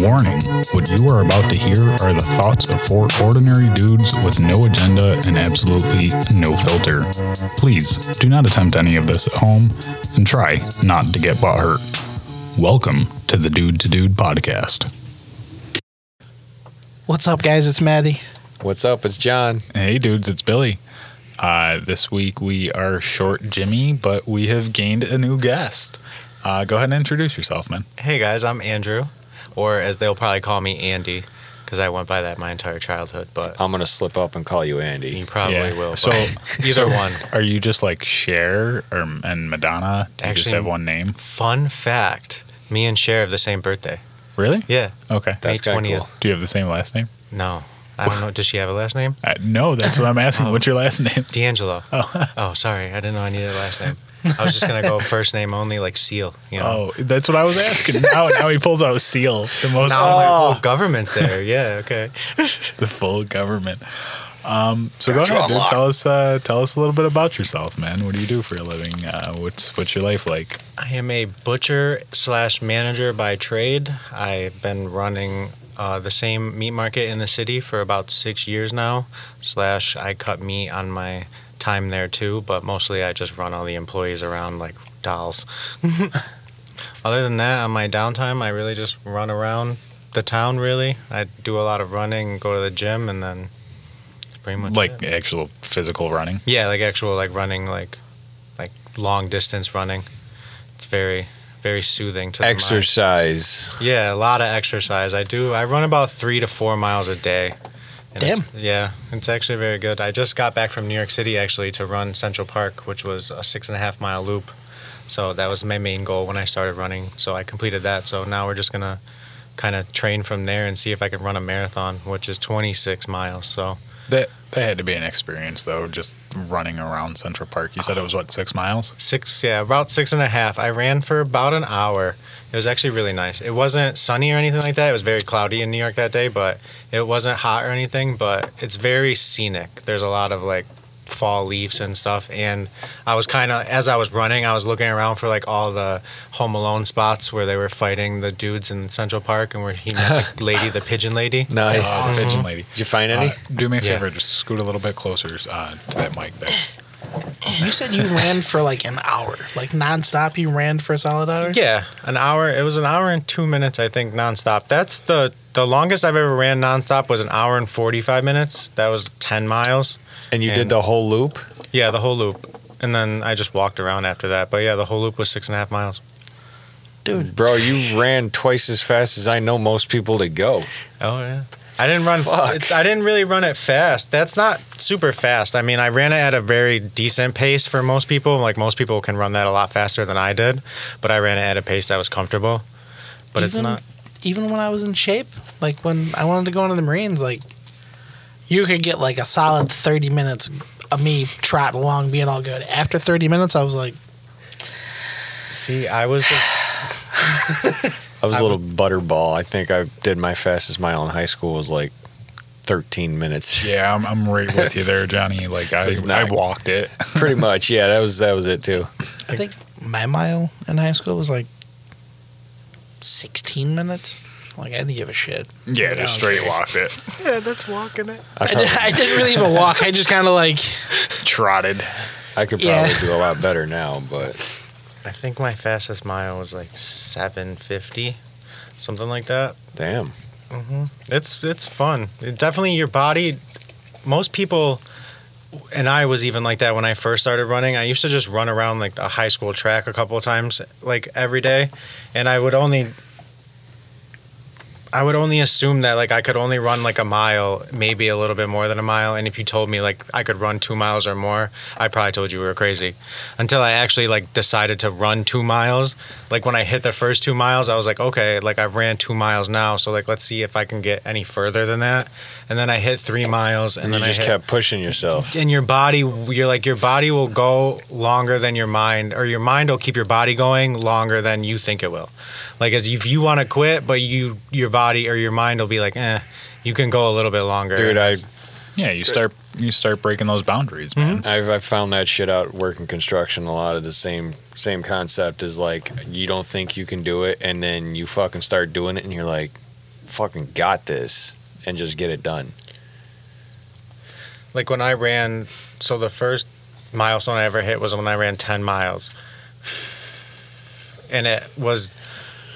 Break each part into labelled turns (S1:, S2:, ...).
S1: Warning What you are about to hear are the thoughts of four ordinary dudes with no agenda and absolutely no filter. Please do not attempt any of this at home and try not to get butthurt. Welcome to the Dude to Dude podcast.
S2: What's up, guys? It's Maddie.
S3: What's up? It's John.
S1: Hey, dudes, it's Billy. Uh, this week we are short Jimmy, but we have gained a new guest. Uh, go ahead and introduce yourself, man.
S3: Hey guys, I'm Andrew, or as they'll probably call me, Andy, because I went by that my entire childhood. But
S4: I'm gonna slip up and call you Andy.
S3: you probably
S1: Yeah.
S3: will.
S1: So-
S3: So either one.
S1: Are you just like Cher or and Madonna? Do you just
S3: Actually-
S1: have one name?
S3: Fun fact: me and Cher have the same birthday.
S1: Really?
S3: Yeah,
S1: Okay.
S4: That's kinda
S3: May twentieth.
S1: Do you have the same last name?
S3: No, I don't know. Does she have a last name?
S1: Uh, no, that's what I'm asking. What's your last name?
S3: D'Angelo. Oh. sorry, I didn't know I needed a last name. I was just gonna go first name only, like Seal. You know,
S1: Oh, that's what I was asking. Now, now he pulls out Seal, the most
S3: now my whole government's there. Yeah, okay.
S1: the full government. Um, so
S4: Got
S1: go
S4: you
S1: ahead, dude.
S4: unlocked.
S1: Tell us, uh, tell us a little bit about yourself, man. What do you do for a living? Uh, what's what's your life like?
S3: I am a butcher slash manager by trade. I've been running uh, the same meat market in the city for about six years now. Slash, I cut meat on my time there too, but mostly I just run all the employees around like dolls. Other than that, on my downtime, I really just run around the town. Really, I do a lot of running, go to the gym, and then that's pretty much
S1: Like
S3: it.
S1: actual physical running.
S3: Yeah, like actual like running, like like long distance running. It's very very soothing to the
S4: Exercise.
S3: mind. Yeah, a lot of exercise. I do. I run about three to four miles a day. And it's- yeah, it's actually very good. I just got back from New York City actually to run Central Park, which was a six and a half mile loop. So that was my main goal when I started running. So I completed that. So now we're just gonna kind of train from there and see if I can run a marathon, which is 26 miles. So
S1: That that had to be an experience though, just running around Central Park. You said it was what six miles?
S3: Six, yeah, about six and a half. I ran for about an hour. It was actually really nice. It wasn't sunny or anything like that. It was very cloudy in New York that day, but it wasn't hot or anything. But it's very scenic. There's a lot of like fall leaves and stuff. And I was kind of, as I was running, I was looking around for like all the Home Alone spots where they were fighting the dudes in Central Park and where he met the lady, the pigeon lady.
S4: Nice.
S1: Oh, the pigeon lady.
S4: Did you find Mm-hmm. any?
S1: Uh, do me a
S3: Yeah.
S1: favor, just scoot a little bit closer uh, to that mic there.
S2: You said you ran for like an hour, like nonstop. You ran for a solid hour.
S3: Yeah, an hour. It was an hour and two minutes, I think, nonstop. That's the the longest I've ever ran nonstop was an hour and forty five minutes. That was ten miles.
S4: and you
S3: and-
S4: did the whole loop?
S3: Yeah, the whole loop, and then I just walked around after that. But yeah, the whole loop was six and a half miles.
S2: dude.
S4: Bro, you ran twice as fast as I know most people to go.
S3: Oh yeah. I didn't run.
S4: Fuck.
S3: It, I didn't really run it fast. That's not super fast. I mean, I ran it at a very decent pace for most people. Like most people can run that a lot faster than I did, but I ran it at a pace that was comfortable. But it's
S2: Even-
S3: not.
S2: Even when I was in shape, like when I wanted to go into the Marines, like you could get like a solid thirty minutes of me trotting along, being all good. After thirty minutes, I was like,
S3: See, I was.
S4: I was a little butterball. I think I did my fastest mile in high school was like 13 minutes.
S1: Yeah, I'm, I'm right with you there, Johnny. Like I,
S4: It's
S1: I
S4: not-
S1: walked it.
S4: Pretty much. Yeah, that was that was it too.
S2: I think my mile in high school was like sixteen minutes. Like I didn't give a shit.
S1: Yeah, just straight walked it.
S3: yeah, that's walking it.
S4: I,
S2: I, did,
S4: probably,
S2: I didn't really even walk. I just kind of like
S1: Trotted.
S4: I could probably
S2: Yeah.
S4: do a lot better now, but
S3: I think my fastest mile was like 750, something like that. Mm-hmm.
S4: damn.
S3: It's it's fun. It definitely your body. Most people, and I was even like that when I first started running. I used to just run around like a high school track a couple of times, like every day, and I would only. I would only assume that like I could only run like a mile, maybe a little bit more than a mile. And if you told me like I could run two miles or more, I probably told you we were crazy. Until I actually like decided to run two miles. Like when I hit the first two miles, I was like, okay, like I've ran two miles now, so like let's see if I can get any further than that. And then I hit three miles, and
S4: And you
S3: then I
S4: just
S3: hit,
S4: kept pushing yourself.
S3: and your body you're like your body will go longer than your mind or your mind will keep your body going longer than you think it will like as if you want to quit but you your body or your mind will be like eh you can go a little bit longer
S4: Dude,
S3: And
S4: I
S3: it's-
S1: Yeah, you start you start breaking those boundaries, man.
S4: I've, I've found that shit out working construction. A lot of the same same concept is like you don't think you can do it, and then you fucking start doing it, and you're like, fucking got this, and just get it done.
S3: Like when I ran, so the first milestone I ever hit was when I ran 10 miles. And it was,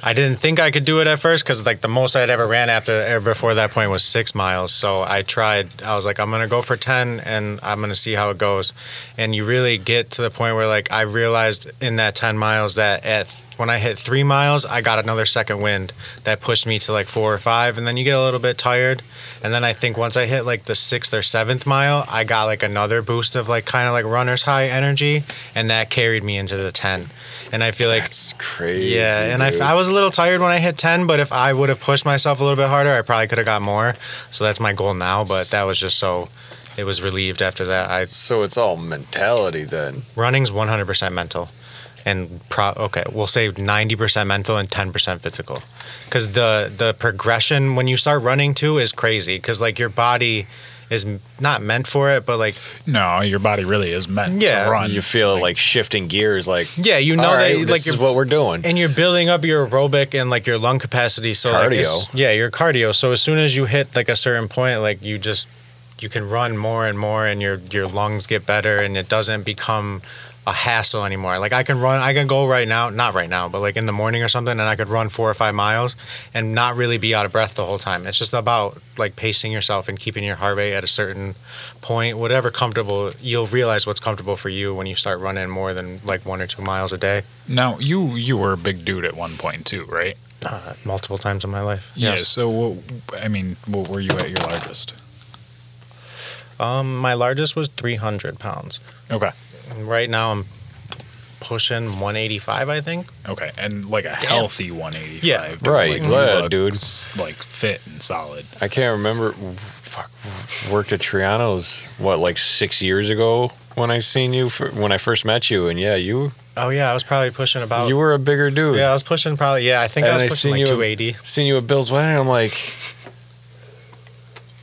S3: I didn't think I could do it at first because like the most I'd ever ran after or before that point was six miles. So I tried, I was like, I'm going to go for 10 and I'm going to see how it goes. And you really get to the point where like I realized in that 10 miles that at, when I hit three miles, I got another second wind that pushed me to like four or five. And then you get a little bit tired. And then I think once I hit like the sixth or seventh mile, I got like another boost of like kind of like runner's high energy, and that carried me into the ten. And I feel like
S4: That's crazy.
S3: yeah, and I,
S4: dude.
S3: I was a little tired when I hit ten, but if I would have pushed myself a little bit harder, I probably could have got more. So that's my goal now. But that was just so it was relieved after that. I
S4: so it's all mentality then.
S3: running's one hundred percent mental. And pro okay, we'll say ninety percent mental and ten percent physical, because the the progression when you start running too is crazy. Because like your body is m- not meant for it, but like
S1: No, your body really is meant
S3: Yeah,
S1: to run.
S4: You feel like, shifting gears, like
S3: yeah, you know
S4: all right,
S3: that
S4: this
S3: like
S4: is
S3: you're
S4: what we're doing.
S3: and you're building up your aerobic and like your lung capacity. So like,
S4: Cardio.
S3: as- yeah, your cardio. So as soon as you hit like a certain point, like you just you can run more and more, and your your lungs get better, and it doesn't become a hassle anymore. Like I can run, I can go right now, not right now, but like in the morning or something, and I could run four or five miles and not really be out of breath the whole time. It's just about like pacing yourself and keeping your heart rate at a certain point, whatever comfortable. You'll realize what's comfortable for you when you start running more than like one or two miles a day.
S1: now you you were a big dude at one point too, right?
S3: Uh, multiple times in my life.
S1: Yeah. So what, I mean, what were you at your largest?
S3: Um, my largest was 300 pounds.
S1: Okay.
S3: And right now I'm pushing 185, I think.
S1: Okay, and like a healthy 185.
S3: Yeah,
S1: dude,
S4: right,
S1: you
S4: yeah,
S1: look
S4: dude.
S1: s- Like fit and solid.
S4: I can't remember. Fuck, worked at Triano's what like six years ago when I seen you for, when I first met you, and yeah, you
S3: Oh yeah, I was probably pushing about.
S4: you were a bigger dude.
S3: yeah, I was pushing probably. Yeah, I think I
S4: And
S3: was
S4: I
S3: pushing
S4: seen
S3: like
S4: you-
S3: 280.
S4: Seen you at Bill's wedding, I'm like,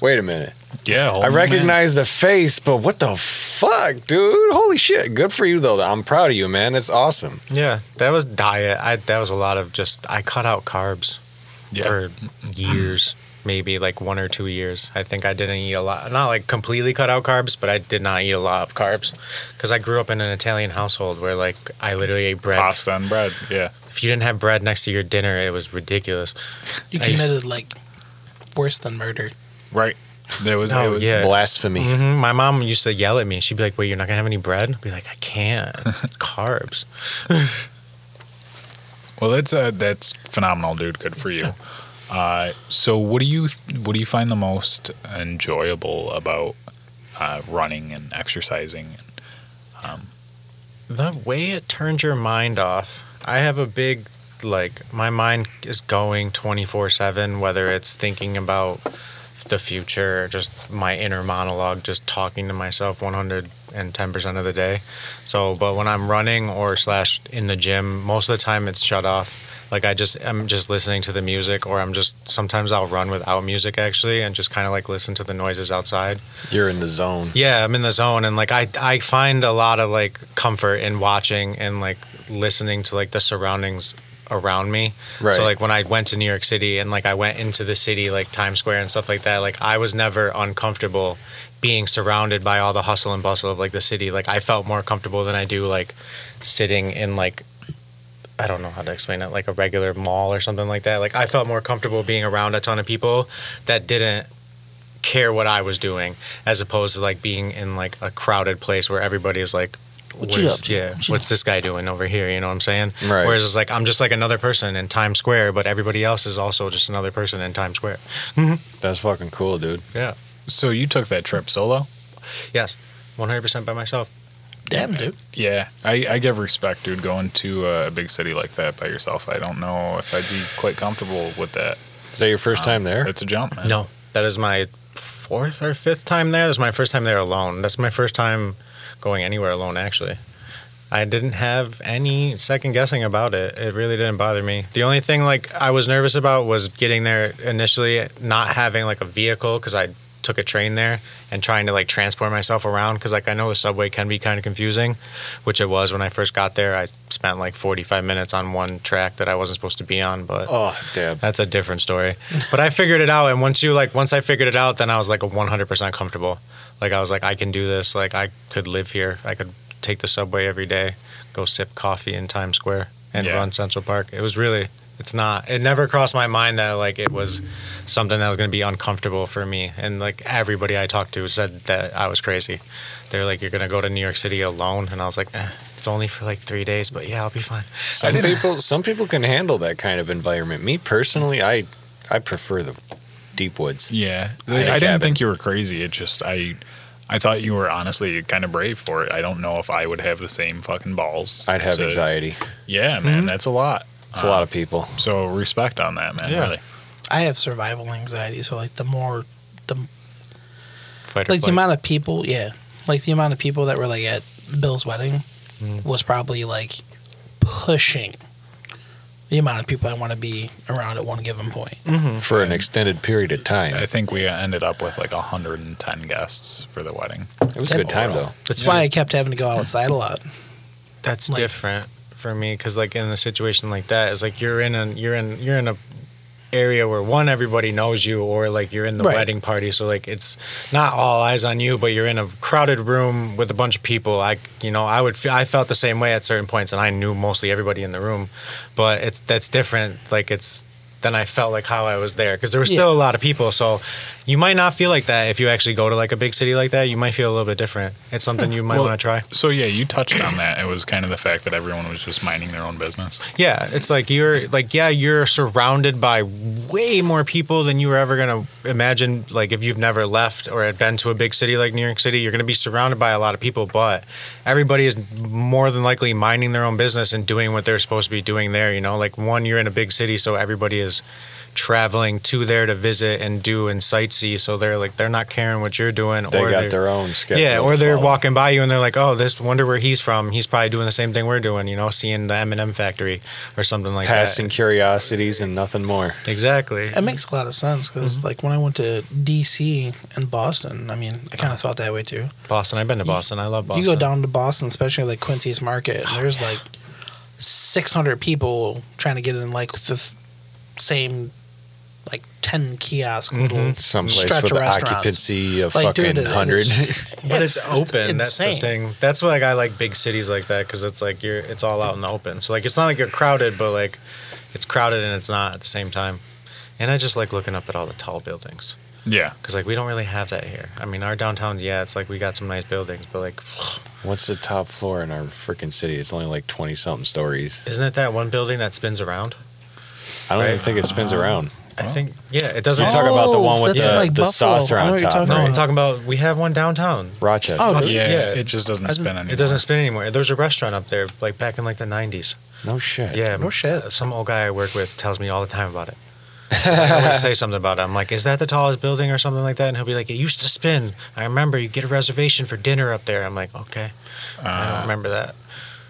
S4: wait a minute.
S1: Yeah,
S4: I recognize the face, but what the fuck, dude? Holy shit! Good for you though. I'm proud of you, man. It's awesome.
S3: Yeah, that was diet. I that was a lot of just. I cut out carbs for years, maybe like one or two years. I think I didn't eat a lot. Not like completely cut out carbs, but I did not eat a lot of carbs because I grew up in an Italian household where like I literally ate bread.
S1: pasta and bread. Yeah,
S3: If you didn't have bread next to your dinner, it was ridiculous.
S2: You
S3: I used-
S2: committed like worse than murder.
S1: right. There was,
S3: Oh,
S1: it was
S3: yeah.
S4: Blasphemy.
S3: hmm My mom used to yell at me. She'd be like, "Wait, you're not gonna have any bread?" I'd be like, "I can't. It's carbs."
S1: Well, that's uh, that's phenomenal, dude. Good for you. Uh, so, what do you what do you find the most enjoyable about uh, running and exercising?
S3: The way it turns your mind off. I have a big like my mind is going 24/7 whether it's thinking about the future, just my inner monologue, just talking to myself 110% of the day. So, but when I'm running or slash in the gym, most of the time it's shut off. Like I just, I'm just listening to the music or I'm just, sometimes I'll run without music actually and just kind of like listen to the noises outside.
S4: You're in the zone.
S3: Yeah, I'm in the zone, and like I, I find a lot of like comfort in watching and like listening to like the surroundings around me.
S4: Right.
S3: So like when I went to New York City and like I went into the city, like Times Square and stuff like that, like I was never uncomfortable being surrounded by all the hustle and bustle of like the city. Like I felt more comfortable than I do like sitting in like I don't know how to explain it, like a regular mall or something like that. Like I felt more comfortable being around a ton of people that didn't care what I was doing, as opposed to like being in like a crowded place where everybody is like,
S2: you
S3: "Where's-
S2: up to?
S3: yeah,
S2: What you
S3: what's this guy doing over here? You know what I'm saying?
S4: Right.
S3: Whereas it's like I'm just like another person in Times Square, but everybody else is also just another person in Times Square.
S4: That's fucking cool, dude.
S3: Yeah.
S1: So, you took that trip solo?
S3: Yes. 100% by myself.
S2: Damn, dude.
S1: Yeah, I, I give respect, dude. Going to a big city like that by yourself, I don't know if I'd be quite comfortable with that.
S4: Is that your first time there?
S1: It's a jump, man.
S3: No, that is my fourth or fifth time there. That's my first time there alone. That's my first time going anywhere alone, actually. I didn't have any second guessing about it. It really didn't bother me. The only thing like I was nervous about was getting there initially, not having like a vehicle because I took a train there and trying to like transport myself around because like I know the subway can be kind of confusing, which it was when I first got there. I spent like 45 minutes on one track that I wasn't supposed to be on, but
S4: Oh, damn.
S3: that's a different story. But I figured it out, and once you like, once I figured it out, then I was like 100% comfortable. Like I was like, I can do this. Like I could live here. I could take the subway every day, go sip coffee in Times Square, and
S1: Yeah.
S3: run Central Park. It was really. It's not. It never crossed my mind that like it was something that was going to be uncomfortable for me. And like everybody I talked to said that I was crazy. They're like, "You're going to go to New York City alone," and I was like, eh, "It's only for like three days, but yeah, I'll be fine."
S4: Some people, some people can handle that kind of environment. Me personally, I, I prefer the deep woods.
S1: Yeah,
S4: I
S1: I,
S4: had a
S1: didn't
S4: cabin.
S1: think you were crazy. It just I, I thought you were honestly kind of brave for it. I don't know if I would have the same fucking balls.
S4: I'd have
S1: to-
S4: anxiety. Mm-hmm.
S1: Yeah, man, that's a lot.
S4: It's a lot of people.
S1: So respect on that, man.
S3: Yeah.
S1: Really.
S2: I have survival anxiety, so like the more the
S3: Fight or
S2: like the
S3: flight.
S2: amount of people, yeah, like the amount of people that were like at Bill's wedding was probably like pushing the amount of people I want to be around at one given point.
S3: Mm-hmm.
S4: for an extended period of time.
S1: I think we ended up with like 110 guests for the wedding.
S4: It was a good time though.
S2: That's why I kept having to go outside a lot.
S3: That's
S2: Like-
S3: different for me because, like, in a situation like that, it's like you're in an you're in you're in a area where one everybody knows you, or like you're in the
S2: Right.
S3: wedding party, so like it's not all eyes on you, but you're in a crowded room with a bunch of people. I, you know, I would fe- I felt the same way at certain points, and I knew mostly everybody in the room, but it's that's different. Like it's. Then I felt like how I was there because there were still a lot of people. So you might not feel like that if you actually go to like a big city like that. You might feel a little bit different. It's something you might
S1: Well,
S3: want to try.
S1: So yeah, you touched on that. It was kind of the fact that everyone was just minding their own business.
S3: Yeah, it's like you're like yeah, you're surrounded by way more people than you were ever gonna imagine. Like if you've never left or had been to a big city like New York City, you're gonna be surrounded by a lot of people, but everybody is more than likely minding their own business and doing what they're supposed to be doing there. You know, like one, you're in a big city, so everybody is traveling to there to visit and do and sightsee. So they're like they're not caring what you're doing.
S4: They
S3: they're-
S4: got their own schedule.
S3: yeah, or
S4: to
S3: they're
S4: follow.
S3: walking by you and they're like, "Oh, this wonder where he's from. He's probably doing the same thing we're doing, you know, seeing the M and M factory or something like
S4: passing curiosities and nothing more.
S3: that." Exactly.
S2: It makes a lot of sense because like when I went to DC and Boston, I mean, I kind of felt that way too.
S3: Boston. I've been to Boston. I love Boston.
S2: You go down to Boston, Oh, especially like Quincy's Market, and there's like 600 people trying to get in like the th- same like 10 kiosk little
S4: Someplace
S2: stretch
S4: with
S2: of
S4: an
S2: restaurants.
S4: occupancy of
S2: Like, dude,
S4: fucking
S2: it-
S4: hundred.
S3: but it's, open. That's the
S2: insane.
S3: thing. That's why like, I like big cities like that because it's like you're. It's all out in the open. So like it's not like you're crowded, but like it's crowded and it's not at the same time. And I just like looking up at all the tall buildings
S1: Yeah.
S3: because like we don't really have that here. I mean, our downtown, yeah, it's like we got some nice buildings, but like
S4: What's the top floor in our freaking city? It's only like twenty something stories.
S3: isn't it that one building that spins around?
S4: I don't even
S3: Right.
S4: think it spins around.
S3: I think yeah, it doesn't.
S4: You
S3: talk
S4: talk about the one
S2: Oh,
S4: with
S2: that's
S4: the,
S2: in, like,
S4: the
S2: Buffalo.
S4: saucer
S2: I know
S4: on
S2: what you're
S4: top,
S2: talking
S3: No,
S4: right?
S3: I'm
S2: Right.
S3: talking about we have one downtown.
S4: Rochester.
S2: Oh,
S1: Yeah,
S2: really?
S1: it just doesn't
S3: doesn't-
S1: spin anymore.
S3: It doesn't spin anymore. There's a restaurant up there, like back in like the '90s.
S4: No shit.
S3: Yeah, Uh,
S2: No shit.
S3: Some old guy I work with tells me all the time about it. I always say something about it. I'm like, "Is that the tallest building or something like that?" And he'll be like, "It used to spin. I remember you get a reservation for dinner up there." I'm like, "Okay, I
S1: Uh,
S3: don't remember that."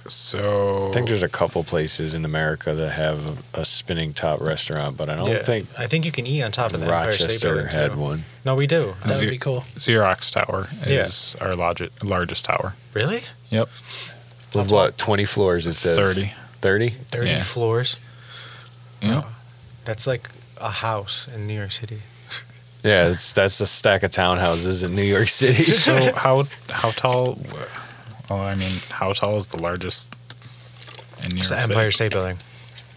S1: So
S4: I think there's a couple places in America that have a, a spinning top restaurant, but I don't
S3: Yeah.
S4: think
S3: I think you can eat on top of that Empire State
S4: Rochester
S3: Building,
S4: had
S3: too.
S4: one.
S3: No, we do.
S2: That would be cool.
S1: Xerox Tower is our large, largest tower.
S3: Really?
S1: Yep.
S4: With what? Twenty floors? It says
S1: 30.
S4: Thirty.
S3: Thirty
S1: Yeah.
S3: floors.
S1: Yep.
S3: That's like a house in New York City.
S4: Yeah, it's, that's a stack of townhouses in New York City.
S1: So how how tall? Well, I mean, how tall is the largest? In New
S3: It's the
S1: York
S3: Empire
S1: City?
S3: State Building.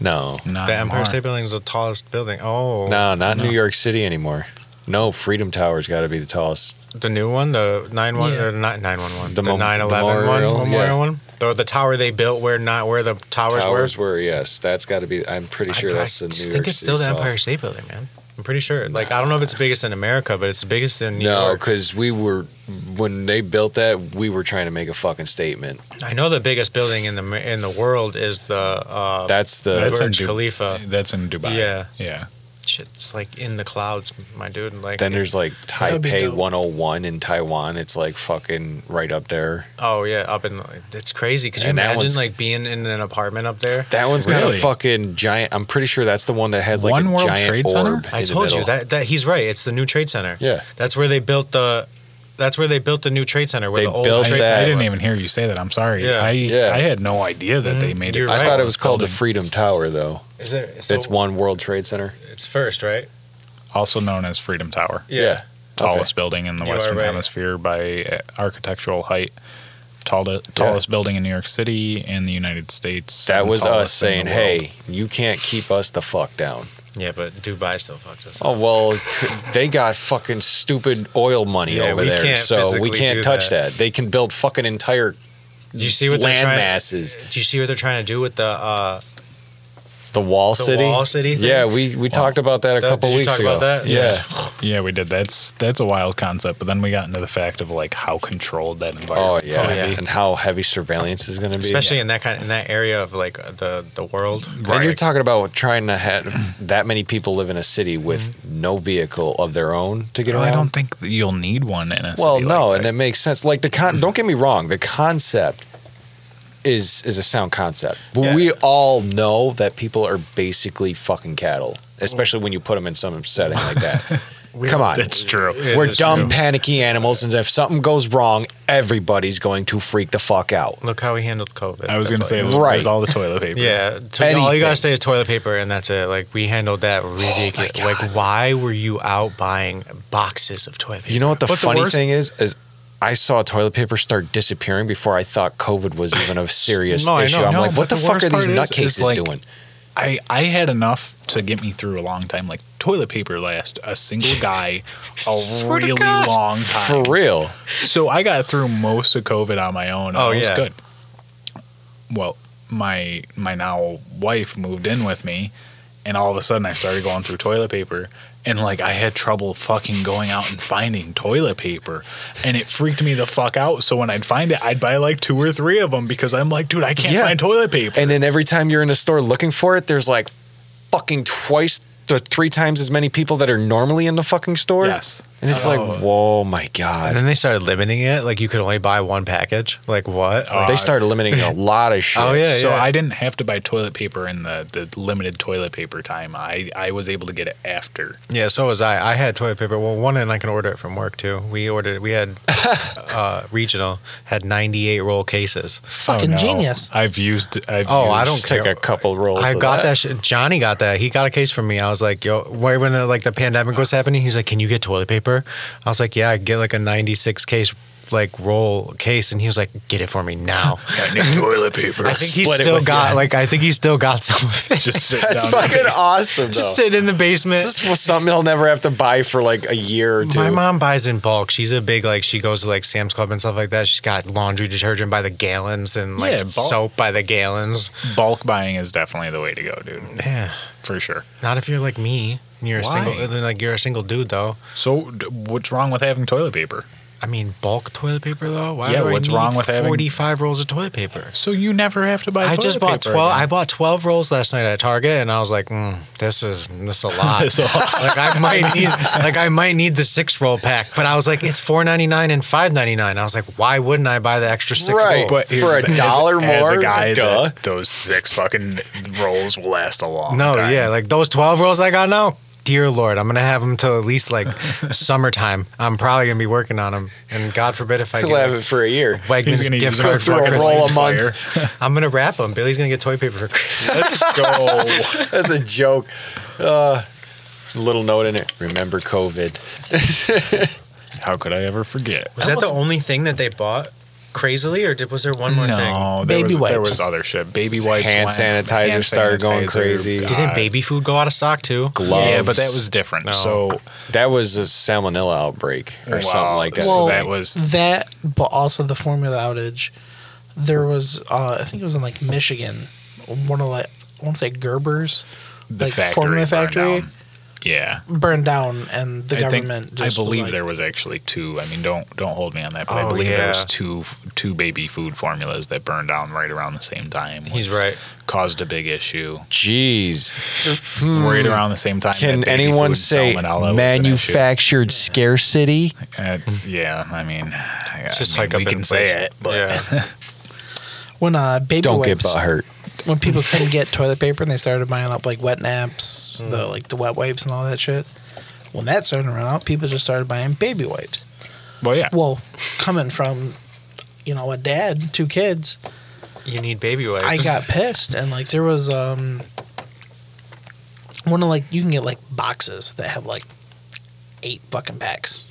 S4: no,
S1: Not
S3: The Empire
S1: anymore.
S3: State Building is the tallest building. Oh,
S4: no, not
S1: No.
S4: New York City anymore. No, Freedom Tower's got to be the tallest.
S3: the new one, the nine one
S2: Yeah.
S3: or not nine one one,
S4: The
S3: the
S4: mem-
S3: nine eleven one,
S4: memorial,
S3: memorial
S4: yeah.
S3: one, or the tower they built where not where the towers,
S4: Towers
S3: were.
S4: were, yes. That's got to be. I'm pretty sure
S3: I,
S4: that's
S3: I
S4: the New
S3: think
S4: York
S3: it's still
S4: City
S3: the Empire
S4: tallest.
S3: State Building, man. I'm pretty sure. Like I don't know if it's biggest in America, but it's biggest in New
S4: No,
S3: York.
S4: because we were when they built that, we were trying to make a fucking statement.
S3: I know the biggest building in the in the world is the uh,
S4: That's the
S1: That's in
S3: Burj
S1: Dubai.
S3: Khalifa.
S1: That's in Dubai.
S3: Yeah.
S1: Yeah.
S3: shit's like in the clouds, my dude. Like
S4: Then there's like
S2: would be
S4: Taipei
S2: dope.
S4: 101 in Taiwan. It's like fucking right up there.
S3: oh yeah, up in it's crazy. Could you
S4: And that
S3: imagine
S4: one's-
S3: like being in an apartment up there?
S4: That one's got
S1: Really?
S4: a fucking giant. I'm pretty sure that's the one that has like
S1: One
S4: a
S1: World
S4: giant
S1: Trade Center?
S4: orb.
S3: I
S4: in the
S3: told you
S4: middle.
S3: that that he's right. It's the new Trade Center.
S4: Yeah.
S3: That's where they built the. That's where they built the new Trade Center. Where
S4: They
S3: the old
S4: built
S3: Trade
S4: that.
S1: I
S3: Center
S1: didn't
S3: was.
S1: even hear you say that. I'm sorry.
S3: Yeah. Mm-hmm.
S1: I
S4: Yeah.
S1: I had no idea that they made it.
S3: You're
S1: that
S4: I
S3: right.
S4: thought
S1: old
S4: it was called the
S1: building.
S4: Freedom Tower, though.
S3: Is there, so
S4: That's one World Trade Center.
S3: It's first, right?
S1: also known as Freedom Tower,
S4: Yeah.
S1: tallest building in the
S3: You are
S1: Western
S3: right.
S1: Hemisphere by uh, architectural height. Tall, tallest building in New York City and the United States.
S4: That
S1: and
S4: was us
S1: tallest in the
S4: saying,
S1: world.
S4: "Hey, you can't keep us the fuck down."
S3: Yeah, but Dubai still fucks us. up.
S4: Oh well, they got fucking stupid oil money
S3: Yeah,
S4: over
S3: we
S4: there,
S3: can't
S4: so we
S3: physically
S4: can't
S3: do
S4: touch
S3: that.
S4: that. They can build fucking entire Oh,
S3: Do you see what they're
S4: land
S3: trying?
S4: masses.
S3: Do you see what they're trying to do with the uh,
S4: The Wall
S3: The
S4: City.
S3: Wall City thing?
S4: Yeah, we we talked about that a
S3: That-
S4: couple
S3: did you
S4: weeks
S3: talk
S4: ago.
S3: about that?
S4: Yeah.
S1: Yeah, we did. That's that's a wild concept. But then we got into the fact of like how controlled that
S4: Oh
S1: environment.
S4: yeah.
S3: Oh, yeah.
S4: And how heavy surveillance is going to be.
S3: especially in that kind in that area of like uh, the the world?
S4: And you're talking about trying to have that many people live in a city with
S3: Mm-hmm.
S4: no vehicle of their own to get
S3: Oh,
S1: You know,
S4: around.
S1: I don't think that you'll need one in a city
S4: well, no,
S1: like
S4: and
S1: that.
S4: it makes sense. Like the con- don't get me wrong, the concept is is a sound concept, but
S3: Yeah.
S4: we all know that people are basically fucking cattle, especially when you put them in some setting like that. Come on,
S1: that's true.
S4: we're
S3: that's
S4: dumb,
S3: true.
S4: panicky animals, and if something goes wrong, everybody's going to freak the fuck out.
S3: Look how he handled COVID.
S1: I was going to
S3: That's
S1: say it
S3: all-
S1: was, it
S4: Right.
S1: was all the toilet paper.
S3: Yeah, to, all you
S4: Anything. Oh
S3: gotta say is toilet paper, and that's it. Like we handled that ridiculous. like, why were you out buying boxes of toilet paper?
S4: You know what the
S1: But the
S4: funny
S1: worst-
S4: thing is? Is I saw toilet paper start disappearing before I thought COVID was even a serious
S3: No, I know.
S4: issue. I'm
S1: No,
S4: like,
S1: but
S4: what the,
S1: the
S4: fuck are
S1: worst
S4: these
S1: part is-
S4: nutcases
S1: is like-
S4: doing?
S1: I, I had enough to get me through a long time. Like toilet paper lasts a single guy a
S3: Swear to
S1: really
S3: God.
S1: long time.
S4: For real.
S1: So I got through most of COVID on my own. And
S3: Oh,
S1: it was
S3: yeah.
S1: good. Well, my my now wife moved in with me, and all of a sudden I started going through toilet paper, and like I had trouble fucking going out and finding toilet paper, and it freaked me the fuck out. So when I'd find it, I'd buy like two or three of them because I'm like, dude, I can't
S4: Yeah.
S1: find toilet paper.
S4: And then every time you're in a store looking for it, there's like fucking twice to three times as many people that are normally in the fucking store.
S1: yes.
S4: And it's like,
S3: Oh.
S4: whoa, my
S3: and
S4: God.
S3: then they started limiting it. Like you could only buy one package. Like what?
S1: Uh,
S4: They start eliminating a lot of shit.
S3: Oh, yeah.
S1: so I didn't have to buy toilet paper in the, the limited toilet paper time. I, I was able to get it after.
S3: Yeah, so was I. I had toilet paper. Well, one and I can order it from work too. We ordered. We had uh, regional had ninety eight roll cases.
S2: Fucking
S1: Oh, no.
S2: genius.
S1: I've used. I've
S3: Oh, I
S1: used-
S3: don't
S4: Just take
S3: care.
S4: a couple rolls.
S3: I
S4: of
S3: got that. shit. Johnny got that. He got a case from me. I was like, "Yo, where when uh, like the pandemic was happening?" He's like, "Can you get toilet paper?" I was like, "Yeah, I get like a ninety-six case, like roll case." And he was like, "Get it for me now."
S1: I need toilet paper.
S3: I think he
S4: Split it
S3: still
S4: with
S3: got
S4: you.
S3: like I think he still got some of it.
S1: just sit
S4: That's
S1: down.
S4: fucking awesome,
S3: Just
S4: though.
S3: sit in the basement.
S4: This was something I'll never have to buy for like a year or two.
S3: My mom buys in bulk. She's a big like she goes to like Sam's Club and stuff like that. She's got laundry detergent by the gallons and like
S1: Yeah, bulk-
S3: soap by the gallons.
S1: Bulk buying is definitely the way to go, dude.
S3: Yeah,
S1: For sure.
S3: not if you're like me. and You're a
S1: Why?
S3: single, like you're a single dude though.
S1: So, d- what's wrong with having toilet paper?
S3: I mean, bulk toilet paper though. Why
S1: Yeah,
S3: do
S1: what's
S3: I need
S1: wrong with having-
S3: 45 rolls of toilet paper?
S1: So you never have to buy.
S3: I
S1: toilet
S3: just bought
S1: paper
S3: 12.
S1: again.
S3: I bought 12 rolls last night at Target, and I was like, mm, "This is this is a lot.
S1: This is a lot.
S3: like I might need like I might need the six roll pack." But I was like, "It's four ninety nine and five ninety nine. I was like, "Why wouldn't I buy the extra six
S4: Right.
S3: rolls?"
S1: But here's
S4: For a
S1: the thing, as-
S4: dollar
S1: as a
S4: more?
S1: guy,
S4: Duh.
S1: that- those six fucking rolls will last a long.
S3: No,
S1: time.
S3: yeah, like those 12 rolls I got now, dear Lord, I'm going to have them till at least like summertime. I'm probably going to be working on them. And God forbid if I
S4: I'll have it
S3: get
S4: for a year.
S3: like,
S1: He's
S3: Wegmans
S1: gonna
S3: gift
S1: use
S3: card
S4: goes through
S3: for
S4: a
S3: Christmas.
S4: roll a month.
S1: Fire.
S3: I'm going to wrap them. Billy's going to get toilet paper for Christmas.
S1: Let's go.
S4: That's a joke. Uh, little note in it. Remember COVID.
S1: How could I ever forget?
S3: Was that the only thing that they bought crazily, or did, was there one more thing?
S1: No, there
S2: Baby
S1: was, There
S2: wipes.
S1: was other shit. Baby
S4: Hand
S1: wipes. went,
S4: sanitizer started going
S1: sanitizer,
S4: crazy.
S1: God.
S3: Didn't baby food go out of stock too?
S4: Gloves.
S1: Yeah, but that was different.
S3: No.
S1: So
S4: that was a salmonella outbreak or
S1: Wow.
S4: something like that.
S1: So
S2: Well,
S1: that was-
S2: that, but also the formula outage. There was, uh, I think it was in like Michigan, one of like, I want to say Gerber's,
S1: the
S2: like
S1: factory
S2: formula
S1: burned
S2: factory.
S1: down. Yeah,
S2: burned down, and the
S1: I think
S2: government.
S1: I
S2: just was
S1: believe
S2: like-
S1: there was actually two. I mean, don't don't hold me on that, but I
S3: Oh,
S1: believe there was
S3: yeah.
S1: two two baby food formulas that burned down right around the same time. which
S3: He's right.
S1: caused a big issue
S4: Jeez.
S1: right around the same time.
S4: Can
S1: that baby
S4: anyone
S1: food
S4: say
S1: salmonella was an
S4: manufactured scarcity?
S1: issue. Uh, yeah, I mean, I
S3: It's just
S1: mean,
S3: hike up
S1: we can
S3: inflation.
S1: say it, but
S3: yeah.
S2: when uh, baby
S4: Don't get
S2: wipes.
S4: butthurt.
S2: when people couldn't get toilet paper and they started buying up like wet naps, the
S4: Hmm.
S2: like the wet wipes and all that shit. When that started to run out, people just started buying baby wipes.
S1: well, yeah,
S2: Well, coming from you know a dad, two kids,
S3: you need baby wipes.
S2: I got pissed and like there was um one of like you can get like boxes that have like eight fucking packs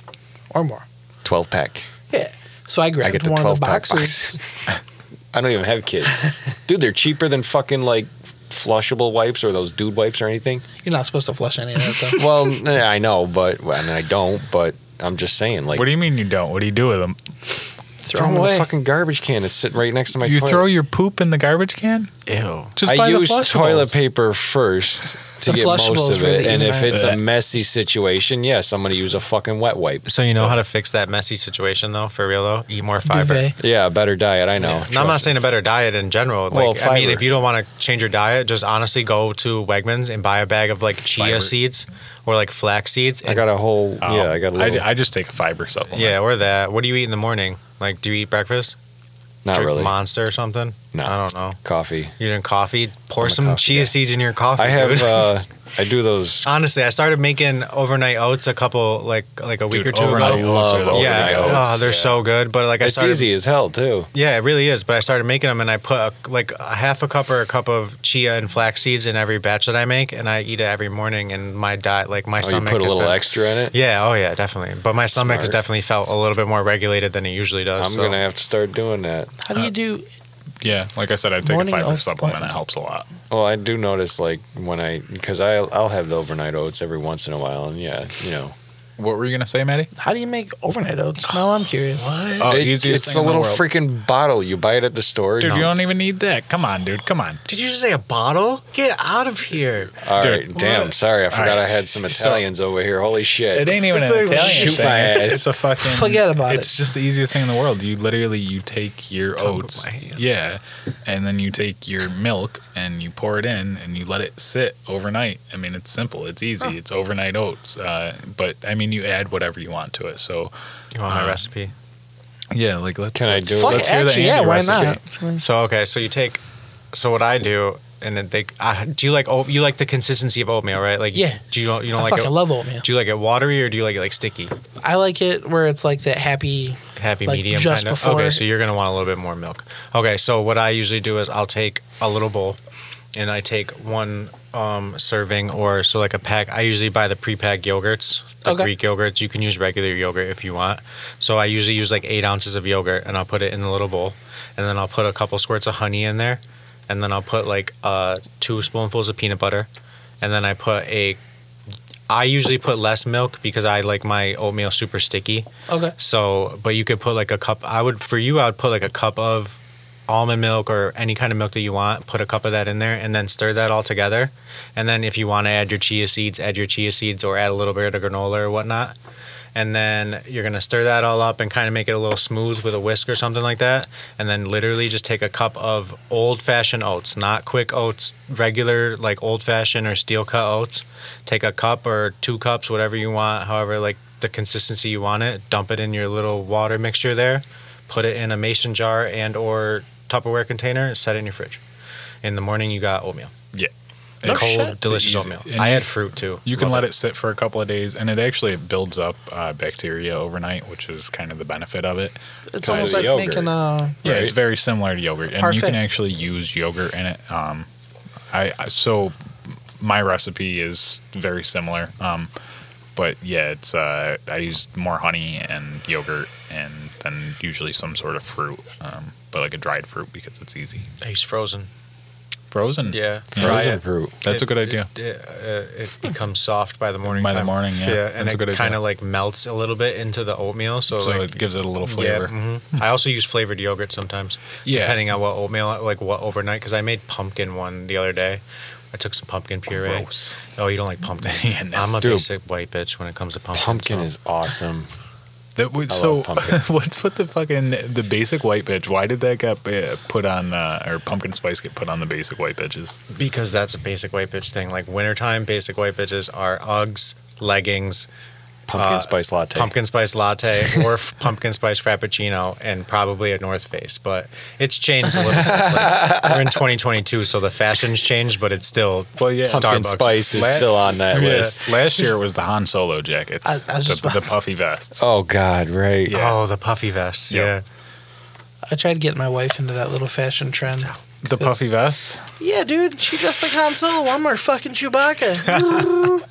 S2: or more.
S4: 12 pack.
S2: Yeah. So I grabbed
S4: I get the
S2: one of
S4: 12
S2: the
S4: pack
S2: boxes.
S4: box. I don't even have kids. Dude, they're cheaper than fucking like flushable wipes or those dude wipes or anything.
S2: You're not supposed to flush any of that stuff.
S4: Well, yeah, I know, but well, I mean, I don't, but I'm just saying like
S1: what do you mean you don't? What do you do with them?
S2: Throw them
S4: in
S2: away.
S4: the fucking garbage can. It's sitting right next to my
S1: you
S4: toilet.
S1: throw your poop in the garbage can? Ew. Just
S4: I
S1: buy the
S4: use
S1: flushables.
S4: toilet paper first to
S2: The
S4: get most
S2: flushables
S4: of
S2: were
S4: it,
S2: the
S4: and if
S2: easiest.
S4: it's a
S1: Blech.
S4: messy situation, yes, I'm gonna use a fucking wet wipe.
S3: So you know how to fix that messy situation though, for real though? Eat more fiber.
S2: Duvet.
S4: Yeah, a better diet. I know.
S3: No, I'm not
S4: Trust me.
S3: saying a better diet in general. Like,
S4: Well,
S3: I mean,
S4: fiber.
S3: if you don't want to change your diet, just honestly go to Wegmans and buy a bag of like chia
S1: Fiber.
S3: seeds or like flax seeds.
S4: I
S3: and-
S4: got a whole.
S1: Oh,
S4: yeah, I got a little.
S1: I, just take a fiber supplement.
S3: yeah, or that. What do you eat in the morning? Like, do you eat breakfast?
S4: not
S3: Drink
S4: really.
S3: Monster or something?
S4: No.
S3: I don't know.
S4: Coffee.
S3: You drink coffee? Pour
S4: a
S3: some
S4: coffee
S3: chia
S4: guy.
S3: seeds in your coffee.
S4: I have.
S3: dude.
S4: uh I do those.
S3: Honestly, I started making overnight oats a couple like like a week
S1: Dude,
S3: or two
S1: overnight
S3: ago.
S1: oats are the
S4: love
S3: yeah,
S4: overnight
S3: oh,
S4: oats.
S3: they're so good. But like I
S4: It's
S3: started,
S4: easy as hell too. Oh,
S3: yeah, it really is. But I started making them, and I put a, like a half a cup or a cup of chia and flax seeds in every batch that I make, and I eat it every morning. And my diet, like
S4: Oh,
S3: my
S4: you
S3: stomach,
S4: put a
S3: has
S4: little
S3: been-
S4: extra in it.
S3: Yeah, oh yeah, definitely. But my stomach has
S4: Smart.
S3: definitely felt a little bit more regulated than it usually does.
S4: I'm
S3: so.
S4: gonna have to start doing that.
S2: How do you do
S1: Yeah, like I said, I take
S2: Morning
S1: a fiber
S2: oats
S1: supplement.
S2: point.
S1: It helps a lot.
S4: Well, I do notice like when I because I I'll have the overnight oats every once in a while, and yeah, you know,
S1: What were you gonna say, Maddie?
S2: how do you make overnight oats? No, I'm curious.
S1: Oh,
S4: It-
S1: easiest
S4: it's
S1: thing
S4: a
S1: in the
S4: little
S1: world.
S4: freaking bottle. You buy it at the store.
S1: Dude,
S4: No.
S1: you don't even need that. Come on, dude. Come on.
S3: Did you just say a bottle? Get out of here!
S4: All
S1: Dude,
S4: right, damn.
S1: what?
S4: Sorry, I forgot
S1: right.
S4: I had some Italians over here. Holy shit!
S1: It ain't even
S3: This
S1: an
S3: thing
S1: Italian
S4: shoot
S1: thing.
S4: my
S1: it's,
S4: ass.
S1: it's a fucking.
S2: Forget about
S1: It's just the easiest thing in the world. You literally you take your
S3: Tongue of
S1: oats,
S3: my hands.
S1: yeah, and then you take your milk and you pour it in and you let it sit overnight. I mean, it's simple. It's easy. It's overnight oats. Uh, but I mean, you add whatever you want to it. So
S3: You want my
S1: Uh,
S3: recipe?
S1: yeah, like let's
S4: Can I
S1: let's-
S4: do it?
S2: Fuck,
S1: let's hear the
S2: actually, yeah,
S1: Andy
S2: why
S1: recipe.
S2: not?
S3: So okay, so you take. So what I do, and then they uh, do you like oh you like the consistency of oatmeal, right? Like
S2: Yeah.
S3: Do you don't you
S2: I
S3: don't like
S2: fucking
S3: it?
S2: love oatmeal.
S3: do you like it watery or do you like it like sticky?
S2: I like it where it's like that happy.
S3: Happy
S2: Like,
S3: medium
S2: just
S3: kind of.
S2: before-
S3: Okay, so you're gonna want a little bit more milk. Okay, so what I usually do is I'll take a little bowl, and I take one um, serving or so like a pack. I usually buy the pre-packed yogurts, the
S2: Okay.
S3: Greek yogurts. You can use regular yogurt if you want. So I usually use like eight ounces of yogurt, and I'll put it in the little bowl, and then I'll put a couple squirts of honey in there, and then I'll put like uh, two spoonfuls of peanut butter, and then I put a. I usually put less milk because I like my oatmeal super sticky.
S2: Okay.
S3: So, but you could put like a cup. I would for you. I would put like a cup of almond milk or any kind of milk that you want. Put a cup of that in there, and then stir that all together. And then if you want to add your chia seeds, add your chia seeds, or add a little bit of granola or whatnot. And then you're gonna stir that all up and kind of make it a little smooth with a whisk or something like that. And then literally just take a cup of old-fashioned oats, not quick oats, regular like old-fashioned or steel-cut oats take a cup or two cups, whatever you want, however like the consistency you want it, dump it in your little water mixture there, put it in a mason jar and or Tupperware container, and set it in your fridge. In the morning you got oatmeal.
S1: It's
S3: Cold,
S1: the
S3: delicious
S1: easy-
S3: oatmeal.
S1: and
S3: I
S1: you-
S3: had fruit too.
S1: You can
S3: Love
S1: let it sit for a couple of days, and it actually builds up uh, bacteria overnight, which is kind of the benefit of it.
S2: It's
S4: Kinda
S2: almost like
S4: like yogurt.
S2: making a.
S1: Yeah,
S4: Right.
S1: it's very similar to yogurt, and you
S2: Parfait.
S1: can actually use yogurt in it. Um, I I- so my recipe is very similar, um, but yeah, it's uh, I use more honey and yogurt, and then usually some sort of fruit, um, but like a dried fruit because it's easy.
S3: He's frozen.
S1: Frozen,
S3: Yeah.
S1: Try
S4: Frozen fruit.
S1: that's a
S3: It-
S1: good idea.
S3: It, uh, it becomes soft by the morning.
S1: By the
S3: time.
S1: morning, yeah.
S3: and
S1: That's a good
S3: it
S1: idea.
S3: kind of like melts a little bit into the oatmeal. So,
S1: so
S3: like,
S1: it Hmm. gives it a little flavor.
S3: Yeah, mhm. I also use flavored yogurt sometimes,
S1: Yeah.
S3: depending on what oatmeal, like what overnight. Because I made pumpkin one the other day, I took some pumpkin puree.
S4: Gross.
S3: Oh, you don't like pumpkin?
S1: Yeah, no.
S3: I'm a
S4: Dude.
S3: basic white bitch when it comes to pumpkin.
S4: Pumpkin
S3: so-
S4: is awesome.
S1: That would,
S4: I
S1: so
S4: love pumpkin.
S1: what's with the fucking the basic white bitch? Why did that get uh, put on uh, or pumpkin spice get put on the basic white bitches?
S3: because that's a basic white bitch thing. Like wintertime, basic white bitches are Uggs, leggings,
S4: Pumpkin
S3: Uh,
S4: spice latte.
S3: pumpkin spice latte, or f- pumpkin spice frappuccino, and probably a North Face. But it's changed a little. bit. Like, we're in 2022, so the fashion's changed, but it's still
S1: Well, yeah.
S4: Pumpkin
S3: Starbucks.
S4: spice is
S1: Let-
S4: still on that list.
S1: Last year it was the Han Solo jackets,
S2: I- I was
S1: the,
S2: just about
S1: the
S2: to say-
S1: puffy vests.
S4: Oh God, right?
S1: Yeah.
S3: Oh, the puffy vests.
S1: Yep.
S2: I tried getting my wife into that little fashion trend.
S1: the puffy vests.
S2: Yeah, dude, she dressed like Han Solo. I'm her fucking Chewbacca.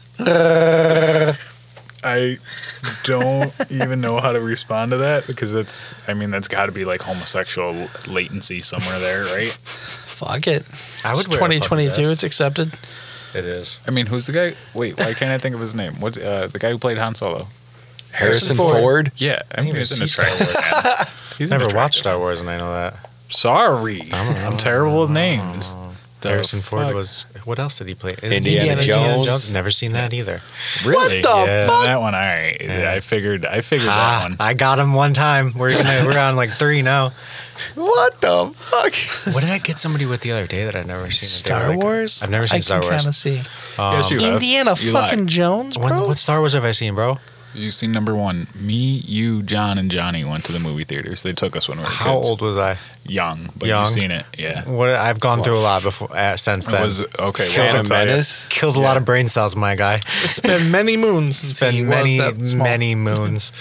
S1: I don't even know how to respond to that because that's I mean that's got to be like homosexual latency somewhere there, right?
S2: Fuck it.
S3: I would
S2: It's
S3: wear a puffy
S2: 2022.
S3: vest.
S2: It's accepted.
S3: It is.
S1: I mean, who's the guy? Wait, why can't I think of his name? What uh, the guy who played Han Solo?
S2: Harrison
S4: Harrison
S2: Ford.
S4: Ford.
S1: Yeah, I mean,
S3: even
S1: he's an
S3: see Star
S1: attractive. guy. He's an
S3: Never
S1: attractive
S3: watched Star Wars, and I know that.
S1: Sorry, I'm terrible with names. The
S3: Harrison Ford
S1: fuck?
S3: was. What else did he play? Isn't
S4: Indiana,
S2: Indiana
S4: Jones.
S2: Jones.
S3: Never seen that either.
S1: really
S2: What the
S1: yeah.
S2: fuck?
S1: That one, all right.
S3: Yeah.
S1: I figured. I figured
S3: Ah,
S1: that one.
S3: I got him one time. We're gonna, we're on like three now.
S4: What the fuck?
S3: What did I get somebody with the other day that I've never seen? that they were
S2: Star
S3: like-
S2: Wars.
S3: I've never seen
S2: I
S3: Star
S2: can
S3: Wars. Um,
S2: kind of see.
S1: yes, you have.
S2: Indiana
S1: You
S2: fucking
S1: lied.
S2: Jones,
S3: When,
S2: bro.
S3: what Star Wars have I seen, bro?
S1: You seen number one? Me, you, John, and Johnny went to the movie theaters. They took us when we were
S3: How
S1: kids.
S3: old was I?
S1: Young, but
S3: Young.
S1: you've seen it. Yeah,
S3: What I've gone through a lot before uh, since
S1: it
S3: then.
S1: was okay. well, I'll
S4: Phantom
S1: tell ya.
S4: Menace.
S3: Killed a lot of brain cells, my guy.
S2: It's been many moons since
S3: It's been many,
S2: that small.
S3: many moons.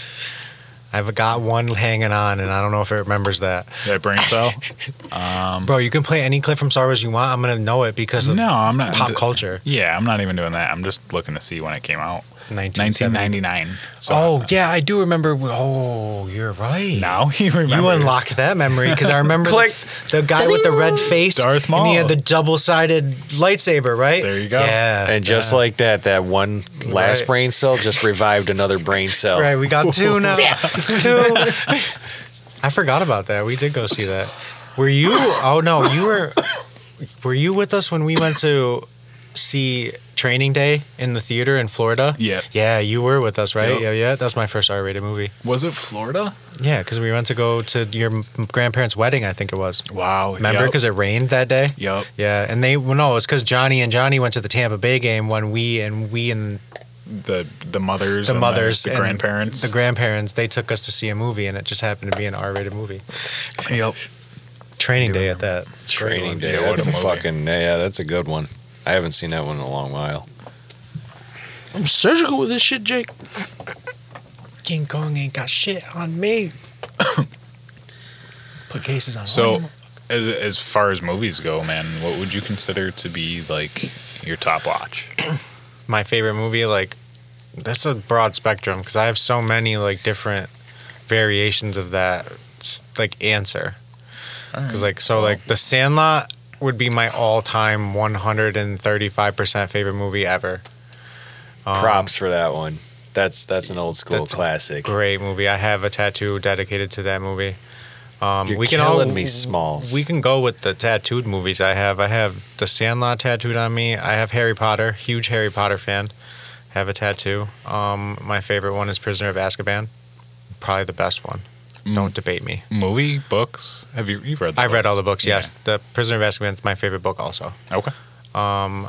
S3: I've got one hanging on, and I don't know if it remembers that.
S1: That brain cell?
S3: Bro, you can play any clip from Star Wars you want. I'm gonna know it because of
S1: no, I'm not.
S3: pop culture.
S1: Yeah, I'm not even doing that. I'm just looking to see when it came out.
S3: 1990.
S1: 1999. So
S3: Oh yeah, I do remember. Oh, you're right.
S1: now he remembers.
S3: You unlocked that memory because I remember the, the guy with the red face.
S1: Darth
S3: And
S1: Maul.
S3: he had the double sided lightsaber, right?
S1: There you go.
S3: Yeah.
S4: And just like that, that one last
S3: Uh, Right.
S4: brain cell just revived another brain cell.
S3: Right, we got two now. two. I forgot about that. We did go see that. Were you? Oh no, you were. Were you with us when we went to see Training Day in the theater in Florida?
S1: Yeah.
S3: Yeah, you were with us, right?
S1: Yep.
S3: Yeah, yeah. That's my first R-rated movie.
S1: Was it Florida?
S3: Yeah, because we went to go to your m- grandparents' wedding. I think it was.
S1: Wow.
S3: Remember, because it rained that day.
S1: Yep.
S3: Yeah, and they well, no, it's because Johnny and Johnny went to the Tampa Bay game when we and we and
S1: the the mothers,
S3: the
S1: and
S3: mothers,
S1: the,
S3: and
S1: grandparents.
S3: the grandparents, they took us to see a movie, and it just happened to be an R-rated movie.
S1: yep.
S3: Training Day at that.
S4: Training Day.
S1: Yeah, what
S4: that's
S1: a
S4: a,
S1: movie.
S4: fucking yeah. That's a good one. I haven't seen that one in a long while.
S2: I'm surgical with this shit, Jake.
S3: King Kong ain't got shit on me. Put cases on.
S1: So, as as far as movies go, man, what would you consider to be like your top watch?
S3: my favorite movie, like that's a broad spectrum because I have so many like different variations of that s- like answer. Because like so like The Sandlot would be my all-time 135% favorite movie ever. Um,
S4: Props for that one. That's that's an old school
S3: That's a
S4: classic.
S3: Great movie. I have a tattoo dedicated to that movie. Um,
S4: You're
S3: we can all
S4: killing me, Smalls.
S3: we can go with the tattooed movies I have. I have The Sandlot tattooed on me. I have Harry Potter. Huge Harry Potter fan. Have a tattoo. Um, my favorite one is Prisoner of Azkaban. Probably the best one.
S1: Mm.
S3: Don't debate me.
S1: Movie, books. Have you you read? The
S3: I've read
S1: books?
S3: all the books. Yes, The Prisoner of Azkaban is my favorite book also.
S1: Yeah. Okay.
S3: Um,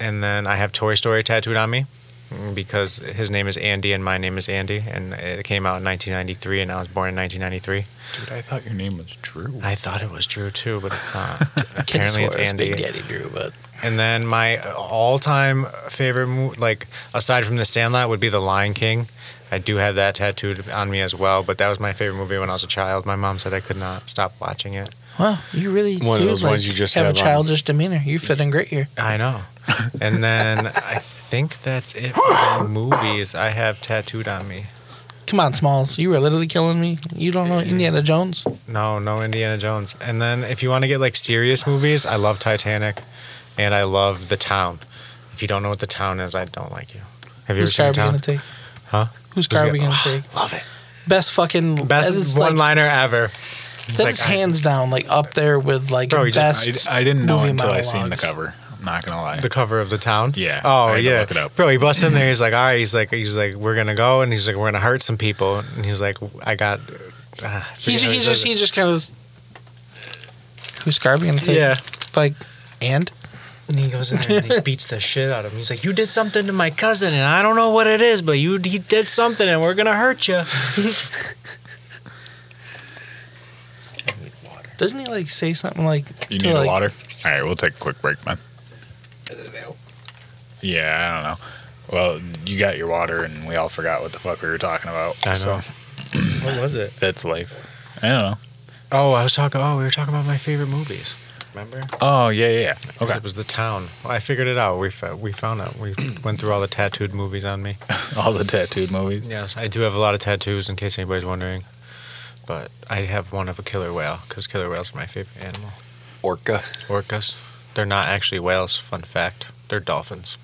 S3: and then I have Toy Story tattooed on me mm, because his name is Andy and my name is Andy, and it came out in 1993, and I was born in 1993.
S1: Dude, I thought your name was Drew.
S3: I thought it was Drew too, but it's not.
S2: Kid
S3: Apparently, it's
S2: swore was Big
S3: Andy.
S2: Daddy Drew, but
S3: And then my all-time favorite, mo- like aside from The Sandlot, would be The Lion King. I do have that tattooed on me as well, but that was my favorite movie when I was a child. My mom said I could not stop watching it.
S2: wow, you really
S4: One of
S2: do,
S4: those
S2: like,
S4: ones you just
S2: have,
S4: have
S2: a
S4: on.
S2: childish demeanor. You fit in great here.
S3: I know. And then I think that's it for the movies I have tattooed on me.
S2: Come on, Smalls, you were literally killing me. You don't know Indiana Jones?
S3: No, no Indiana Jones. And then if you want to get like serious movies, I love Titanic, and I love The Town. If you don't know what The Town is, I don't like you. Have you
S2: Whose car
S3: ever
S2: are
S3: seen
S2: we
S3: The Town?
S2: gonna take?
S3: Huh?
S2: Whose car are we gonna take?
S3: Love it.
S2: Best fucking
S3: Best one
S2: line.
S3: liner ever.
S2: That is
S3: like, I-
S2: hands down like up there with like
S3: Bro, you just-
S2: best.
S1: I, I didn't know
S2: Movie
S1: until I seen the
S2: monologues.
S1: cover. I'm Not gonna lie.
S3: The cover of the town.
S1: Yeah,
S3: Oh
S1: I had to
S3: yeah.
S1: look it up.
S3: Bro, he busts in there. He's like, all right. He's like, he's like, we're gonna go, and he's like, we're gonna hurt some people, and he's like, I got. Uh,
S2: He's, he's just he just goes. Who's Garvey gonna take?
S3: yeah.
S2: Like, and
S3: And he goes in there and he beats the shit out of him. He's like, you did something to my cousin, and I don't know what it is, but you he did something, and we're gonna hurt you.
S2: doesn't he like say something like?
S1: You
S2: to,
S1: need
S2: like,
S1: a water? All right, we'll take a quick break, man. Yeah, I don't know. Well, you got your water, and we all forgot what the fuck we were talking about.
S3: I know.
S1: So
S3: What was it?
S1: that's life. I don't know.
S3: Oh, I was talking. Oh, we were talking about my favorite movies. Remember?
S1: Oh yeah, yeah. yeah.
S3: 'Cause
S1: Okay.
S3: It was the town. Well, I figured it out. We fa- we found out. We went through all the tattooed movies on me.
S1: All the tattooed movies.
S3: Yes, I do have a lot of tattoos, in case anybody's wondering. But I have one of a killer whale because killer whales are my favorite animal.
S4: Orca.
S3: Orcas. They're not actually whales. Fun fact. They're dolphins.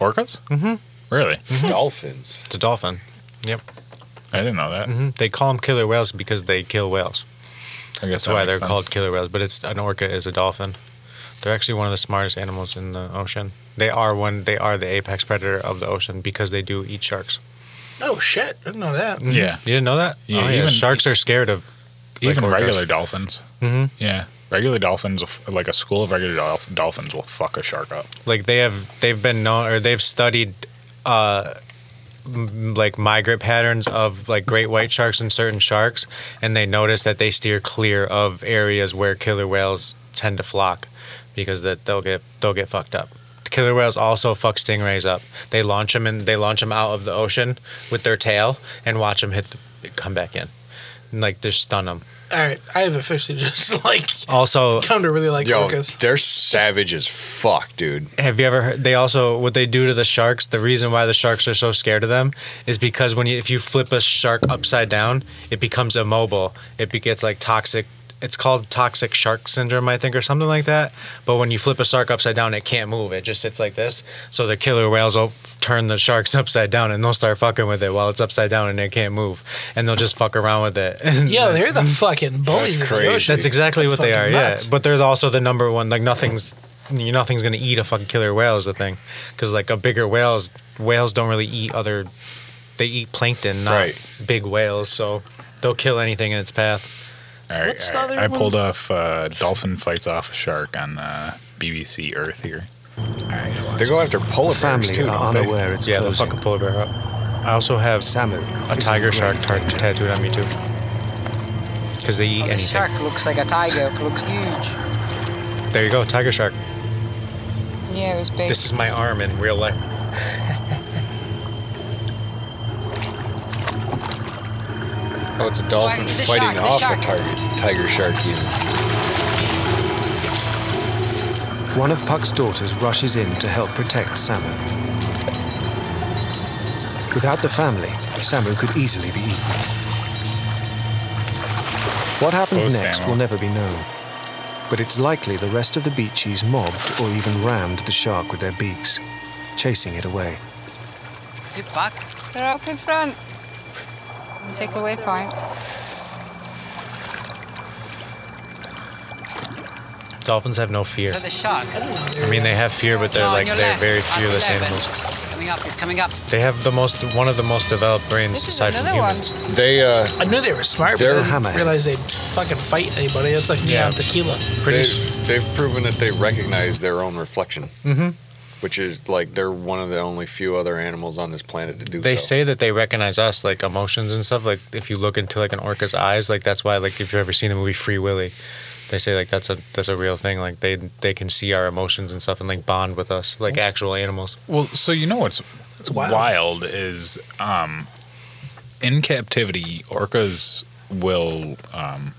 S1: Orcas?
S3: Mhm.
S1: Really?
S4: Dolphins.
S3: It's a dolphin.
S1: I didn't know that.
S3: hmm They call them killer whales because they kill whales.
S1: I guess
S3: That's
S1: that
S3: why
S1: makes
S3: they're
S1: sense.
S3: called killer whales. But it's an orca is a dolphin. They're actually one of the smartest animals in the ocean. They are one. They are the apex predator of the ocean because they do eat sharks.
S2: Oh shit! I didn't know that.
S3: Mhm.
S1: Yeah.
S3: you didn't know that.
S1: Yeah,
S3: oh, yeah.
S1: even- e
S3: sharks are scared of. Mm-hmm. like
S1: even
S3: orcas.
S1: regular dolphins.
S3: Mhm.
S1: Yeah, regular dolphins, like a school of regular dolph- dolphins, will fuck a shark up.
S3: like they have they've been known or they've studied uh m- like migrant patterns of like great white sharks and certain sharks and they notice that they steer clear of areas where killer whales tend to flock because that they'll get they'll get fucked up killer whales also fuck stingrays up they launch them and they launch them out of the ocean with their tail and watch them hit the, come back in and like just stun them
S2: All right, I have officially just like
S3: also
S2: come to really like
S4: Yo,
S2: orcas.
S4: they're savage as fuck, dude.
S3: Have you ever heard? They also what they do to the sharks. The reason why the sharks are so scared of them is because when you if you flip a shark upside down, it becomes immobile. It be- gets like toxic. It's called toxic shark syndrome, I think, or something like that. But when you flip a shark upside down, it can't move. It just sits like this. So the killer whales will turn the sharks upside down and they'll start fucking with it while it's upside down and it can't move. And they'll just fuck around with it.
S2: Yo, they're the fucking bullies.
S4: That's
S2: of the
S4: crazy.
S2: ocean.
S4: That's
S3: That's exactly
S2: That's
S3: what they are.
S2: fucking nuts.
S3: Yeah, but they're also the number one. Like nothing's, you know, nothing's gonna eat a fucking killer whale is the thing, because like a bigger whales, whales don't really eat other. They eat plankton, not
S4: Right.
S3: big whales. So they'll kill anything in its path.
S1: All right,
S2: What's
S1: all right.
S2: the other
S1: I
S2: one?
S1: pulled off uh, dolphin fights off a shark on uh, BBC Earth here.
S4: They go after polar bears
S5: Family
S4: too. Don't
S5: are
S4: they?
S5: unaware it's
S3: yeah, they'll
S5: closing.
S3: fuck a polar bear up. I also have a
S5: Samu is in
S3: tiger shark
S5: grave
S3: tar-
S5: danger.
S3: tattooed on me too, because they eat
S6: The
S3: anything.
S6: shark looks like a tiger. Looks huge.
S3: There you go, tiger shark.
S6: Yeah, it was big.
S3: This is my arm in real life.
S4: Oh, it's a dolphin
S6: The shark,
S4: fighting
S6: the
S4: off
S6: shark.
S4: a tiger, tiger shark. Even.
S5: One of Puck's daughters rushes in to help protect Samu. Without the family, Samu could easily be eaten. What happened
S1: Oh,
S5: next
S1: Samu.
S5: will never be known, but it's likely the rest of the Beachies mobbed or even rammed the shark with their beaks, chasing it away.
S7: You buck. They're up in front. Take away point.
S3: Dolphins have no fear.
S6: So the shark.
S3: I mean, they have fear, but they're
S6: No, on
S3: like
S6: your
S3: they're
S6: left,
S3: very
S6: on
S3: fearless
S6: 11.
S3: animals.
S6: It's coming up. It's coming up.
S3: They have the most, one of the most developed brains
S7: This is
S3: aside from
S7: another one.
S3: humans.
S4: They uh,
S2: I knew they were smart, but
S4: They're
S2: I
S4: a
S2: didn't
S5: hammerhead.
S2: realize they'd fucking fight anybody. It's like
S3: Yeah.
S2: neon tequila.
S4: they they've proven that they recognize their own reflection, mm-hmm. which is like they're one of the only few other animals on this planet to do.
S3: They
S4: so.
S3: say that they recognize us, like emotions and stuff. Like if you look into like an orca's eyes, like that's why, like if you've ever seen the movie Free Willy, they say like that's a that's a real thing. Like they they can see our emotions and stuff and like bond with us, like actual animals.
S1: Well, so you know what's
S2: wild.
S1: wild. is um, in captivity, orcas will um,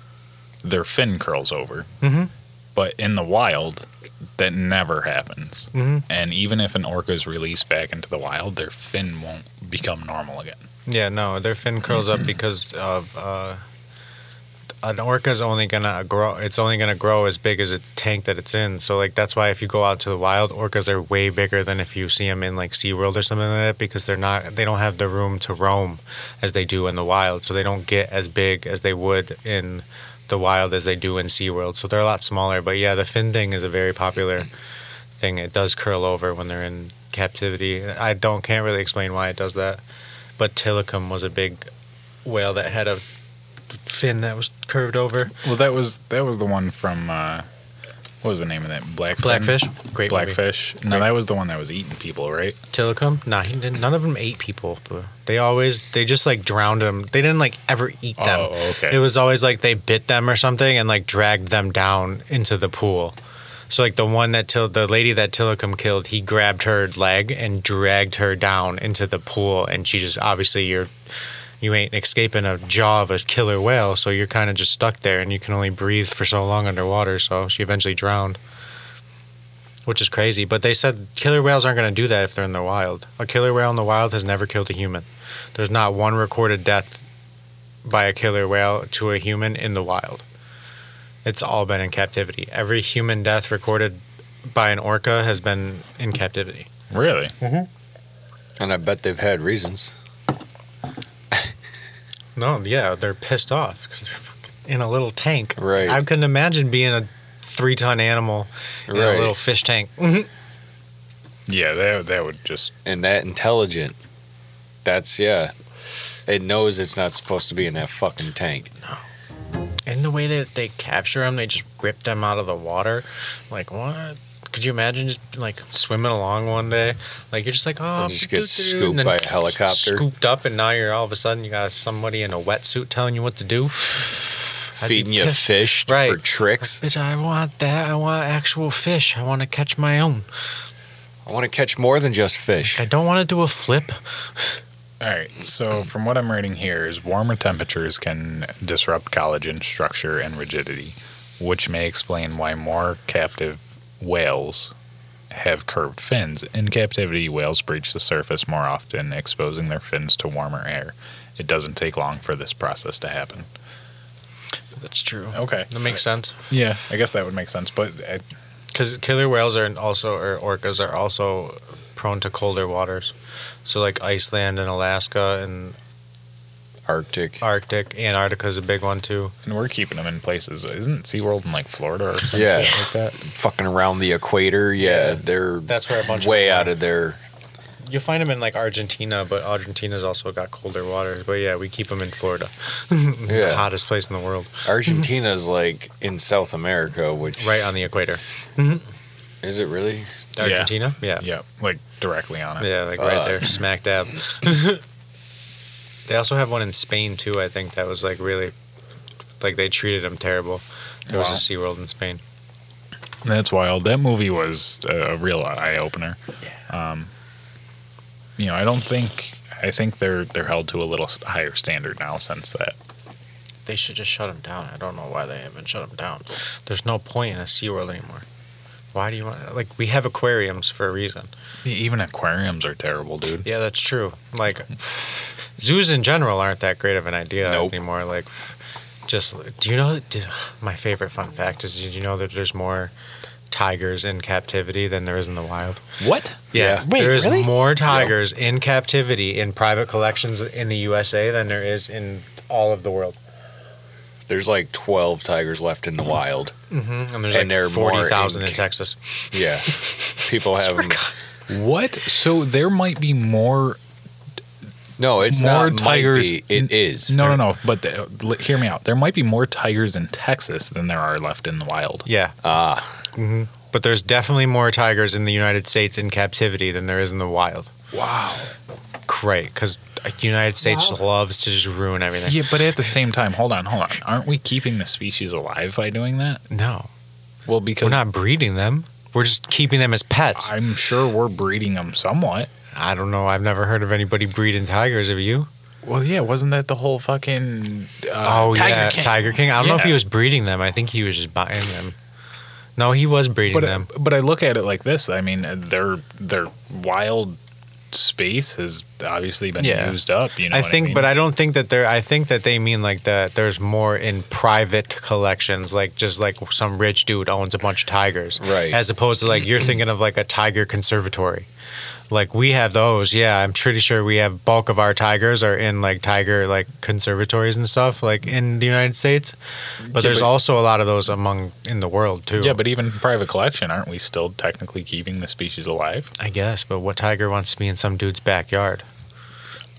S1: their fin curls over,
S3: Mhm.
S1: but in the wild, that never happens. And even if an orca is released back into the wild, their fin won't become normal again.
S3: Yeah, no, their fin curls up because of uh, an orca's only gonna grow. It's only gonna grow as big as its tank that it's in. So like that's why if you go out to the wild, orcas are way bigger than if you see them in like SeaWorld or something like that because they're not. They don't have the room to roam as they do in the wild. So they don't get as big as they would in the wild as they do in SeaWorld. So they're a lot smaller. But yeah, the fin thing is a very popular thing, it does curl over when they're in captivity. I don't can't really explain why it does that, but Tilikum was a big whale that had a fin that was curved over.
S1: Well, that was that was the one from uh, what was the name of that black
S3: Blackfish, great movie.
S1: Blackfish. No,
S3: Great.
S1: that was the one that was eating people, right?
S3: Tilikum, nah, he didn't, none of them ate people. But they always they just like drowned them. They didn't like ever eat them.
S1: Oh, okay.
S3: It was always like they bit them or something and like dragged them down into the pool. So like the one that till the lady that Tillicum killed, he grabbed her leg and dragged her down into the pool, and she just obviously you're you ain't escaping a jaw of a killer whale, so you're kind of just stuck there, and you can only breathe for so long underwater. So she eventually drowned, which is crazy. But they said killer whales aren't going to do that if they're in the wild. A killer whale in the wild has never killed a human. There's not one recorded death by a killer whale to a human in the wild. It's all been in captivity. Every human death recorded by an orca has been in captivity.
S1: Really?
S4: And I bet they've had reasons.
S3: No, yeah, they're pissed off because they're fucking in a little tank.
S4: Right.
S3: I couldn't imagine being a three ton animal in
S4: Right.
S3: a little fish tank.
S1: Yeah, that that would just
S4: And that intelligent. That's, yeah. It knows it's not supposed to be in that fucking tank.
S3: And the way that they capture them, they just rip them out of the water. Like, what? Could you imagine just like swimming along one day? Like, you're just like, oh,
S4: It just gets
S3: doo-doo-doo,"
S4: scooped
S3: and then
S4: by a helicopter.
S3: Scooped up, and now you're all of a sudden you got somebody in a wetsuit telling you what to do. I'd be
S4: Feeding you
S3: pissed.
S4: fish
S3: Right.
S4: for tricks.
S3: Bitch, I want that. I want actual fish. I want to catch my own.
S4: I want to catch more than just fish.
S3: I don't want to do a flip.
S1: All right. So, from what I'm reading here, is warmer temperatures can disrupt collagen structure and rigidity, which may explain why more captive whales have curved fins. In captivity, whales breach the surface more often, exposing their fins to warmer air. It doesn't take long for this process to happen.
S3: That's true.
S1: Okay.
S3: That makes sense.
S1: Yeah, I guess that would make sense. But uh, I,
S3: Because killer whales are also, or orcas are also prone to colder waters. So, like Iceland and Alaska and
S4: Arctic.
S3: Arctic, Antarctica is a big one too.
S1: and we're keeping them in places. Isn't SeaWorld in like Florida or something
S4: Yeah.
S1: like that?
S4: Fucking around the equator. Yeah.
S3: Yeah.
S4: They're
S3: That's where a bunch of
S4: way
S3: them
S4: out
S3: are.
S4: of their.
S3: You find them in like Argentina, but Argentina's also got colder waters. But yeah, we keep them in Florida, the
S4: Yeah.
S3: hottest place in the world,
S4: Argentina's like in South America, which.
S3: right on the equator.
S4: Is it really?
S1: Yeah.
S3: Argentina, yeah,
S1: Yeah, like directly on it.
S3: yeah, like right
S4: Fuck.
S3: there, smack dab. they also have one in Spain too. I think that was like really, like they treated them terrible. There was
S1: Wow.
S3: a SeaWorld in Spain.
S1: That's wild. That movie was a real eye opener. Um, you know, I don't think I think they're they're held to a little s- higher standard now since that.
S3: They should just shut them down. I don't know why they haven't shut them down. There's no point in a SeaWorld anymore. Why do you want like we have aquariums for a reason?
S1: E, Even aquariums are terrible, dude.
S3: Yeah, that's true. Like zoos in general aren't that great of an idea
S4: Nope.
S3: anymore. Like just do you know do- my favorite fun fact is did you know that there's more tigers in captivity than there is in the wild?
S1: What?
S4: Yeah.
S2: Wait,
S3: there is
S2: really?
S3: more tigers in captivity in private collections in the USA than there is in all of the world.
S4: There's like 12 tigers left in the wild.
S3: Mm-hmm. And there's
S4: And they're
S3: like
S4: more
S3: 40,000 in
S4: in-
S3: Texas.
S4: Yeah. People have them.
S1: What? So there might be more.
S4: No, it's
S1: More
S4: not
S1: tigers-
S4: Might be. It is.
S1: No, no, no. But the, l- hear me out. There might be more tigers in Texas than there are left in the wild.
S3: Yeah. Mm-hmm.
S4: Ah,
S3: But there's definitely more tigers in the United States in captivity than there is in the wild.
S1: Wow.
S3: Great, because the United States
S2: Wow.
S3: loves to just ruin everything.
S1: Yeah, but at the same time, hold on, hold on. Aren't we keeping the species alive by doing that?
S3: No,
S1: Well,
S3: we're
S1: because
S3: not breeding them. We're just keeping them as pets. I,
S1: I'm sure we're breeding them somewhat.
S3: don't know. I've never heard of anybody breeding tigers. Have you?
S1: Well, yeah, wasn't that the whole fucking? Uh,
S3: oh
S2: Tiger
S3: yeah,
S2: King.
S3: Tiger King. I don't know if
S1: Yeah.
S3: he was breeding them. I think he was just buying them. No, he was breeding
S1: but uh,
S3: them.
S1: but I look at it like this. I mean, their their wild space has obviously been
S3: Yeah.
S1: used up. You know,
S3: I
S1: what
S3: think,
S1: mean?
S3: but I don't think that they're. I think that they mean like that. There's more in private collections, like just like some rich dude owns a bunch of tigers,
S4: Right.
S3: As opposed to like you're thinking of like a tiger conservatory. Like we have those, yeah. I'm pretty sure we have bulk of our tigers are in like tiger like conservatories and stuff, like in the United States. But there's
S4: but-
S3: also a lot of those among in the world too.
S1: yeah, but even private collection, aren't we still technically keeping the species alive?
S3: I guess. But what tiger wants to be in some dude's backyard?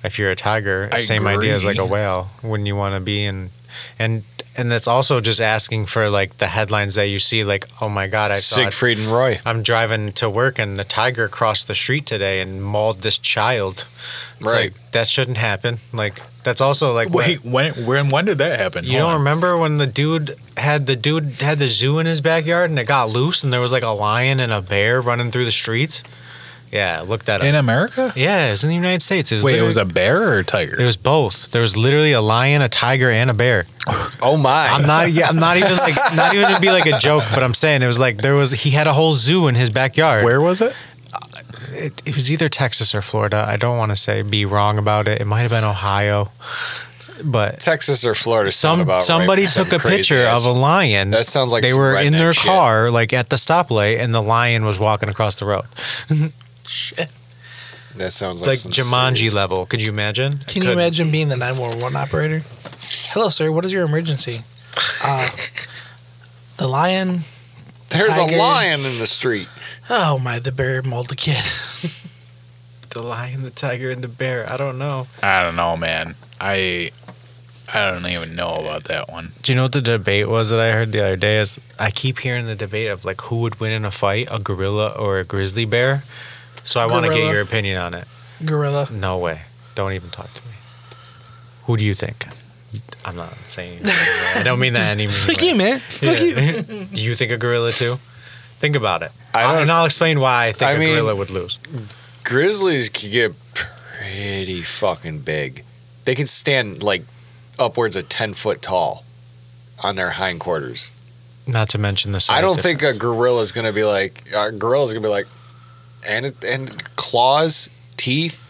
S3: If you're a tiger,
S1: I
S3: same idea as like a
S1: agree.
S3: whale. Wouldn't you want to be in? And and that's also just asking for like the headlines that you see. Like, oh my god, I saw. It.
S4: Siegfried and Roy.
S3: I'm driving to work and the tiger crossed the street today and mauled this child. It's
S4: Right.
S3: like, that shouldn't happen. Like that's also like what-
S1: Wait, when when when did that happen?
S3: you
S1: Hold
S3: don't
S1: on.
S3: remember when the dude had the dude had the zoo in his backyard and it got loose and there was like a lion and a bear running through the streets? Yeah, look that up.
S1: in America?
S3: Yeah, it was in the United States. It was
S1: Wait, it was a
S3: literally-
S1: bear or a tiger?
S3: It was both. There was literally a lion, a tiger, and a bear.
S4: Oh my!
S3: I'm not. yeah, I'm not even like. Not even to be like a joke, but I'm saying it was like there was. He had a whole zoo in his backyard.
S1: Where was it?
S3: it, it was either Texas or Florida. I don't want to say be wrong about it. It might have been Ohio, but
S4: Texas or Florida. sound
S3: some
S4: about right
S3: somebody
S4: for some
S3: took a
S4: crazy
S3: picture
S4: ass-
S3: of a lion.
S4: That sounds like
S3: they
S4: some
S3: were in
S4: redneck
S3: their
S4: shit.
S3: car, like at the stoplight, and the lion was walking across the road,
S4: That sounds like,
S3: like
S4: some
S3: Jumanji
S4: serious-
S3: level. Could you imagine? I
S2: Can you
S3: couldn't.
S2: imagine being the 911 operator? Hello, sir. What is your emergency? Uh, the lion.
S4: There's
S2: Tiger.
S4: a lion in the street.
S2: Oh, my. The bear mauled the kid.
S3: the lion, the tiger, and the bear? I don't know.
S1: I don't know, man. I I don't even know about that one.
S3: Do you know what the debate was that I heard the other day? Is I keep hearing the debate of like who would win in a fight, a gorilla or a grizzly bear. So I want to get
S2: Gorilla.
S3: your opinion on it.
S2: Gorilla.
S3: No way. Don't even talk to me. Who do you think? I'm not saying. anything. I don't mean that anymore.
S2: Fuck you, man. Fuck you.
S3: you. do you think a gorilla too? Think about it.
S4: I
S3: I
S4: don't-
S3: and I'll explain why I think
S4: I
S3: a
S4: mean-
S3: gorilla would lose.
S4: Grizzlies can get pretty fucking big. They can stand like upwards of ten foot tall on their hindquarters.
S3: Not to mention the size.
S4: I don't
S3: difference.
S4: think a gorilla is gonna be like a gorilla's gonna be like, and it, and claws, teeth.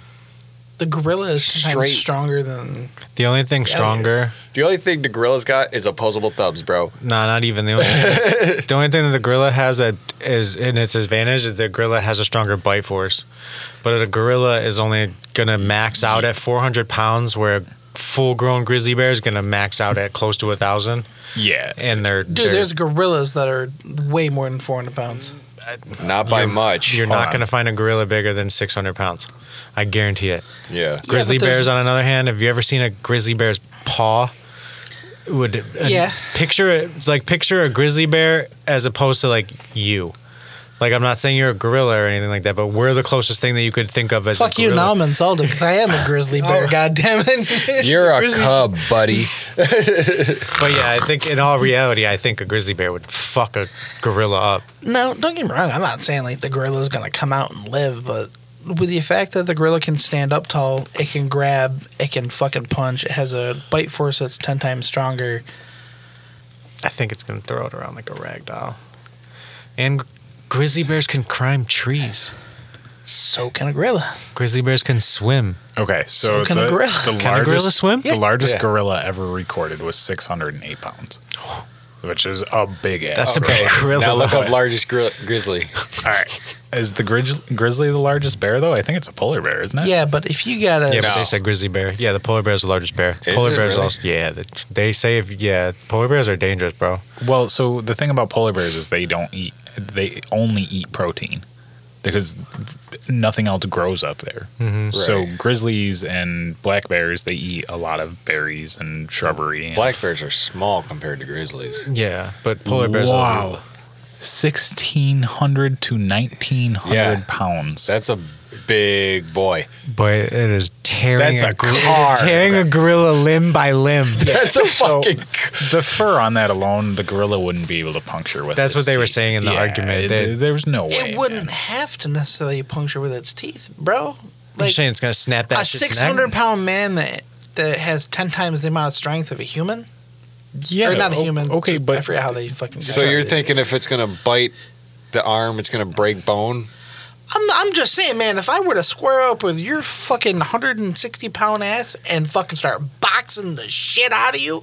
S2: The gorilla is sometimes
S4: Straight.
S2: stronger than.
S3: the only thing
S2: Yeah.
S3: stronger.
S4: The only thing the gorilla's got is opposable thumbs, bro.
S3: No, not even the only. thing. the only thing that the gorilla has that is in its advantage is the gorilla has a stronger bite force, but a gorilla is only gonna max out at 400 pounds, where a full-grown grizzly bear is gonna max out at close to a thousand,
S1: Yeah.
S3: and they're
S2: Dude,
S3: they're-
S2: there's gorillas that are way more than 400 pounds.
S4: Not by much.
S3: You're
S1: Hold
S3: not
S1: on.
S3: gonna find a gorilla bigger than 600 pounds. I guarantee it.
S4: Yeah.
S3: Grizzly
S2: there's-
S3: bears, on another hand, have you ever seen a grizzly bear's paw? Would and
S2: Yeah.
S3: Picture it like picture a grizzly bear as opposed to like you. Like I'm not saying you're a gorilla or anything like that, but we're the closest thing that you could think of as
S2: Fuck
S3: a
S2: you,
S3: gorilla.
S2: now I'm insulted because I am a grizzly bear. God damn it.
S4: Oh. You're a
S2: Grizzly-
S4: cub, buddy.
S3: But yeah, I think in all reality, I think a grizzly bear would fuck a gorilla up.
S2: No, don't get me wrong. I'm not saying like the gorilla's gonna come out and live, but with the fact that the gorilla can stand up tall, it can grab, it can fucking punch, it has a bite force that's ten times stronger.
S3: I think it's gonna throw it around like a rag doll. And grizzly bears can climb trees.
S2: So can a gorilla.
S3: Grizzly bears can swim.
S1: Okay, so,
S2: So can
S1: the,
S2: a gorilla.
S1: the
S3: Can a gorilla
S1: largest
S3: swim?
S1: the largest
S4: Yeah.
S1: gorilla ever recorded was 608 pounds, which is a big ass.
S3: That's a
S1: gorilla.
S3: big gorilla.
S4: Now look up largest gri- grizzly.
S1: All right, is the grizz- grizzly the largest bear though? I think it's a polar bear, isn't it?
S2: Yeah, but if you got a
S3: Yeah, but they said grizzly bear. Yeah, the polar bear is the largest bear.
S4: Is
S3: polar
S4: it
S3: bears
S4: really?
S3: also. Yeah, they, they say if yeah, polar bears are dangerous, bro.
S1: Well, so the thing about polar bears is they don't eat; they only eat protein because nothing else grows up there. So
S4: Right.
S1: grizzlies and black bears they eat a lot of berries and shrubbery. and-
S4: Black bears are small compared to grizzlies.
S3: Yeah, but polar bears.
S1: Wow. 1600 to 1900
S4: Yeah.
S1: pounds.
S4: That's a big boy.
S3: but it is tearing
S4: That's a
S3: a, gor- it is
S4: car.
S3: tearing a gorilla limb by limb.
S4: That's a fucking.
S1: the fur on that alone, the gorilla wouldn't be able to puncture with.
S3: That's
S1: its
S3: what they were
S1: teeth.
S3: saying in the argument.
S1: it-
S3: They-
S1: there's no way.
S2: it wouldn't
S1: man.
S2: have to necessarily puncture with its teeth, bro.
S3: You're
S2: Like
S3: saying it's gonna snap that
S2: a
S3: shit's neck?
S2: six hundred pound man that that has ten times the amount of strength of a human.
S1: Yeah,
S2: or not a
S1: o-
S2: human.
S1: Okay,
S2: I
S1: but
S2: forget how they fucking.
S4: So you're thinking if it's gonna bite the arm, it's gonna break bone?
S2: I'm, I'm just saying, man, if I were to square up with your fucking 160 pound ass and fucking start boxing the shit out of you,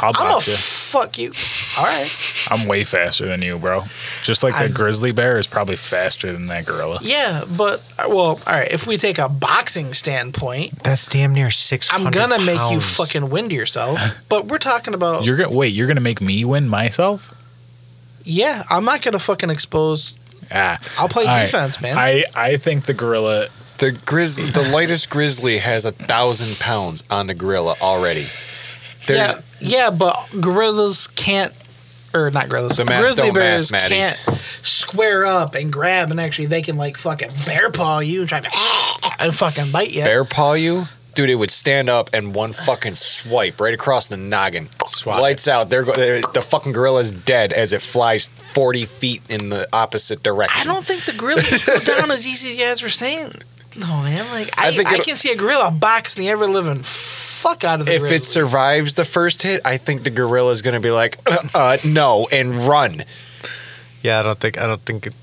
S1: I'll
S2: I'm gonna
S1: box you.
S2: fuck you. All right.
S1: I'm way faster than you, bro. Just like that
S2: I'm-
S1: grizzly bear is probably faster than that gorilla.
S2: Yeah, but, uh, well, all right. If we take a boxing standpoint,
S3: That's damn near six.
S2: I'm gonna make you fucking win to yourself. But we're talking about
S1: You're gonna wait. You're gonna make me win myself.
S2: yeah. I'm not gonna fucking expose.
S1: Ah,
S2: I'll play
S1: All right.
S2: defense, man.
S1: I I think the gorilla.
S4: The grizz, the lightest grizzly has a thousand pounds on the gorilla already. There's,
S2: yeah, yeah. But gorillas can't, or not gorillas.
S4: The math
S2: grizzly
S4: don't math,
S2: bears
S4: Matty.
S2: can't square up and grab, and actually they can like fucking bear paw you and try to and fucking bite you.
S4: Bear paw you, dude. It would stand up and one fucking swipe right across the noggin. Lights out. There go the fucking gorilla's dead as it flies forty feet in the opposite direction.
S2: I don't think the gorillas go down as easy as you guys were saying. No man, like I,
S4: I
S2: I,
S4: think it'll-
S2: can see a gorilla boxing the ever living fuck out of the
S4: if it
S2: grizzly.
S4: survives the first hit, I think the gorilla's gonna be like, uh, uh, no, and run.
S3: Yeah, I don't think. I don't think. It,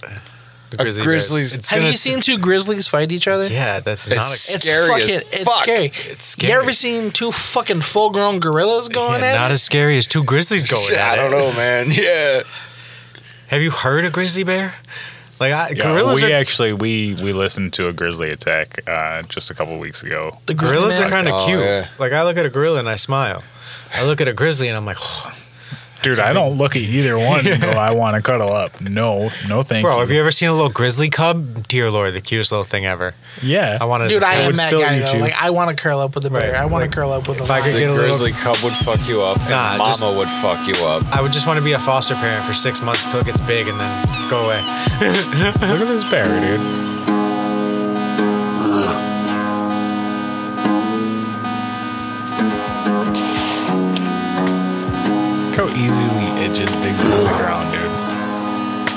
S3: the
S4: A
S3: grizzly bear-
S4: grizzly's-
S3: it's
S2: Have
S3: gonna-
S2: you seen two grizzlies fight each other?
S3: Yeah, that's
S4: It's-
S3: not. A,
S2: It's
S4: Scary
S2: fucking,
S4: as
S2: it's
S4: fuck.
S2: scary.
S3: It's
S2: You
S3: scary.
S2: ever seen two fucking full grown gorillas going
S3: yeah,
S2: at
S3: not
S2: it?
S3: as scary as two grizzlies going.
S4: Shit,
S3: at
S4: I don't
S3: it.
S4: know, man. Yeah,
S3: Have you heard a grizzly bear? Like I,
S1: Yeah,
S3: gorillas
S1: we
S3: are
S1: actually we we listened to a grizzly attack uh, just a couple weeks ago.
S2: The grizzly
S3: gorillas
S2: man?
S3: are kind of
S4: Oh,
S3: cute.
S4: yeah.
S3: Like I look at a gorilla and I smile. I look at a grizzly and I'm like,
S1: Dude, I don't look at either one and go, I want to cuddle up. No, no, thank
S3: bro,
S1: you.
S3: have you ever seen a little grizzly cub? Dear lord, the cutest little thing ever.
S1: yeah,
S3: I want to.
S2: Dude, I am
S1: would
S2: that
S1: still
S2: guy
S1: eat
S2: though.
S1: you.
S2: Like I want to curl up with the bear.
S3: Right.
S2: I want
S3: Like,
S2: to curl up with the
S3: if I
S2: lion.
S3: could
S4: the
S3: Get a little-
S4: grizzly cub would fuck you up, and
S3: Nah,
S4: mama
S3: just-
S4: would fuck you up.
S3: I would just want to be a foster parent for six months until it gets big and then go away.
S1: Look at this bear, dude. Look how easily it just digs into the ground, dude.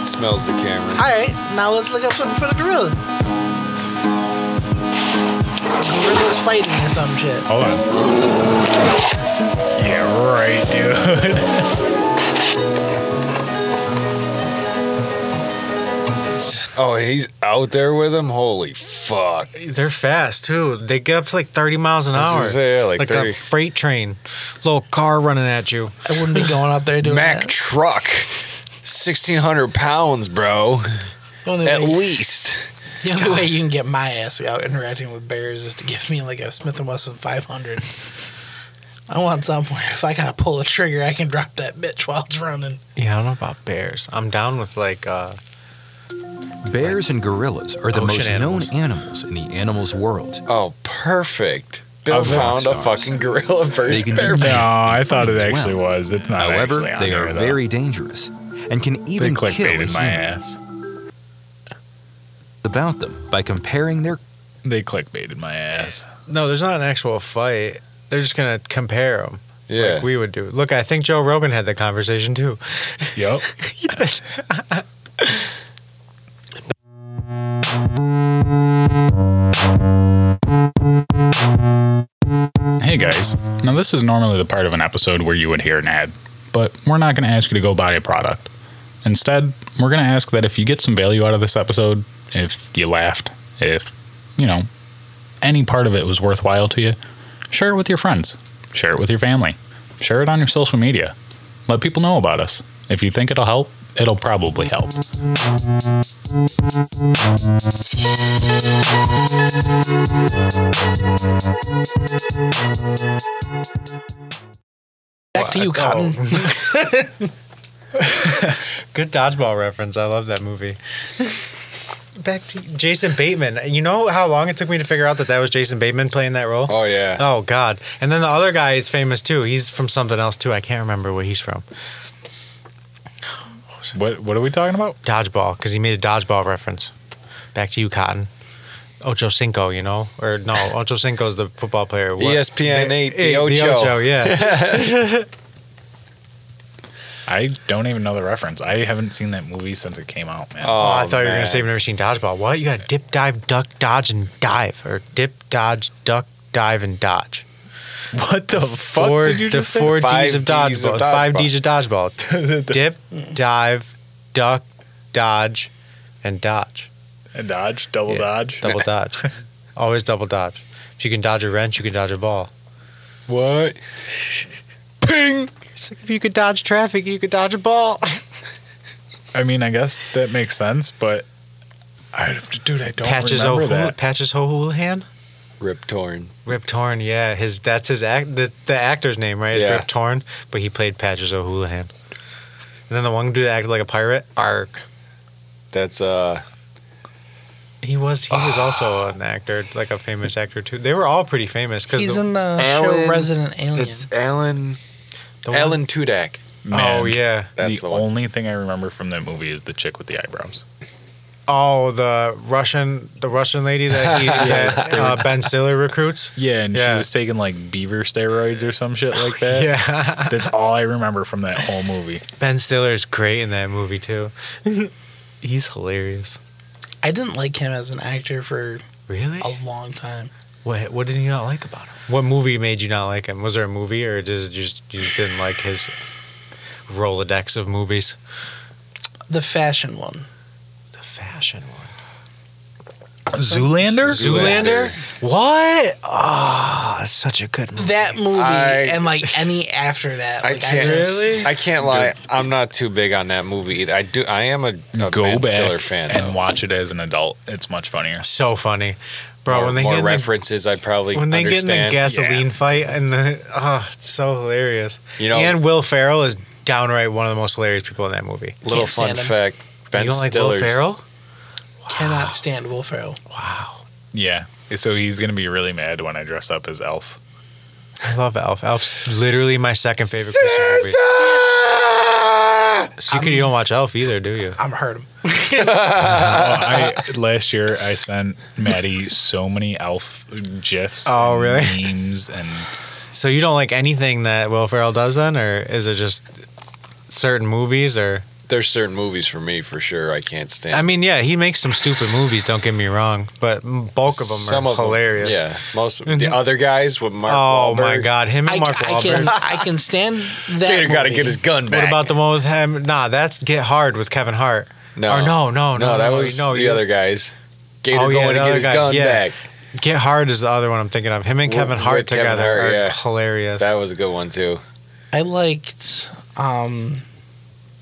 S4: Smells the camera.
S2: All right, now let's look up something for the gorilla. Gorillas fighting or some shit.
S1: Hold on. Yeah, right, dude.
S4: Oh, he's out there with him. Holy fuck!
S3: They're fast too. They get up to like 30 miles an
S4: was
S3: hour.
S4: gonna say, yeah, like
S3: a
S4: 30.
S3: freight train, little car running at you.
S2: I wouldn't be going up there doing
S4: Mac
S2: that.
S4: truck, sixteen hundred pounds, bro.
S2: The only,
S4: At
S2: way,
S4: least.
S2: the only way you can get my ass out interacting with bears is to give me like a Smith and Wesson 500. I want somewhere. If I gotta pull a trigger, I can drop that bitch while it's running.
S3: Yeah, I don't know about bears. I'm down with like uh,
S8: Bears and gorillas are the
S3: Ocean
S8: most
S3: animals.
S8: known animals in the animals world.
S4: Oh, perfect. Bill
S8: Of rock
S4: found a
S8: stars.
S4: fucking gorilla
S8: They
S4: first
S8: can
S4: bear.
S8: be-
S1: no, I thought it
S8: As well.
S1: actually was. It's not.
S8: However,
S1: actually on
S8: they are
S1: there, though.
S8: very dangerous and can
S1: They
S8: even kill a
S1: clickbaited my
S8: human
S1: ass.
S8: about them by comparing their
S1: They clickbaited my ass.
S3: no. There's not an actual fight. They're just gonna compare them.
S4: Yeah.
S3: Like we would do. Look, I think Joe Rogan had the conversation too.
S1: Yup. Hey guys. Now, this is normally the part of an episode where you would hear an ad, but we're not going to ask you to go buy a product. Instead, we're going to ask that if you get some value out of this episode, if you laughed, if, you know, any part of it was worthwhile to you, share it with your friends, share it with your family, share it on your social media. Let people know about us. If you think it'll help, it'll probably help.
S2: Back to you, Cotton.
S3: Good dodgeball reference. I love that movie. Back to Jason Bateman. You know how long it took me to figure out that that was Jason Bateman playing that role?
S4: Oh yeah.
S3: Oh God! And then the other guy is famous too. He's from something else too. I can't remember where he's from.
S1: What What are we talking about?
S3: Dodgeball, because he made a dodgeball reference. Back to you, Cotton. Ocho Cinco, you know, or no? Ocho Cinco is the football player.
S4: E
S3: What?
S4: ESPN
S3: The-
S4: eight. The,
S3: eh,
S4: Ocho.
S3: yeah.
S1: I don't even know the reference. I haven't seen that movie since it came out, man.
S4: Oh,
S3: oh, I thought you were gonna
S4: man.
S3: say you've never seen dodgeball. What? You got to dip, dive, duck, dodge, and dive, or dip, dodge, duck, dive, and dodge.
S1: what the fuck
S3: four,
S1: did you
S3: the
S1: just say?
S3: four
S4: Five
S3: D's of dodgeball.
S4: Ds of
S3: Five
S4: dodgeball.
S3: D's of dodgeball. Dip, dive, duck, dodge, and dodge.
S1: And dodge, double
S3: Yeah.
S1: dodge.
S3: Double dodge. Always double dodge. If you can dodge a wrench, you can dodge a ball.
S4: What? Ping!
S3: It's like if you could dodge traffic, you could dodge a ball.
S1: I mean, I guess that makes sense, but I, dude, I don't
S3: Patches
S1: remember
S3: O'Houlihan.
S1: that.
S3: Patches O'Houlihan?
S4: Rip torn.
S3: Rip Torn, yeah. his That's his act. The, the actor's name, right? Is
S4: Yeah.
S3: Rip Torn, but he played Patches O'Houlihan. And then the one dude that acted like a pirate, Ark.
S4: That's uh.
S3: He was he was also an actor, like a famous actor too. They were all pretty famous because
S2: He's
S3: the,
S2: in the
S4: Alan-
S2: show Resident Alien.
S4: It's Alan.
S3: the one-
S4: Alan Tudyk.
S1: Man,
S3: oh yeah,
S4: That's
S1: the,
S4: the, one.
S1: only thing I remember from that movie is the chick with the eyebrows.
S3: oh the Russian the Russian lady that he, that, uh, Ben Stiller recruits.
S1: Yeah, and
S3: Yeah.
S1: she was taking like beaver steroids or some shit like that.
S3: Yeah,
S1: That's all I remember from that whole movie.
S3: Ben Stiller is great in that movie too. He's hilarious.
S2: I didn't like him as an actor for
S3: Really?
S2: a long time.
S3: What What did you not like about him? What movie made you not like him? Was there a movie, or just just you didn't like his Rolodex of movies?
S2: The fashion one.
S3: The fashion one.
S1: Zoolander?
S3: Zoolander. What? Ah, oh, such a good movie.
S2: That movie
S4: I-
S2: and like any after that.
S4: I
S2: Like,
S4: can't.
S2: just-
S4: I can't lie. I'm not too big on that movie either. I do. I am a, a
S1: Go
S4: Ben
S1: back
S4: Stiller fan
S1: and
S4: though.
S1: watch it as an adult. It's much funnier.
S3: so funny, bro.
S4: more,
S3: when they
S4: more
S3: get in the,
S4: references, I probably
S3: when they
S4: understand.
S3: get in the gasoline
S1: Yeah.
S3: fight and the oh, it's so hilarious.
S4: You know-
S3: and Will Ferrell is downright one of the most hilarious people in that movie.
S4: Little
S2: Can't
S4: fun
S2: stand him.
S4: fact: Ben
S3: you don't like Will
S4: Stiller's
S3: Ferrell?
S2: cannot stand Will Ferrell.
S3: Wow,
S1: Yeah. So he's going to be really mad when I dress up as Elf.
S3: I love Elf. Elf's literally my second favorite Christmas movie. So you, could, you don't watch Elf either, do you?
S2: I'm hurt him.
S1: Oh, I, last year, I sent Maddie so many Elf gifs.
S3: Oh,
S1: and
S3: really?
S1: Memes and
S3: So you don't like anything that Will Ferrell does then, or is it just certain movies? Or
S4: There's certain movies for me for sure. I can't stand.
S3: I mean, yeah, he makes some stupid movies. Don't get me wrong, but bulk of them are hilarious. Mm-hmm.
S4: yeah, most of the other guys with Mark.
S3: Oh
S4: Wahlberg,
S3: my God, him and
S2: I,
S3: Mark
S2: I
S3: Wahlberg.
S2: can I can stand that.
S4: Gator got to
S2: movie.
S4: get his gun back.
S3: What about the one with him? Nah, that's Get Hard with Kevin Hart.
S4: No,
S3: Or no, no, no,
S4: no. That
S3: no,
S4: was
S3: no,
S4: the
S3: you-
S4: other guys. Gator
S3: Oh, yeah,
S4: going to
S3: the other
S4: get his
S3: guys,
S4: gun
S3: yeah.
S4: back.
S3: Get Hard is the other one I'm thinking of. Him and
S4: With-
S3: Kevin Hart
S4: with Kevin
S3: together
S4: Hart,
S3: are
S4: yeah.
S3: hilarious.
S4: That was a good one too.
S2: I liked um,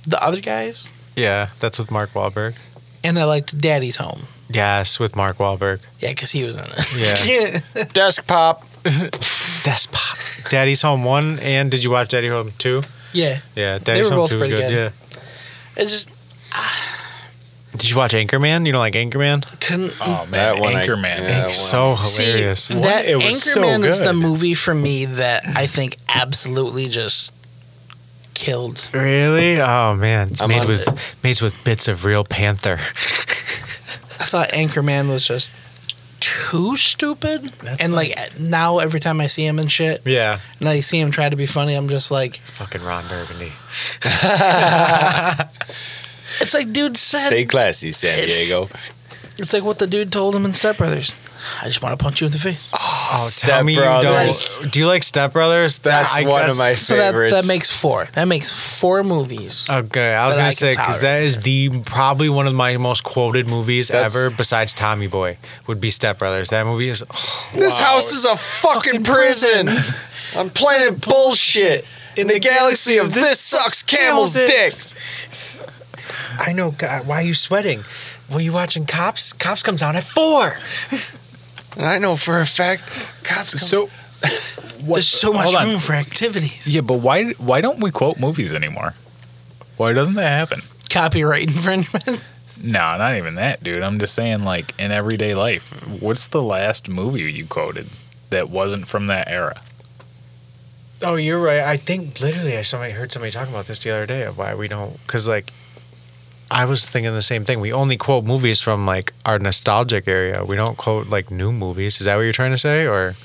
S2: the other guys,
S3: yeah, that's with Mark Wahlberg.
S2: and I liked Daddy's Home.
S3: Yes, with Mark Wahlberg.
S2: Yeah, because he was in it.
S3: Yeah.
S4: Desk pop.
S3: That's pop. Daddy's Home One and did you watch Daddy Home Two?
S2: yeah,
S3: Yeah, Daddy's
S2: were
S3: Home
S2: both
S3: Two was
S2: pretty
S3: good.
S2: good.
S3: Yeah.
S2: it's just
S3: Did you watch Anchorman? You don't like Anchorman?
S2: couldn't.
S1: oh man,
S4: That one I-
S1: Anchorman.
S4: yeah.
S3: It's so
S4: well.
S3: hilarious.
S2: See, that
S1: It was so
S2: Anchorman is the
S1: good.
S2: movie for me that I think absolutely just killed.
S3: really? Oh man, it's
S4: I'm
S3: made
S4: on
S3: with made with bits of real panther.
S2: I thought Anchorman was just too stupid, and like, now every time I see him and shit,
S3: Yeah,
S2: and I see him try to be funny, I'm just like,
S3: fucking Ron Burgundy.
S2: it's like dude said,
S4: Stay classy, San Diego.
S2: it's like what the dude told him in Step Brothers. I just want to punch you in the face.
S3: Oh,
S4: Step
S3: you
S4: Brothers.
S3: don't- Do you like Step Brothers?
S4: That's
S3: I-
S4: one of my
S2: so that,
S4: favorites.
S2: that makes four. That makes four movies.
S3: Okay, Oh, I was
S2: that I
S3: gonna
S2: can
S3: say because that is the probably one of my most quoted movies
S4: That's-
S3: ever, besides Tommy Boy, would be Step Brothers. That movie is oh,
S4: This house is a fucking prison. on planet bullshit. In the galaxy of this sucks camel's dicks.
S3: I know. God, why are you sweating? Were you watching Cops? Cops comes out at four.
S4: And I know for a fact, cops. Come.
S1: So, what,
S2: There's so much
S1: hold on.
S2: room for activities.
S1: Yeah, but why why don't we quote movies anymore? Why doesn't that happen?
S2: Copyright infringement.
S1: No, not even that, dude. I'm just saying, like in everyday life, what's the last movie you quoted that wasn't from that era?
S3: Oh, you're right. I think literally I somebody heard somebody talking about this the other day of why we don't because like I was thinking the same thing. We only quote movies from like our nostalgic area. We don't quote like new movies. Is that what you're trying to say, or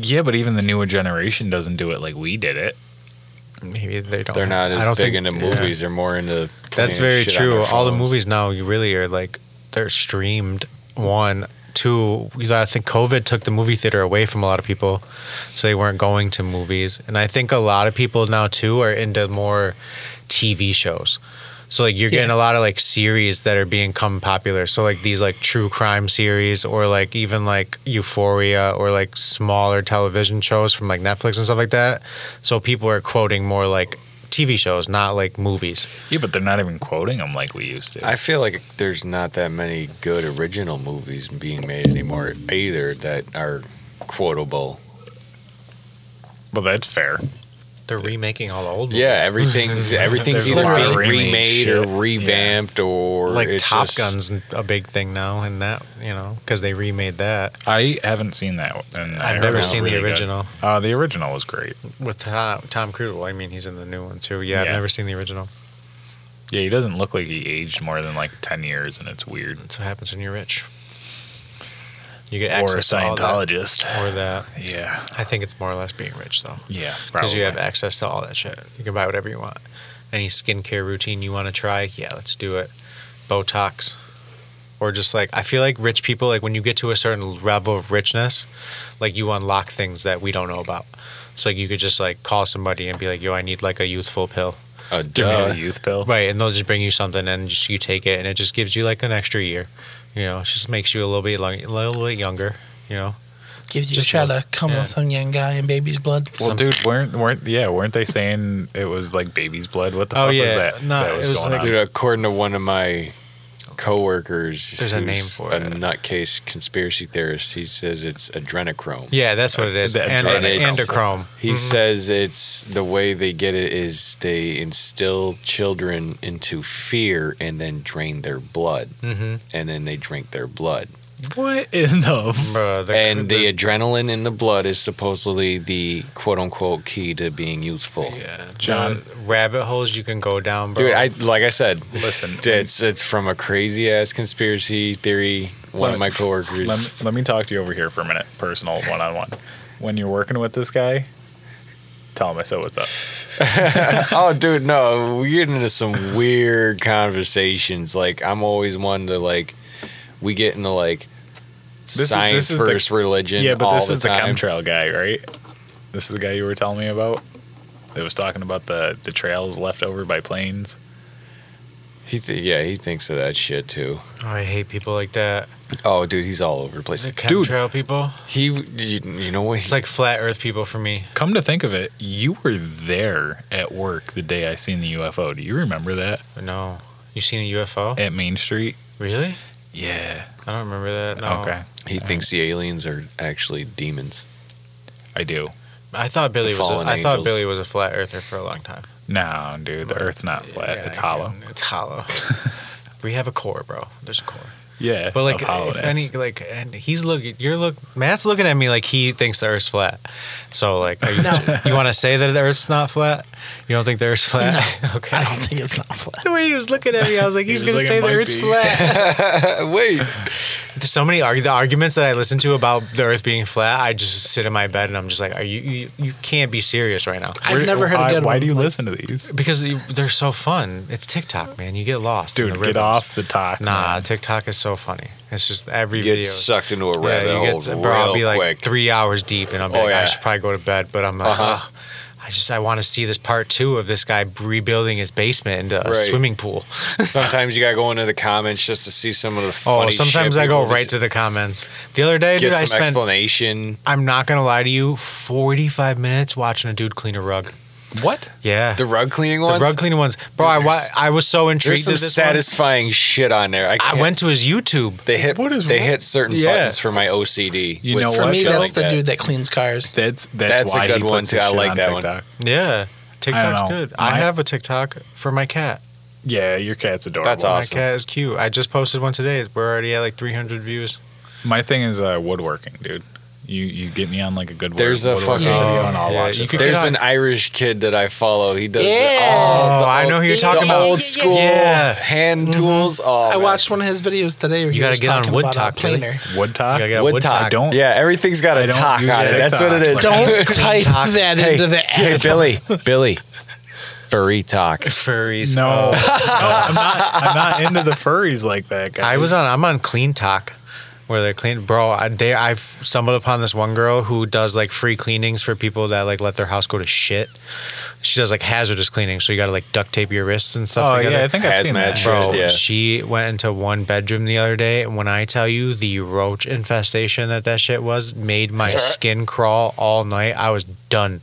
S1: Yeah, but even the newer generation doesn't do it like we did it.
S3: maybe they don't?
S4: They're not
S3: I
S4: as
S3: don't
S4: big
S3: think-
S4: into
S3: yeah.
S4: movies. They're more into.
S3: That's
S4: playing
S3: very
S4: shit on
S3: true.
S4: their
S3: All the
S4: phones.
S3: movies now you really are like they're streamed. One, two. you know, I think COVID took the movie theater away from a lot of people, so they weren't going to movies. And I think a lot of people now too are into more TV shows. So like you're getting a lot of like series that are become popular. So like these like true crime series or like even like Euphoria or like smaller television shows from like Netflix and stuff like that. So people are quoting more like TV shows, not like movies.
S1: Yeah, but they're not even quoting them like we used to.
S4: I feel like there's not that many good original movies being made anymore either that are quotable.
S1: well, that's fair.
S3: They're remaking all the old movies.
S4: Yeah, everything's everything's
S1: There's
S4: either
S1: a lot
S4: being
S1: of remade
S4: remade or
S1: shit.
S4: revamped or
S3: Like
S4: it's
S3: Top
S4: just-
S3: Gun's a big thing now, and that you know because they remade that.
S1: I haven't seen that, and I
S3: I've
S1: heard
S3: never
S1: it's
S3: seen the
S1: really good.
S3: original.
S1: Uh, the original was great.
S3: with Tom, Tom Cruise. Well, I mean, he's in the new one too. Yeah,
S1: Yeah.
S3: I've never seen the original.
S1: Yeah, he doesn't look like he aged more than like ten years, and it's weird.
S3: That's what happens when you're rich. You get
S1: Or a
S3: access to all that-
S1: Scientologist.
S3: or that.
S1: Yeah,
S3: I think it's more or less being rich though,
S1: yeah,
S3: because
S1: probably.
S3: you have access to all that shit. You can buy whatever you want. Any skincare routine you want to try, yeah, let's do it. Botox, or just like I feel like rich people, like when you get to a certain level of richness, like you unlock things that we don't know about. So like you could just like call somebody and be like, "Yo, I need like a youthful pill."
S4: Uh,
S1: Give me
S4: duh.
S1: the youth pill.
S3: Right, and they'll just bring you something, and just you take it, and it just gives you like an extra year. You know, it just makes you a little bit long, a little bit younger. You know,
S2: Gives you
S3: Just
S2: a shot
S3: like-
S2: of come
S3: yeah.
S2: with some young guy in baby's blood.
S1: Well,
S3: Some-
S1: dude, weren't weren't yeah, weren't they saying it was like baby's blood? What the
S3: Oh,
S1: fuck was
S3: yeah.
S1: that?
S3: No,
S1: that
S3: it was like-
S4: Dude, according to one of my coworkers,
S3: There's a name
S4: who's
S3: for
S4: a
S3: it.
S4: nutcase conspiracy theorist. He says it's adrenochrome.
S3: yeah, Mm-hmm. that's what it is.
S1: The
S3: And, and,
S4: adrenochrome.
S3: endochrome.
S4: He says it's the way they get it is they instill children into fear and then drain their blood,
S3: Mm-hmm.
S4: and then they drink their blood.
S1: what in the?
S3: Bruh, the,
S4: and the, adrenaline in the blood is supposedly the quote unquote key to being youthful.
S3: yeah,
S1: John-
S3: John Uh, rabbit holes you can go down, bro.
S4: Dude, I like I said,
S1: Listen.
S4: it's it's from a crazy ass conspiracy theory. One
S1: Let-
S4: of my coworkers.
S1: Let me, let me talk to you over here for a minute, personal one on one. When you're working with this guy, tell him I said what's up.
S4: oh, dude, no, we get into some weird conversations. Like, I'm always one to like, we get into like
S1: is-
S4: science
S1: this is the-
S4: versus religion.
S1: Yeah, but
S4: all
S1: this
S4: the
S1: is
S4: time.
S1: the chemtrail guy, right? This is the guy you were telling me about. That was talking about the the trails left over by planes.
S4: He th- yeah, he thinks of that shit too.
S3: oh, I hate people like that.
S4: Oh, dude, he's all over the place.
S3: The
S4: dude,
S3: chemtrail people.
S4: he, you, you know what?
S3: It's like flat Earth people for me.
S1: Come to think of it, you were there at work the day I seen the UFO. Do you remember that
S3: No, you seen a UFO?
S1: at Main Street?
S3: Really?
S1: Yeah.
S3: I don't remember that.
S4: Oh.
S3: No.
S1: Okay.
S4: he thinks the aliens are actually demons.
S1: I do.
S3: I thought Billy
S4: The
S3: was. A,
S4: fallen
S3: I thought
S4: angels.
S3: Billy was a flat Earther for a long time.
S1: No, dude, the Earth's not flat.
S3: Yeah,
S1: it's
S3: I
S1: hollow.
S3: can- It's hollow. we have a core, bro. There's a core.
S1: Yeah,
S3: But like,
S1: of hollowness.
S3: if any, like, and he's looking, you're look, Matt's looking at me like he thinks the Earth's flat. So like, are you, you want to say that the Earth's not flat? You don't think the Earth's flat? okay.
S2: I don't think it's not flat.
S3: the way he was looking at me, I was like,
S1: was
S3: he's gonna
S1: like,
S3: say
S1: it
S3: the
S1: might
S3: Earth's
S1: be.
S3: flat.
S4: Wait,
S3: There's so many arg- the arguments that I listen to about the Earth being flat. I just sit in my bed and I'm just like, are you you, you can't be serious right now
S2: I've never heard a
S1: why,
S2: good
S1: Why
S2: one.
S1: do you listen to these?
S3: because you- they're so fun. It's TikTok, man. You get lost, in
S1: Dude,
S3: the
S1: get
S3: rhythms.
S1: off the talk.
S3: Nah,
S1: man.
S3: TikTok is so funny. It's just every
S4: you
S3: video.
S4: get sucked into a rabbit hole real
S3: bro, I'll be like
S4: quick.
S3: three hours deep, and I'll be
S4: Oh,
S3: like, I
S4: yeah.
S3: should probably go to bed. But I'm like,
S4: Uh-huh.
S3: "Ugh, I just I want to see this part two of this guy rebuilding his basement into a
S4: Right.
S3: swimming pool.
S4: Sometimes you gotta go into the comments just to see some of the
S3: Oh,
S4: funny.
S3: sometimes
S4: shit
S3: I go
S4: people
S3: right
S4: just
S3: to the comments. The other day,
S4: get
S3: dude, I
S4: some
S3: spent.
S4: explanation.
S3: I'm not gonna lie to you, 45 minutes watching a dude clean a rug.
S1: what?
S3: Yeah,
S4: The
S3: the,
S4: rug cleaning ones.
S3: rug cleaning ones, bro. I wa-
S4: there's-
S3: I was so intrigued.
S4: There's some
S3: with this one.
S4: satisfying shit on there. I,
S3: I
S4: can't-
S3: went to his YouTube.
S4: They hit.
S2: What is
S4: they
S2: wrong?
S4: hit certain
S3: Yeah.
S4: buttons for my OCD.
S1: You
S4: with
S1: know
S4: some
S2: For
S1: what?
S2: me,
S4: shit
S2: that's
S4: like
S2: the
S4: that.
S2: dude that cleans cars.
S1: That's that's,
S4: That's a
S1: why
S4: good
S1: he
S4: one,
S1: puts
S4: too.
S1: his
S4: I
S1: shit
S4: like
S1: on
S4: that one.
S1: TikTok.
S3: Yeah, TikTok's
S1: know.
S3: good. I
S1: My-
S3: have a TikTok for my cat.
S1: Yeah, your cat's adorable.
S4: That's
S3: My
S4: Awesome.
S3: cat is cute. I just posted one today. We're already at like 300 views.
S1: My thing is uh, woodworking, dude. You you get me on like a good
S4: There's
S1: wood-
S4: a
S1: woodworking
S4: fucking-
S1: video and I'll
S3: Yeah,
S1: watch
S3: you
S1: it.
S3: could-
S1: for-
S4: There's
S3: Good
S4: an Irish kid that I follow. He does.
S2: Yeah.
S4: Oh,
S3: Oh, I know who you're talking
S4: the
S3: about.
S4: Old school
S3: Yeah.
S4: hand tools. Oh,
S2: I
S4: man.
S2: watched one of his videos today. Where
S3: You
S2: he
S3: gotta
S2: was
S3: get on
S2: talking
S3: Wood
S2: about
S3: Talk,
S2: a
S3: Billy.
S2: planer.
S1: wood talk.
S3: You gotta get
S4: Wood
S3: wood
S4: Talk.
S1: I don't.
S4: Yeah, everything's got
S1: I
S4: a
S1: don't
S4: talk on
S1: use
S4: it. That's
S1: TikTok,
S4: what it is.
S1: but-
S2: Don't type that
S4: hey,
S2: into the
S4: hey,
S2: app.
S4: Billy, Billy, furry talk.
S3: Furries.
S1: No, no
S3: Oh.
S1: I'm, not, I'm not into the furries like that. Guys.
S3: I was on. I'm on Clean Talk. where they're clean. Bro, I, they I've stumbled upon this one girl who does like free cleanings for people that like let their house go to shit. She does like hazardous cleaning, so you gotta like duct tape your wrists and stuff.
S1: Oh
S3: together.
S1: yeah, I think I've seen
S4: Hazmat
S1: that.
S4: shit.
S3: Bro,
S4: yeah.
S3: she went into one bedroom the other day, and when I tell you the roach infestation that that shit was, made my skin crawl all night. I was done.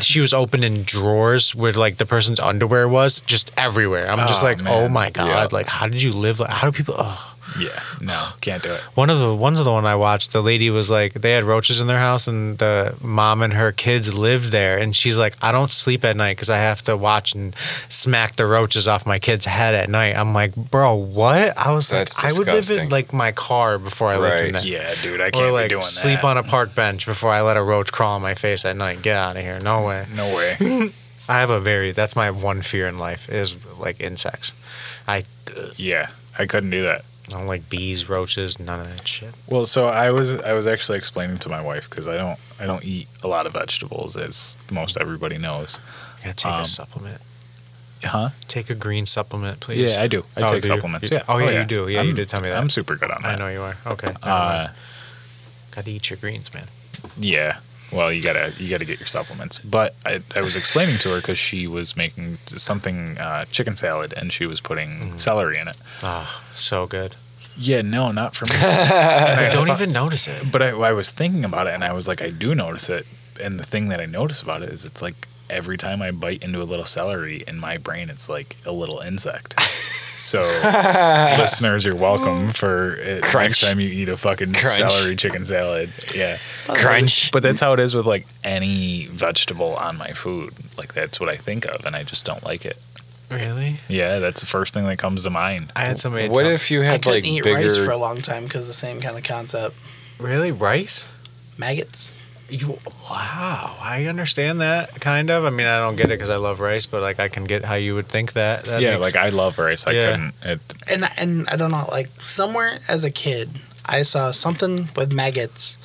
S3: she was opening drawers where like the person's underwear was just everywhere. I'm just
S1: Oh,
S3: like,
S1: man.
S3: oh my god,
S4: Yeah.
S3: like how did you live? Like how do people? Ugh.
S1: Yeah, no, can't do it.
S3: One of the ones of the one I watched, the lady was like, they had roaches in their house, and the mom and her kids lived there. And she's like, I don't sleep at night because I have to watch and smack the roaches off my kid's head at night. I'm like, bro, what? I was
S4: That's
S3: like, I would live in
S4: disgusting.
S3: like my car before I lived in
S4: Right,
S3: that.
S1: Yeah, dude, I
S3: Or
S1: can't be
S3: like
S1: doing
S3: sleep
S1: that.
S3: on a park bench before I let a roach crawl on my face at night. Get out of here. No way.
S1: No way.
S3: I have a very that's my one fear in life is like insects. I
S1: Yeah, I couldn't do that.
S3: I don't like bees, roaches, none of that shit.
S1: Well, so I was I was actually explaining to my wife because I don't I don't eat a lot of vegetables as most everybody knows.
S3: I gotta take
S1: Um,
S3: a supplement.
S1: Huh?
S3: Take a green supplement, please.
S1: Yeah, I do. I
S3: Oh,
S1: take
S3: do you?
S1: supplements.
S3: You-
S1: Yeah.
S3: oh, yeah, you do. Yeah, you
S1: I'm-
S3: did tell me that.
S1: I'm super good on that.
S3: I know you are. Okay. never
S1: Uh,
S3: mind. Gotta eat your greens, man.
S1: Yeah. Well, you gotta you gotta get your supplements. But I, I was explaining to her because she was making something uh, chicken salad and she was putting celery in it.
S3: Oh, so good.
S1: Yeah, no, not for me.
S3: I don't even notice it.
S1: but I, I was thinking about it and I was like, I do notice it. And the thing that I notice about it is it's like every time I bite into a little celery in my brain, it's like a little insect. So, listeners, you're welcome for it
S4: Crunch.
S1: next time you eat a fucking
S4: Crunch.
S1: celery chicken salad. Yeah.
S4: Crunch.
S1: But that's how it is with like any vegetable on my food. Like, that's what I think of, and I just don't like it.
S3: Really?
S1: Yeah, that's the first thing that comes to mind.
S3: I had somebody.
S4: What
S3: tell-
S4: if you
S2: I
S4: had
S2: couldn't
S4: like
S2: eat
S4: bigger?
S2: rice for a long time because the same kind of concept.
S3: really rice?
S2: Maggots.
S3: You wow. I understand that kind of. I mean, I don't get it because I love rice, but like I can get how you would think that. that
S1: yeah,
S3: makes-
S1: like I love rice. I
S3: Yeah.
S1: couldn't. It,
S2: And and I don't know, like somewhere as a kid, I saw something with maggots,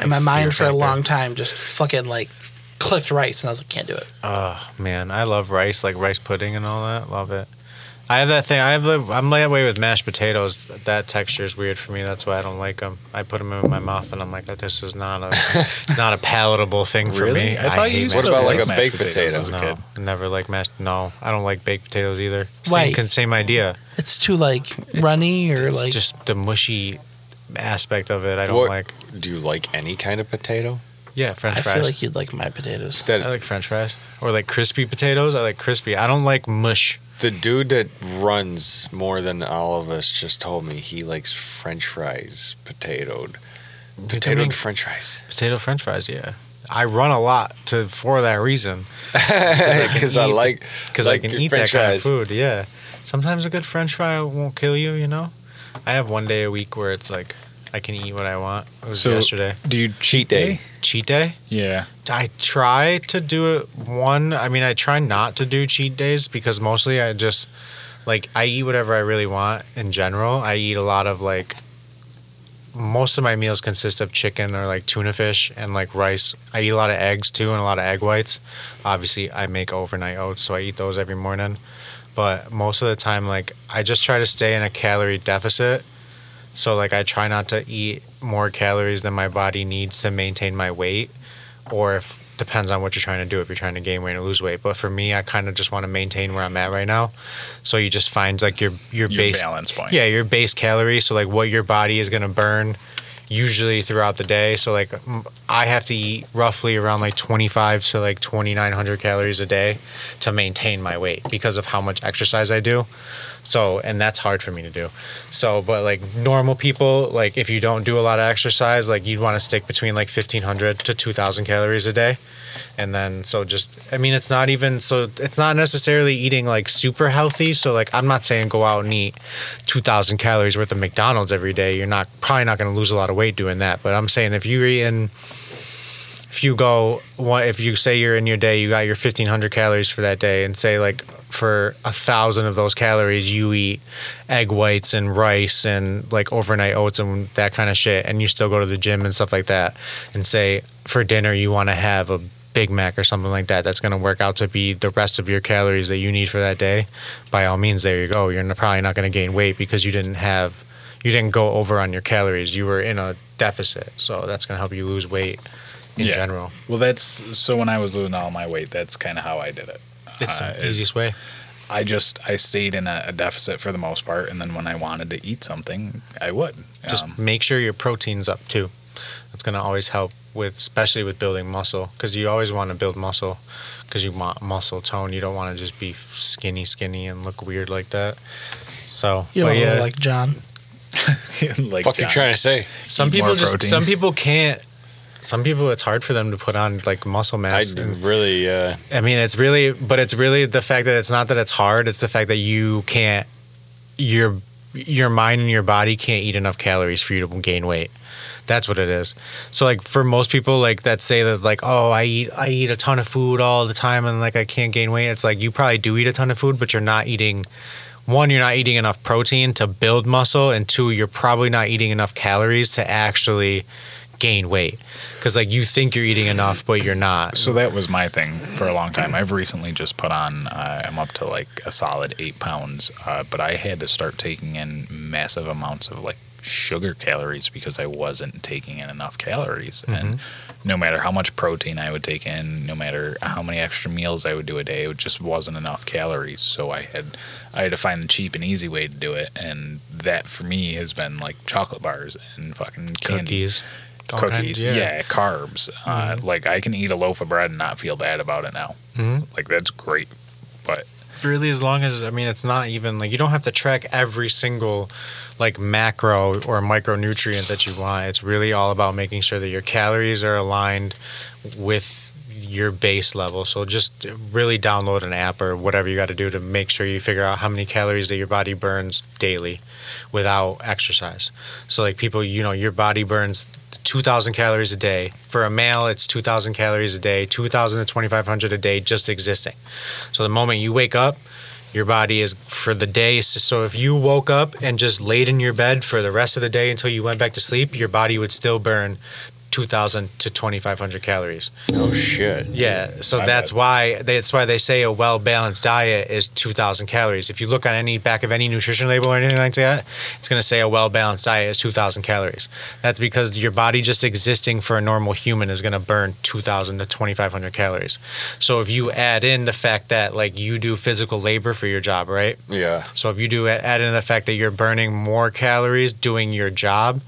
S2: and my mind for a
S3: factor.
S2: long time just fucking like clicked rice, and I was like, can't do it.
S3: Oh man, I love rice, like rice pudding and all that. Love it. I have that thing. I have. the- I'm that way with mashed potatoes. That texture is weird for me. That's why I don't like them. I put them in my mouth and I'm like, this is not a, not a palatable thing for
S1: Really?
S3: me.
S1: I thought you
S3: hate
S1: used
S3: mashed
S4: What about
S1: Still
S4: like
S1: love
S4: a
S1: mashed
S4: baked
S1: potatoes
S4: potato?
S1: as a
S3: No, I never like mashed. No, I don't like baked potatoes either. Same,
S2: Why?
S3: con- same idea.
S2: It's too like runny or
S3: It's
S2: like
S3: just the mushy aspect of it. I don't
S4: What-
S3: like.
S4: Do you like any kind of potato?
S3: Yeah, French
S2: I
S3: fries.
S2: feel like you'd like my potatoes.
S4: That
S3: I like French fries or like crispy potatoes. I like crispy. I don't like mush.
S4: the dude that runs more than all of us just told me he likes French fries, potatoed, potatoed
S3: Becoming-
S4: French fries.
S3: Potato French fries, yeah. I run a lot to for that reason
S4: Because I
S3: eat-
S4: like
S3: because
S4: Like
S3: I can
S4: your
S3: eat
S4: french
S3: that kind
S4: fries.
S3: of food. Yeah, sometimes a good French fry won't kill you. You know, I have one day a week where it's like I can eat what I want. It was
S1: So-
S3: yesterday
S1: do you
S4: cheat day.
S3: cheat day.
S1: Yeah.
S3: I try to do it one. I mean, I try not to do cheat days because mostly I just like I eat whatever I really want in general. I eat a lot of like most of my meals consist of chicken or like tuna fish and like rice. I eat a lot of eggs too and a lot of egg whites. Obviously, I make overnight oats, so I eat those every morning. But most of the time, like I just try to stay in a calorie deficit. So like I try not to eat more calories than my body needs to maintain my weight or if depends on what you're trying to do if you're trying to gain weight or lose weight but for me i kind of just want to maintain where i'm at right now so you just find like your
S1: Your
S3: your, base
S1: balance point.
S3: yeah your base calorie so like what your body is going to burn usually throughout the day so like m- i have to eat roughly around like 25 to like 2900 calories a day to maintain my weight because of how much exercise i do so, and that's hard for me to do. So, but like normal people, like if you don't do a lot of exercise, like you'd want to stick between like 1500 to 2000 calories a day. And then, so just, I mean, it's not even, so it's not necessarily eating like super healthy. So, like, I'm not saying go out and eat 2000 calories worth of McDonald's every day. You're not, probably not going to lose a lot of weight doing that. But I'm saying if you're eating, if you go one if you say you're in your day you got your 1500 calories for that day and say like for a thousand of those calories you eat egg whites and rice and like overnight oats and that kind of shit and you still go to the gym and stuff like that and say for dinner you want to have a Big Mac or something like that, that's going to work out to be the rest of your calories that you need for that day. By all means, there you go. You're n- probably not going to gain weight because you didn't have you didn't go over on your calories. You were in a deficit, so that's gonna help you lose weight in
S1: Yeah.
S3: general.
S1: Well, that's so when I was losing all my weight, that's kind of how I did it.
S3: It's
S1: Uh,
S3: the
S1: is-
S3: easiest way.
S1: I just I stayed in a, a deficit for the most part, and then when I wanted to eat something, I would.
S3: Just
S1: Um,
S3: make sure your protein's up too. That's gonna always help with, especially with building muscle, because you always want to build muscle, because you want muscle tone. You don't want to just be skinny, skinny, and look weird like that. So,
S2: You
S3: but
S2: don't
S3: yeah,
S2: look like John.
S1: like
S4: fuck you
S1: John.
S4: trying to say?
S3: some
S1: eat more
S3: people just,
S1: protein.
S3: some people can't. Some people, it's hard for them to put on like muscle
S4: I
S3: mass. and-
S4: really, uh,
S3: I mean, it's really, but it's really the fact that it's not that it's hard. It's the fact that you can't, your your mind and your body can't eat enough calories for you to gain weight. That's what it is. So like for most people, like that say that like, oh, I eat I eat a ton of food all the time and like I can't gain weight. It's like you probably do eat a ton of food, but you're not eating. One, you're not eating enough protein to build muscle, and two, you're probably not eating enough calories to actually gain weight. Because like you think you're eating enough, but you're not.
S1: So that was my thing for a long time. I've recently just put on. Uh, I'm up to like a solid eight pounds, uh, but I had to start taking in massive amounts of like sugar calories because I wasn't taking in enough calories. And no matter how much protein I would take in, no matter how many extra meals I would do a day, it just wasn't enough calories. So I had I had to find the cheap and easy way to do it, and that for me has been like chocolate bars and fucking candy
S3: Cookies. All
S1: cookies.
S3: kinds,
S1: yeah.
S3: yeah. Mm-hmm.
S1: carbs. Uh, like I can eat a loaf of bread and not feel bad about it now. Like that's great. But
S3: really as long as i mean it's not even like you don't have to track every single like macro or micronutrient that you want it's really all about making sure that your calories are aligned with your base level so just really download an app or whatever you got to do to make sure you figure out how many calories that your body burns daily without exercise so like people you know your body burns 2000 calories a day for a male it's 2000 calories a day 2000 to 2500 a day just existing so the moment you wake up, your body is for the day. s- So if you woke up and just laid in your bed for the rest of the day until you went back to sleep, your body would still burn 2,000 to 2,500 calories.
S4: oh shit.
S3: Yeah. So
S1: I
S3: that's
S1: bet.
S3: why that's why they say a well balanced diet is 2,000 calories. If you look on any back of any nutrition label or anything like that, it's going to say a well balanced diet is 2,000 calories. That's because your body just existing for a normal human is going to burn 2,000 to 2,500 calories. So if you add in the fact that like you do physical labor for your job, right?
S4: Yeah.
S3: So if you do add in the fact that you're burning more calories doing your job,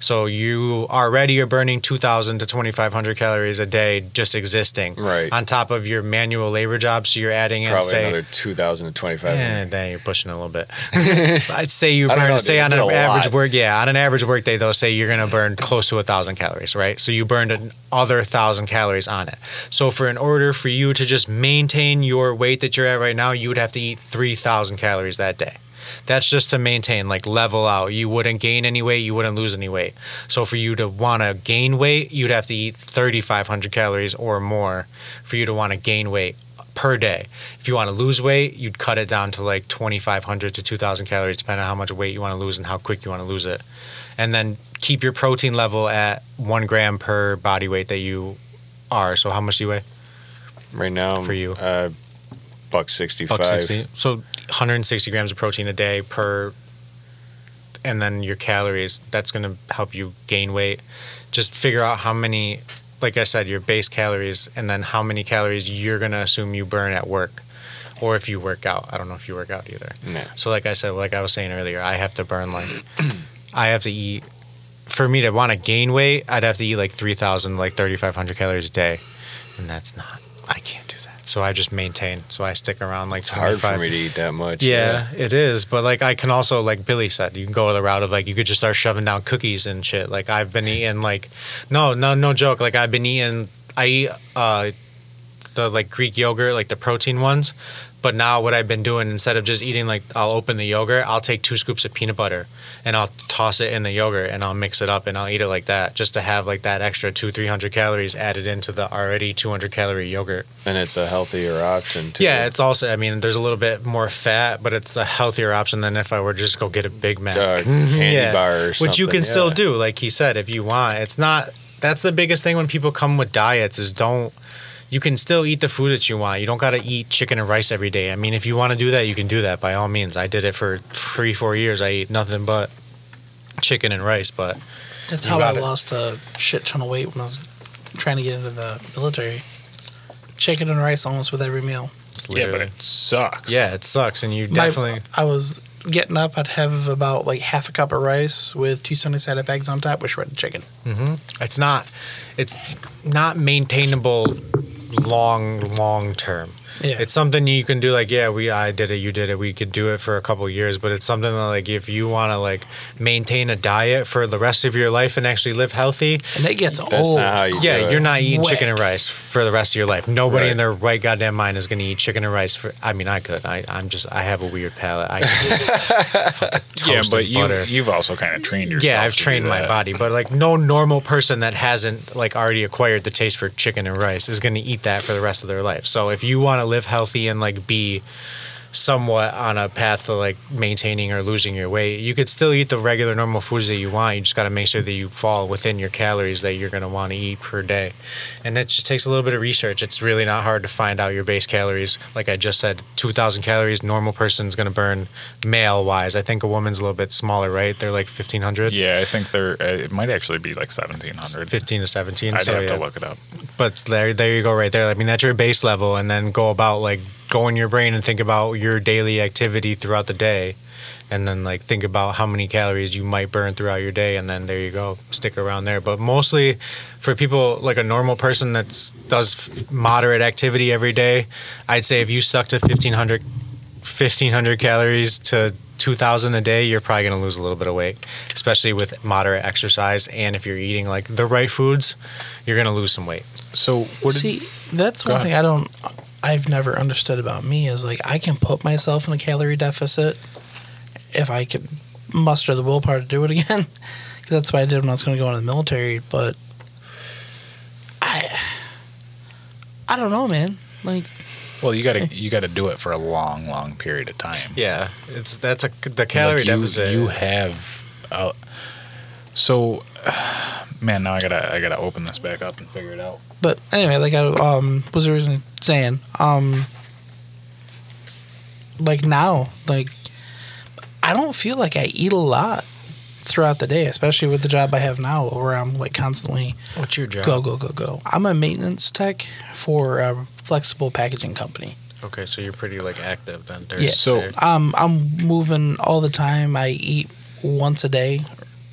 S3: so you already are burning 2,000 to 2,500 calories a day just existing.
S4: Right.
S3: On top of your manual labor job, so you're adding in
S4: Probably
S3: say.
S4: another 2,000 to 25.
S3: Eh, dang, you're pushing it a little bit. I'd say you
S4: I don't
S3: burn,
S4: know,
S3: say
S4: dude.
S3: on an
S4: It's been a
S3: average
S4: lot.
S3: work, yeah, on an average work day, though, say you're going to burn close to a thousand calories, right? So you burned another thousand calories on it. So for in order for you to just maintain your weight that you're at right now, you would have to eat 3,000 calories that day. That's just to maintain, like level out. You wouldn't gain any weight, you wouldn't lose any weight. So for you to want to gain weight, you'd have to eat 3,500 calories or more for you to want to gain weight per day. If you want to lose weight, you'd cut it down to like 2,500 to 2,000 calories, depending on how much weight you want to lose and how quick you want to lose it. And then keep your protein level at one gram per body weight that you are. So how much do you weigh?
S4: Right now,
S3: For you.
S4: uh, buck 65.
S3: Buck 60. So 160 grams of protein a day per, and then your calories. That's going to help you gain weight. Just figure out how many, like I said, your base calories, and then how many calories you're going to assume you burn at work, or if you work out. I don't know if you work out either.
S4: No.
S3: So, like I said, like I was saying earlier, I have to burn like, I have to eat. For me to want to gain weight, I'd have to eat like 3,000, like 3,500 calories a day. And that's not, I can't do that. So I just maintain. So I stick around like
S4: It's hard for
S3: 75.
S4: me to eat that much.
S3: Yeah, it is. But like, I can also, like Billy said, you can go the route of like, you could just start shoving down cookies and shit. Like, I've been eating like, no, no, no joke. Like, I've been eating, I eat uh, the like Greek yogurt, like the protein ones. But now what I've been doing, instead of just eating like, I'll open the yogurt, I'll take two scoops of peanut butter and I'll toss it in the yogurt and I'll mix it up and I'll eat it like that, just to have like that extra two, three hundred calories added into the already two hundred calorie yogurt.
S4: And it's a healthier option, too.
S3: Yeah, it's also. I mean, there's a little bit more fat, but it's a healthier option than if I were to just go get a Big Mac,
S4: Uh, candy bar or
S3: which you
S4: something,
S3: can still
S4: yeah.
S3: do, like he said, if you want. It's not. That's the biggest thing when people come with diets is don't. You can still eat the food that you want. You don't got to eat chicken and rice every day. I mean, if you want to do that, you can do that by all means. I did it for three, four years. I ate nothing but chicken and rice, but
S2: That's
S3: You
S2: how I
S3: got it.
S2: lost a shit ton of weight when I was trying to get into the military. Chicken and rice almost with every meal.
S1: Yeah, but it sucks.
S3: yeah, it sucks, and you
S2: My-
S3: definitely
S2: I was getting up, I'd have about like half a cup of rice with two Sunday side up eggs on top with shredded chicken.
S3: Mm-hmm. it's not it's not maintainable long long term.
S2: Yeah.
S3: It's something you can do like yeah, we I did it, you did it. We could do it for a couple years, but it's something that like if you want to like maintain a diet for the rest of your life and actually live healthy,
S2: and it gets
S4: That's
S2: old.
S4: not how you do
S3: yeah,
S4: it.
S3: you're not eating chicken
S2: Whack.
S3: and rice for the rest of your life. Nobody
S4: Right.
S3: in their right goddamn mind is going to eat chicken and rice for I mean, I could. I I'm just I have a weird palate. I can eat
S1: Yeah,
S3: toast
S1: but
S3: and
S1: you
S3: butter.
S1: you've also kind of trained yourself.
S3: Yeah, I've
S1: to do
S3: trained my
S1: that.
S3: body, but like no normal person that hasn't like already acquired the taste for chicken and rice is going to eat that for the rest of their life. So if you want to live healthy and like be somewhat on a path to like maintaining or losing your weight, you could still eat the regular normal foods that you want. You just got to make sure that you fall within your calories that you're going to want to eat per day. And that just takes a little bit of research. It's really not hard to find out your base calories. Like I just said, 2000 calories normal person's going to burn male wise. I think a woman's a little bit smaller, right? They're like 1500.
S1: Yeah, I think there uh, it might actually be like seventeen hundred.
S3: 15 to 17
S1: I'd
S3: so
S1: have
S3: yeah.
S1: to look it up.
S3: but there, there you go right there i mean that's your base level and then go about like go in your brain and think about your daily activity throughout the day and then like think about how many calories you might burn throughout your day and then there you go stick around there but mostly for people like a normal person that does moderate activity every day i'd say if you stuck to 1500 1500 calories to 2000 a day you're probably going to lose a little bit of weight especially with moderate exercise and if you're eating like the right foods you're going to lose some weight
S1: So what? Did,
S2: See, that's
S1: Go
S2: one
S1: ahead.
S2: thing I don't, I've never understood about me is like I can put myself in a calorie deficit if I could muster the willpower to do it again. Because that's what I did when I was going to go into the military. But I, I don't know, man. Like,
S1: well, you gotta you gotta do it for a long, long period of time.
S3: yeah it's that's a the calorie
S1: Like, you,
S3: deficit
S1: You have. Uh, so, man, now I gotta I gotta open this back up and figure it out.
S2: but anyway, like I um was originally saying, um, like now, like I don't feel like I eat a lot throughout the day, especially with the job I have now, where I'm like constantly
S3: what's your job
S2: go go go go. I'm a maintenance tech for a flexible packaging company.
S3: okay so you're pretty like active then
S2: Yeah.
S1: So-
S2: Um, I'm moving all the time. I eat once a day,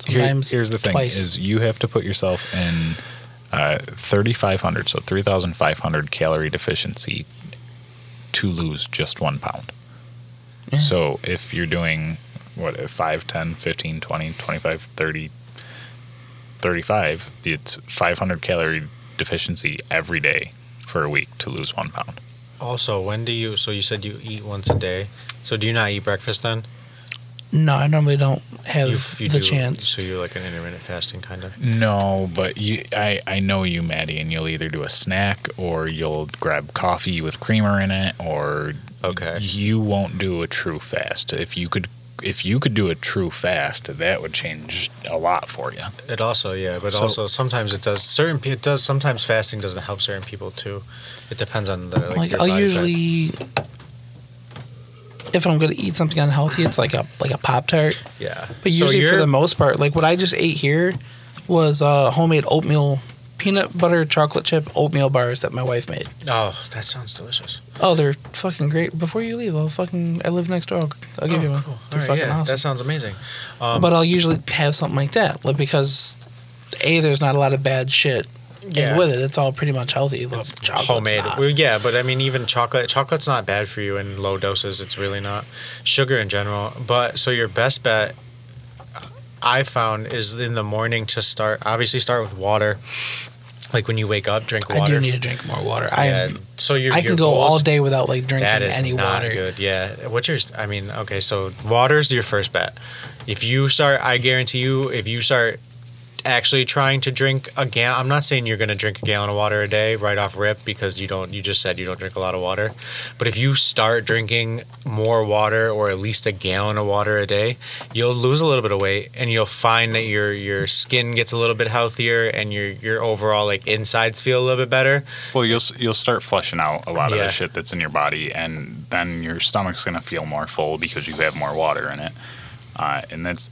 S1: Here-
S2: sometimes
S1: here's the thing:
S2: twice.
S1: is you have to put yourself in uh, 3,500, so 3,500 calorie deficiency to lose just one pound.
S2: Yeah.
S1: So if you're doing what 5, 10, 15, 20, 25, 30, 35, it's 500 calorie deficiency every day for a week to lose one pound.
S3: also when do you so you said you eat once a day so do you not eat breakfast then
S2: no, I normally don't have
S3: you, you
S2: the
S3: do-
S2: chance.
S3: so you're like an intermittent fasting kind of
S1: No, but you, I, I know you, Maddie, and you'll either do a snack or you'll grab coffee with creamer in it, or
S3: Okay.
S1: you won't do a true fast. If you could, if you could do a true fast, that would change a lot for you.
S3: It also, yeah, but
S1: So-
S3: also sometimes it does. Certain pe- it does. Sometimes fasting doesn't help certain people too. It depends on the like.
S2: Like
S3: your
S2: I'll
S3: body type.
S2: usually, if I'm gonna eat something unhealthy, it's like a like a pop tart.
S3: yeah.
S2: But
S3: So
S2: usually, for
S3: you're-
S2: the most part, like what I just ate here was uh, homemade oatmeal, peanut butter chocolate chip oatmeal bars that my wife made.
S3: oh, that sounds delicious.
S2: Oh, they're fucking great. Before you leave, I'll fucking I live next door. I'll, I'll give
S3: Oh,
S2: you one.
S3: cool.
S2: They're
S3: All right,
S2: fucking
S3: yeah,
S2: awesome.
S3: That sounds amazing. Um,
S2: but I'll usually have something like that, like because a there's not a lot of bad shit in
S3: Yeah.
S2: with it. It's all pretty much healthy. Like,
S3: it's
S2: chocolate's Ah,
S3: homemade.
S2: not.
S3: Well, yeah, but I mean, even chocolate. Chocolate's not bad for you in low doses. It's really not. Sugar in general. But so your best bet, uh, I found, is in the morning to start. Obviously, start with water. Like when you wake up, drink water.
S2: I do need to drink more water. I
S3: Yeah,
S2: am.
S3: so your,
S2: I can
S3: your
S2: go
S3: goals-
S2: all day without like drinking
S3: That is
S2: any
S3: not
S2: water.
S3: good. Yeah. What's your? I mean, okay. So water's your first bet. If you start, I guarantee you, if you start actually trying to drink a gallon, I'm not saying you're going to drink a gallon of water a day right off rip because you don't. You just said you don't drink a lot of water, but if you start drinking more water or at least a gallon of water a day, you'll lose a little bit of weight and you'll find that your your skin gets a little bit healthier and your your overall like insides feel a little bit better.
S1: Well, you'll s- you'll start flushing out a lot of
S3: Yeah.
S1: the shit that's in your body, and then your stomach's gonna feel more full because you have more water in it, uh, and that's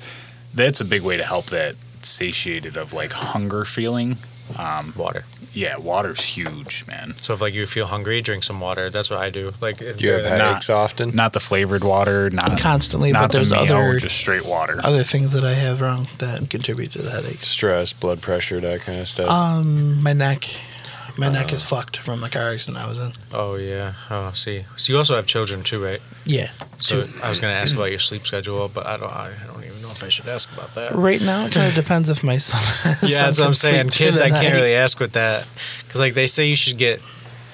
S1: that's a big way to help that satiated of like hunger feeling. Um,
S3: Water.
S1: yeah, water's huge, man.
S3: So if like you feel hungry, drink some water. That's what I do. Like
S4: Do you have
S3: uh,
S4: headaches often?
S1: Not the flavored water, not
S2: Constantly,
S1: not
S2: but there's
S1: the meal,
S2: other-
S1: just straight water.
S2: Other things that I have wrong that contribute to the headaches.
S4: Stress, blood pressure, that kind of stuff.
S2: Um, my neck, my neck
S3: Uh.
S2: is fucked from the car accident I was in.
S3: Oh yeah. Oh, see. So you also have children too, right?
S2: Yeah.
S3: So I was gonna ask about your sleep schedule, but I don't. I don't even know if I should ask about that.
S2: Right now, it kind of depends if my son. has
S3: Yeah, that's what I'm saying.
S2: something to
S3: Kids,
S2: the
S3: I can't
S2: night.
S3: really ask with that because like they say you should get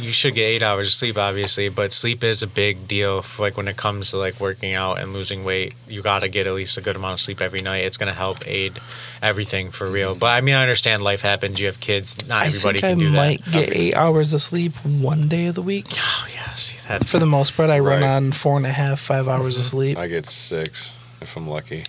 S3: you should get eight hours of sleep, obviously, but sleep is a big deal. For, like when it comes to like working out and losing weight, you gotta get at least a good amount of sleep every night. It's gonna help aid everything for real. But I mean, I understand life happens. You have kids. Not
S2: I
S3: everybody
S2: think I
S3: can do
S2: might
S3: that.
S2: get eight hours of sleep one day of the week.
S3: Oh yeah, see that.
S2: For the most part, I run
S4: Right.
S2: on four and a half, five hours
S3: Mm-hmm.
S2: of sleep.
S4: I get six if I'm lucky.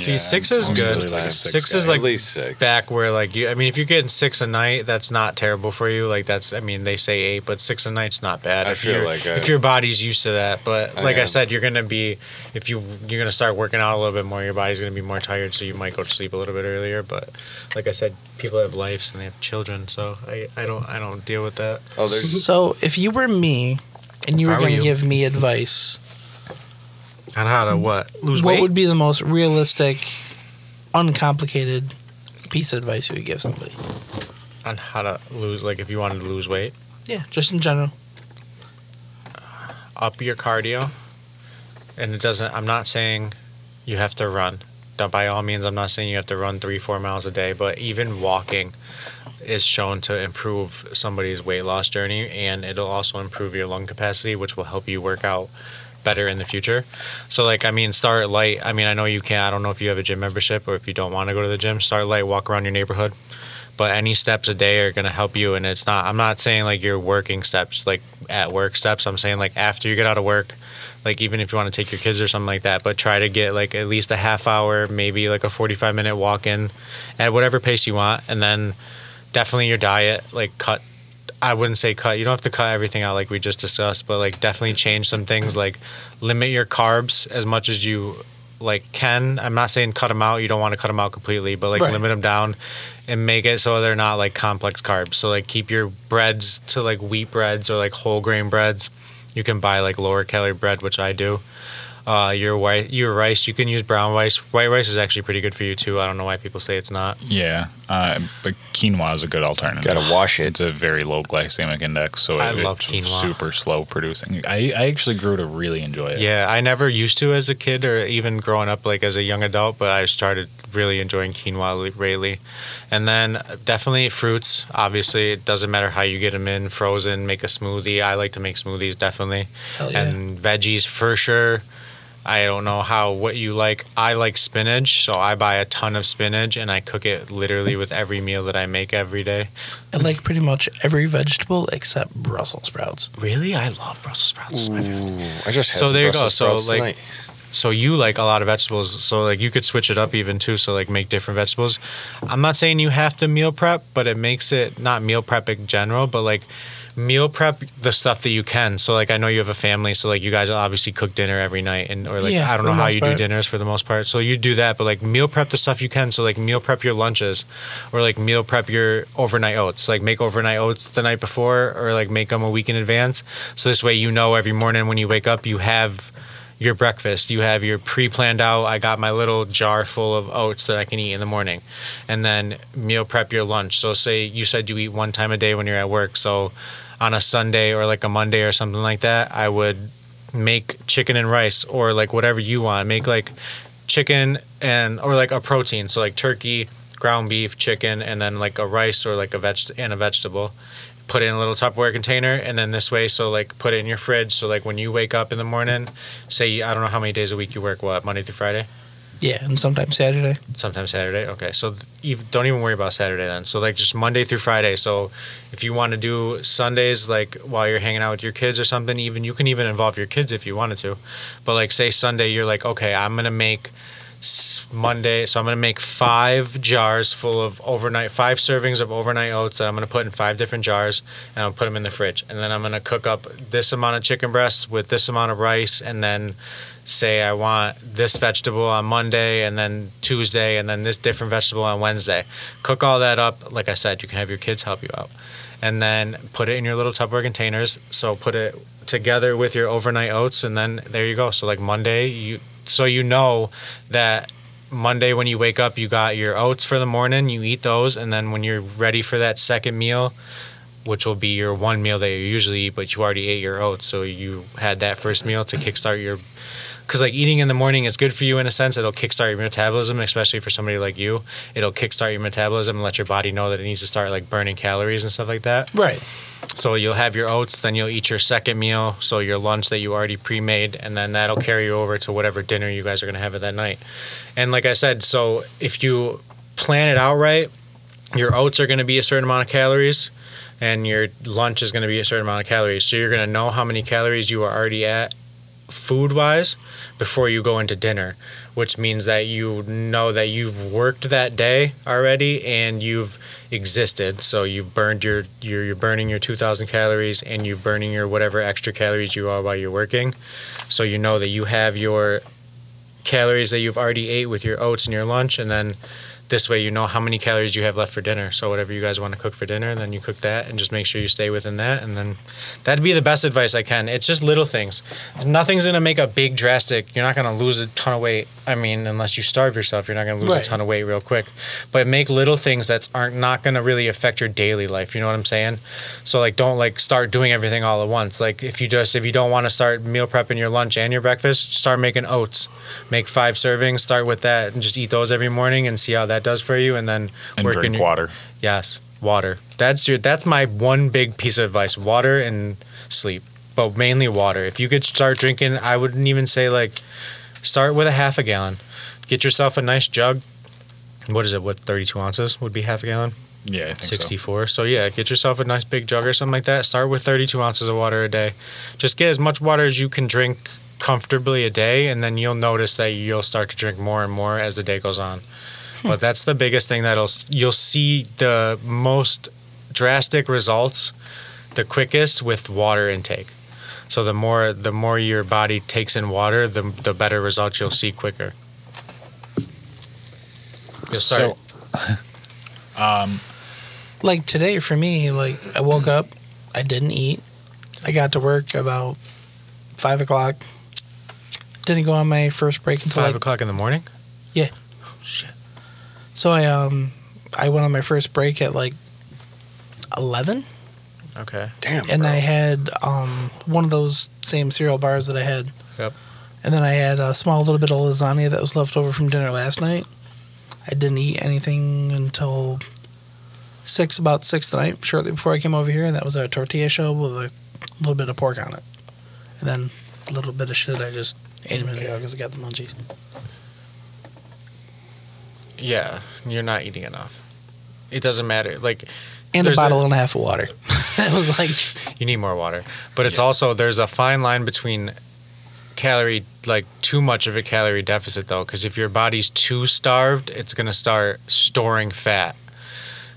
S3: See, six is
S4: Most of
S3: good.
S4: the time.
S3: Six is
S4: guy.
S3: like
S4: at least six.
S3: back where like you i mean if you're getting six a night that's not terrible for you like that's i mean they say eight but six a night's not bad
S4: I
S3: if
S4: feel
S3: you're-
S4: like I-
S3: if your body's used to that but
S4: I
S3: like i
S4: am.
S3: said you're gonna be if you you're gonna start working out a little bit more your body's gonna be more tired so you might go to sleep a little bit earlier but like i said people have lives and they have children so i i don't i don't deal with that
S4: Oh, there's
S2: So if you were me, and you
S3: If
S2: were
S3: I were
S2: going to
S3: you.
S2: give me advice,
S3: on how to what lose
S2: what
S3: weight
S2: would be the most realistic, uncomplicated piece of advice you would give somebody?
S3: on how to lose like if you wanted to lose weight
S2: Yeah, just in general.
S3: up your cardio and it doesn't i'm not saying you have to run Don't- by all means i'm not saying you have to run three four miles a day but even walking is shown to improve somebody's weight loss journey and it'll also improve your lung capacity which will help you work out better in the future so like i mean start light i mean i know you can i don't know if you have a gym membership or if you don't want to go to the gym start light walk around your neighborhood but any steps a day are going to help you and it's not i'm not saying like your working steps like at work steps i'm saying like after you get out of work like even if you want to take your kids or something like that but try to get like at least a half hour maybe like a 45 minute walk in at whatever pace you want and then definitely your diet like cut i wouldn't say cut you don't have to cut everything out like we just discussed but like definitely change some things like limit your carbs as much as you like can i'm not saying cut them out you don't want to cut them out completely but like
S2: Right.
S3: limit them down and make it so they're not like complex carbs so like keep your breads to like wheat breads or like whole grain breads you can buy like lower calorie bread which i do uh, your white your rice you can use brown rice white rice is actually pretty good for you too i don't know why people say it's not
S1: Yeah, uh, but quinoa is a good alternative.
S4: Gotta wash it.
S1: It's a very low glycemic index, so
S3: I
S1: it-
S3: love
S1: it's
S3: quinoa.
S1: super slow producing. I, I actually grew to really enjoy it.
S3: Yeah, I never used to as a kid or even growing up like as a young adult, but I started really enjoying quinoa l- lately. And then uh, definitely fruits. Obviously, it doesn't matter how you get them in, frozen, make a smoothie. I like to make smoothies definitely.
S2: Hell yeah.
S3: And veggies for sure. I don't know how what you like. I like spinach, so I buy a ton of spinach and I cook it literally with every meal that I make every day.
S2: I like pretty much every vegetable except Brussels sprouts.
S3: Really? I love Brussels sprouts.
S4: I just had
S3: So
S4: some
S3: there you go.
S4: Brussels
S3: So,
S4: sprouts
S3: like,
S4: tonight.
S3: so you like a lot of vegetables so like you could switch it up even too so like make different vegetables i'm not saying you have to meal prep but it makes it not meal prep in general but like meal prep the stuff that you can so like i know you have a family so like you guys obviously cook dinner every night and or like
S2: Yeah,
S3: i don't
S2: for
S3: know
S2: the
S3: how
S2: most
S3: you do
S2: part.
S3: dinners for the most part so you do that but like meal prep the stuff you can so like meal prep your lunches or like meal prep your overnight oats like make overnight oats the night before or like make them a week in advance so this way you know every morning when you wake up you have your breakfast. You have your pre-planned out. I got my little jar full of oats that I can eat in the morning, and then meal prep your lunch. So say you said you eat one time a day when you're at work. So on a Sunday or like a Monday or something like that, I would make chicken and rice or like whatever you want. Make like chicken and or like a protein. So like turkey, ground beef, chicken, and then like a rice or like a veg and a vegetable put it in a little Tupperware container, and then this way, so like put it in your fridge. So like when you wake up in the morning, say I don't know how many days a week you work. What Monday through Friday?
S2: Yeah, and sometimes Saturday.
S3: Sometimes Saturday. Okay, so th- you don't even worry about Saturday then. So like just Monday through Friday. So if you want to do Sundays, like while you're hanging out with your kids or something, even you can even involve your kids if you wanted to. But like say Sunday, you're like, okay, I'm gonna make It's Monday, so I'm gonna make five jars full of overnight, five servings of overnight oats that I'm gonna put in five different jars, and I'll put them in the fridge. And then I'm gonna cook up this amount of chicken breasts with this amount of rice, and then say I want this vegetable on Monday, and then Tuesday, and then this different vegetable on Wednesday. Cook all that up. Like I said, you can have your kids help you out, and then put it in your little Tupperware containers. So put it together with your overnight oats, and then there you go. So like Monday, you so you know that Monday when you wake up, you got your oats for the morning, you eat those, and then when you're ready for that second meal, which will be your one meal that you usually eat, but you already ate your oats, so you had that first meal to kickstart your. Because like eating in the morning is good for you in a sense. It'll kickstart your metabolism, especially for somebody like you. It'll kickstart your metabolism and let your body know that it needs to start like burning calories and stuff like that.
S2: Right.
S3: So you'll have your oats, then you'll eat your second meal, so your lunch that you already pre-made, and then that'll carry you over to whatever dinner you guys are gonna have at that night. And like I said, so if you plan it out right, your oats are gonna be a certain amount of calories, and your lunch is gonna be a certain amount of calories. So you're gonna know how many calories you are already at food wise before you go into dinner, which means that you know that you've worked that day already and you've existed. So you've burned your, your you're burning your 2,000 calories and you're burning your whatever extra calories you are while you're working. So you know that you have your calories that you've already ate with your oats and your lunch, and then this way you know how many calories you have left for dinner. So whatever you guys want to cook for dinner, then you cook that and just make sure you stay within that. And then that'd be the best advice I can. It's just little things. Nothing's gonna make a big drastic. You're not gonna lose a ton of weight. I mean, unless you starve yourself, you're not gonna lose
S2: Right.
S3: a ton of weight real quick. But make little things that aren't not gonna really affect your daily life. You know what I'm saying? So like, don't like start doing everything all at once. Like if you just if you don't want to start meal prepping your lunch and your breakfast, start making oats. Make five servings. Start with that and just eat those every morning and see how that does for you. And then
S1: and
S3: in
S1: drink
S3: your-
S1: water.
S3: Yes, water. That's your. That's my one big piece of advice: water and sleep, but mainly water. If you could start drinking, I wouldn't even say like start with a half a gallon. Get yourself a nice jug. What is it? What thirty-two ounces would be half a gallon?
S1: Yeah, I think so.
S3: 64. So. yeah, get yourself a nice big jug or something like that. Start with 32 ounces of water a day. Just get as much water as you can drink comfortably a day, and then you'll notice that you'll start to drink more and more as the day goes on. But that's the biggest thing that'll you'll see the most drastic results the quickest with water intake. So the more the more your body takes in water, the the better results you'll see quicker. You'll start
S1: So,
S2: like today for me, like I woke up, I didn't eat. I got to work about five o'clock. Didn't go on my first break until
S3: five
S2: like
S3: o'clock in the morning.
S2: so I um I went on my first break at like eleven
S3: Okay.
S4: Damn.
S2: and
S4: bro.
S2: I had um one of those same cereal bars that I had.
S3: Yep.
S2: And then I had a small little bit of lasagna that was left over from dinner last night. I didn't eat anything until six, about six tonight, shortly before I came over here, and that was a tortilla shell with a little bit of pork on it, and then a little bit of shit I just ate a minute ago because I got the munchies.
S3: Yeah, you're not eating enough. It doesn't matter. Like
S2: And
S3: There's
S2: a
S3: a-
S2: bottle and a half of water. that was like
S3: you need more water, but it's also there's a fine line between calorie like too much of a calorie deficit though because if your body's too starved it's going to start storing fat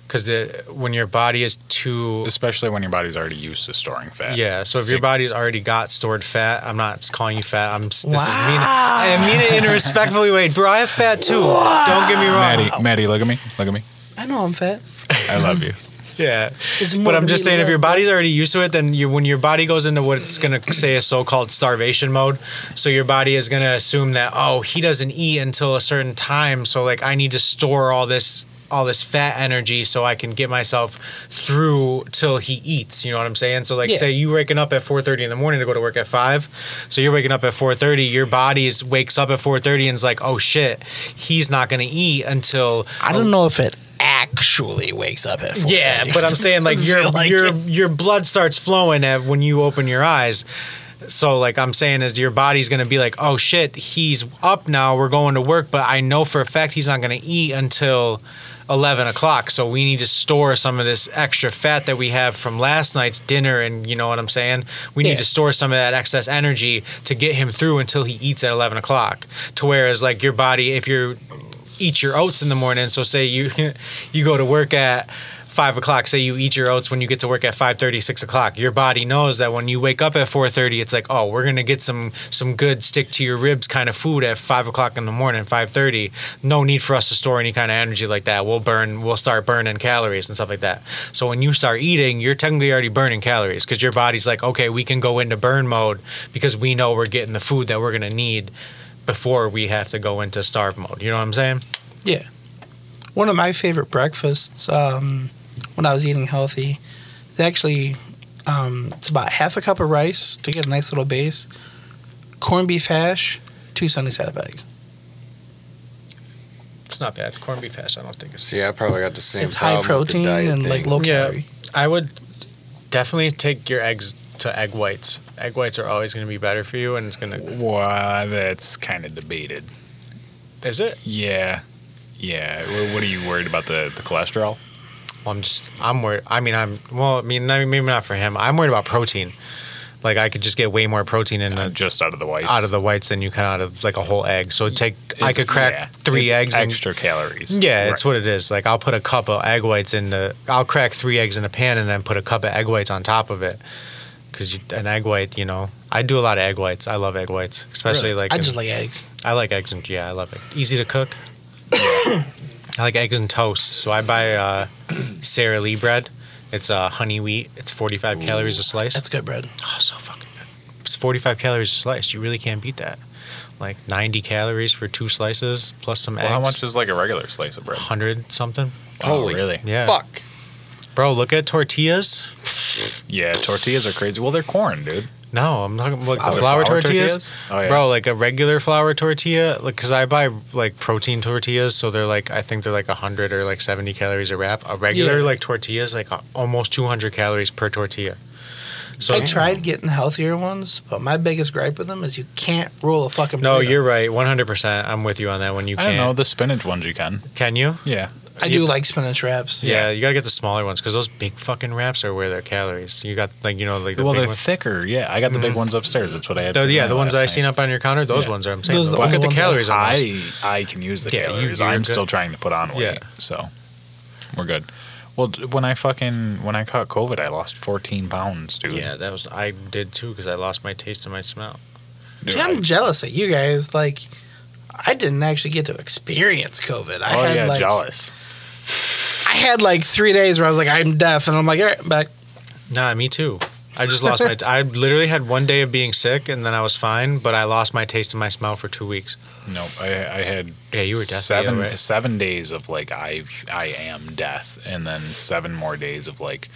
S3: because the when your body is too
S1: especially when your body's already used to storing fat.
S3: yeah so if your
S1: It-
S3: body's already got stored fat i'm not calling you fat i'm this is mean i mean it in a respectful way bro i have fat too don't get me wrong
S1: Maddie, Maddie, look at me. Look at me.
S2: I know I'm fat.
S1: I love you.
S3: Yeah.
S2: It's more
S3: But I'm
S2: to be
S3: just saying, if your
S2: learned.
S3: body's already used to it, then you, when your body goes into what it's going to say is so called starvation mode, so your body is going to assume that, oh, he doesn't eat until a certain time. So, like, I need to store all this. All this fat energy, so I can get myself through till he eats. You know what I'm saying? So, like,
S2: Yeah.
S3: say you waking up at 4:30 in the morning to go to work at five, so you're waking up at 4:30. Your body is wakes up at 4:30 and is like, "Oh shit, he's not gonna eat until
S2: I don't know if it actually wakes up at. 4:30.
S3: yeah, but I'm saying like
S2: Doesn't
S3: your
S2: feel like
S3: your
S2: it.
S3: your blood starts flowing at, when you open your eyes. So like I'm saying is your body's gonna be like, oh shit, he's up now. We're going to work, but I know for a fact he's not gonna eat until eleven o'clock. So we need to store some of this extra fat that we have from last night's dinner, and you know what I'm saying. We
S2: Yeah.
S3: need to store some of that excess energy to get him through until he eats at eleven o'clock. To whereas like your body, if you eat your oats in the morning, so say you you go to work at five o'clock say you eat your oats when you get to work at 5.30 6 o'clock your body knows that when you wake up at 4.30 it's like oh we're gonna get some some good stick to your ribs kind of food at 5 o'clock in the morning 5.30 no need for us to store any kind of energy like that we'll burn we'll start burning calories and stuff like that so when you start eating you're technically already burning calories because your body's like okay we can go into burn mode because we know we're getting the food that we're gonna need before we have to go into starve mode you know what i'm saying
S2: Yeah. One of my favorite breakfasts um, when I was eating healthy is actually um, it's about half a cup of rice to get a nice little base, corned beef hash, two sunny side up eggs.
S3: it's not bad corned beef hash i don't think it's
S4: See, I probably got the same.
S2: it's high
S4: problem with the
S2: protein
S4: diet
S2: and like
S4: thing.
S2: low
S3: Yeah.
S2: calorie.
S3: I would definitely take your eggs to egg whites. Egg whites are always going to be better for you, and it's going to.
S1: Why, that's kind of debated.
S3: Is it?
S1: Yeah. Yeah. Wha- What are you worried about the, the cholesterol?
S3: Well, I'm just. I'm worried. I mean, I'm. Well, I mean, I mean, maybe not for him. I'm worried about protein. Like I could just get way more protein in
S1: Uh,
S3: a,
S1: just out of the whites.
S3: out of the whites than you can out of like a whole egg. So take. I
S1: It's-
S3: could crack
S1: yeah.
S3: three
S1: It's
S3: eggs. and-
S1: Extra calories.
S3: yeah,
S1: Right.
S3: it's what it is. Like I'll put a cup of egg whites in the. I'll crack three eggs in a pan and then put a cup of egg whites on top of it. Because an egg white, you know, I do a lot of egg whites. I love egg whites, especially like
S2: I
S3: in-
S2: just like eggs.
S3: I like eggs and yeah, I love it. Easy to cook. I like eggs and toast, so I buy uh, Sara Lee bread. It's uh, honey wheat. It's 45 calories a slice.
S2: That's good bread.
S3: oh, so fucking good. It's 45 calories a slice. You really can't beat that. Like 90 calories for two slices plus some
S1: Well,
S3: eggs.
S1: how much is like a regular slice of bread? Oh,
S3: 100 something.
S4: Holy
S1: really?
S3: Yeah.
S4: fuck.
S3: Bro, look at tortillas.
S1: Yeah, tortillas are crazy. Well, they're corn, dude.
S3: No, I'm talking like
S1: Flour-
S3: the flour,
S1: flour
S3: tortillas.
S1: tortillas? Oh, yeah.
S3: Bro, like a regular flour tortilla, like because I buy like protein tortillas, so they're like I think they're like hundred or like seventy calories a wrap. A regular
S2: Yeah.
S3: like tortilla is like a- almost two hundred calories per tortilla. So
S2: I tried getting the healthier ones, but my biggest gripe with them is you can't roll a fucking.
S3: no,
S2: burrito.
S3: you're right, one hundred percent. I'm with you on that one. You
S1: I don't
S3: can,
S1: know.
S3: not
S1: The spinach ones you can.
S3: can you?
S1: Yeah.
S2: I do like spinach wraps.
S3: Yeah, you gotta get the smaller ones because those big fucking wraps are where their calories. You got like you know like the
S1: well,
S3: big
S1: they're
S3: ones. Mm-hmm.
S1: thicker. Yeah, I got the big ones upstairs. That's what I had.
S3: The-
S1: for
S3: yeah,
S1: dinner
S3: the ones
S1: last
S3: I seen
S1: night.
S3: up on your counter, those
S1: Yeah.
S3: ones are. I'm saying
S2: Those are the
S3: look at
S2: only
S3: the
S2: ones I-
S3: calories on those.
S1: I I can use the
S3: Yeah, you-
S1: calories.
S3: you're
S1: I'm
S3: good.
S1: still trying to put on weight.
S3: Yeah.
S1: So we're good. Well, d- when I fucking when I caught COVID, I lost 14 pounds, dude.
S3: Yeah, that was I did too because I lost my taste and my smell.
S1: Dude,
S2: See,
S1: I-
S2: I'm jealous of you guys. Like, I didn't actually get to experience COVID. I
S1: oh
S2: had
S1: yeah,
S2: like
S1: jealous.
S2: I had like three days where I was like, I'm deaf, and I'm like, all right, I'm back.
S3: Nah, me too. I just lost my. I literally had one day of being sick, and then I was fine. But I lost my taste and my smell for two weeks.
S1: No, I, I had
S3: Yeah, you were definitely
S1: seven
S3: all right.
S1: seven days of like I I am death, and then seven more days of like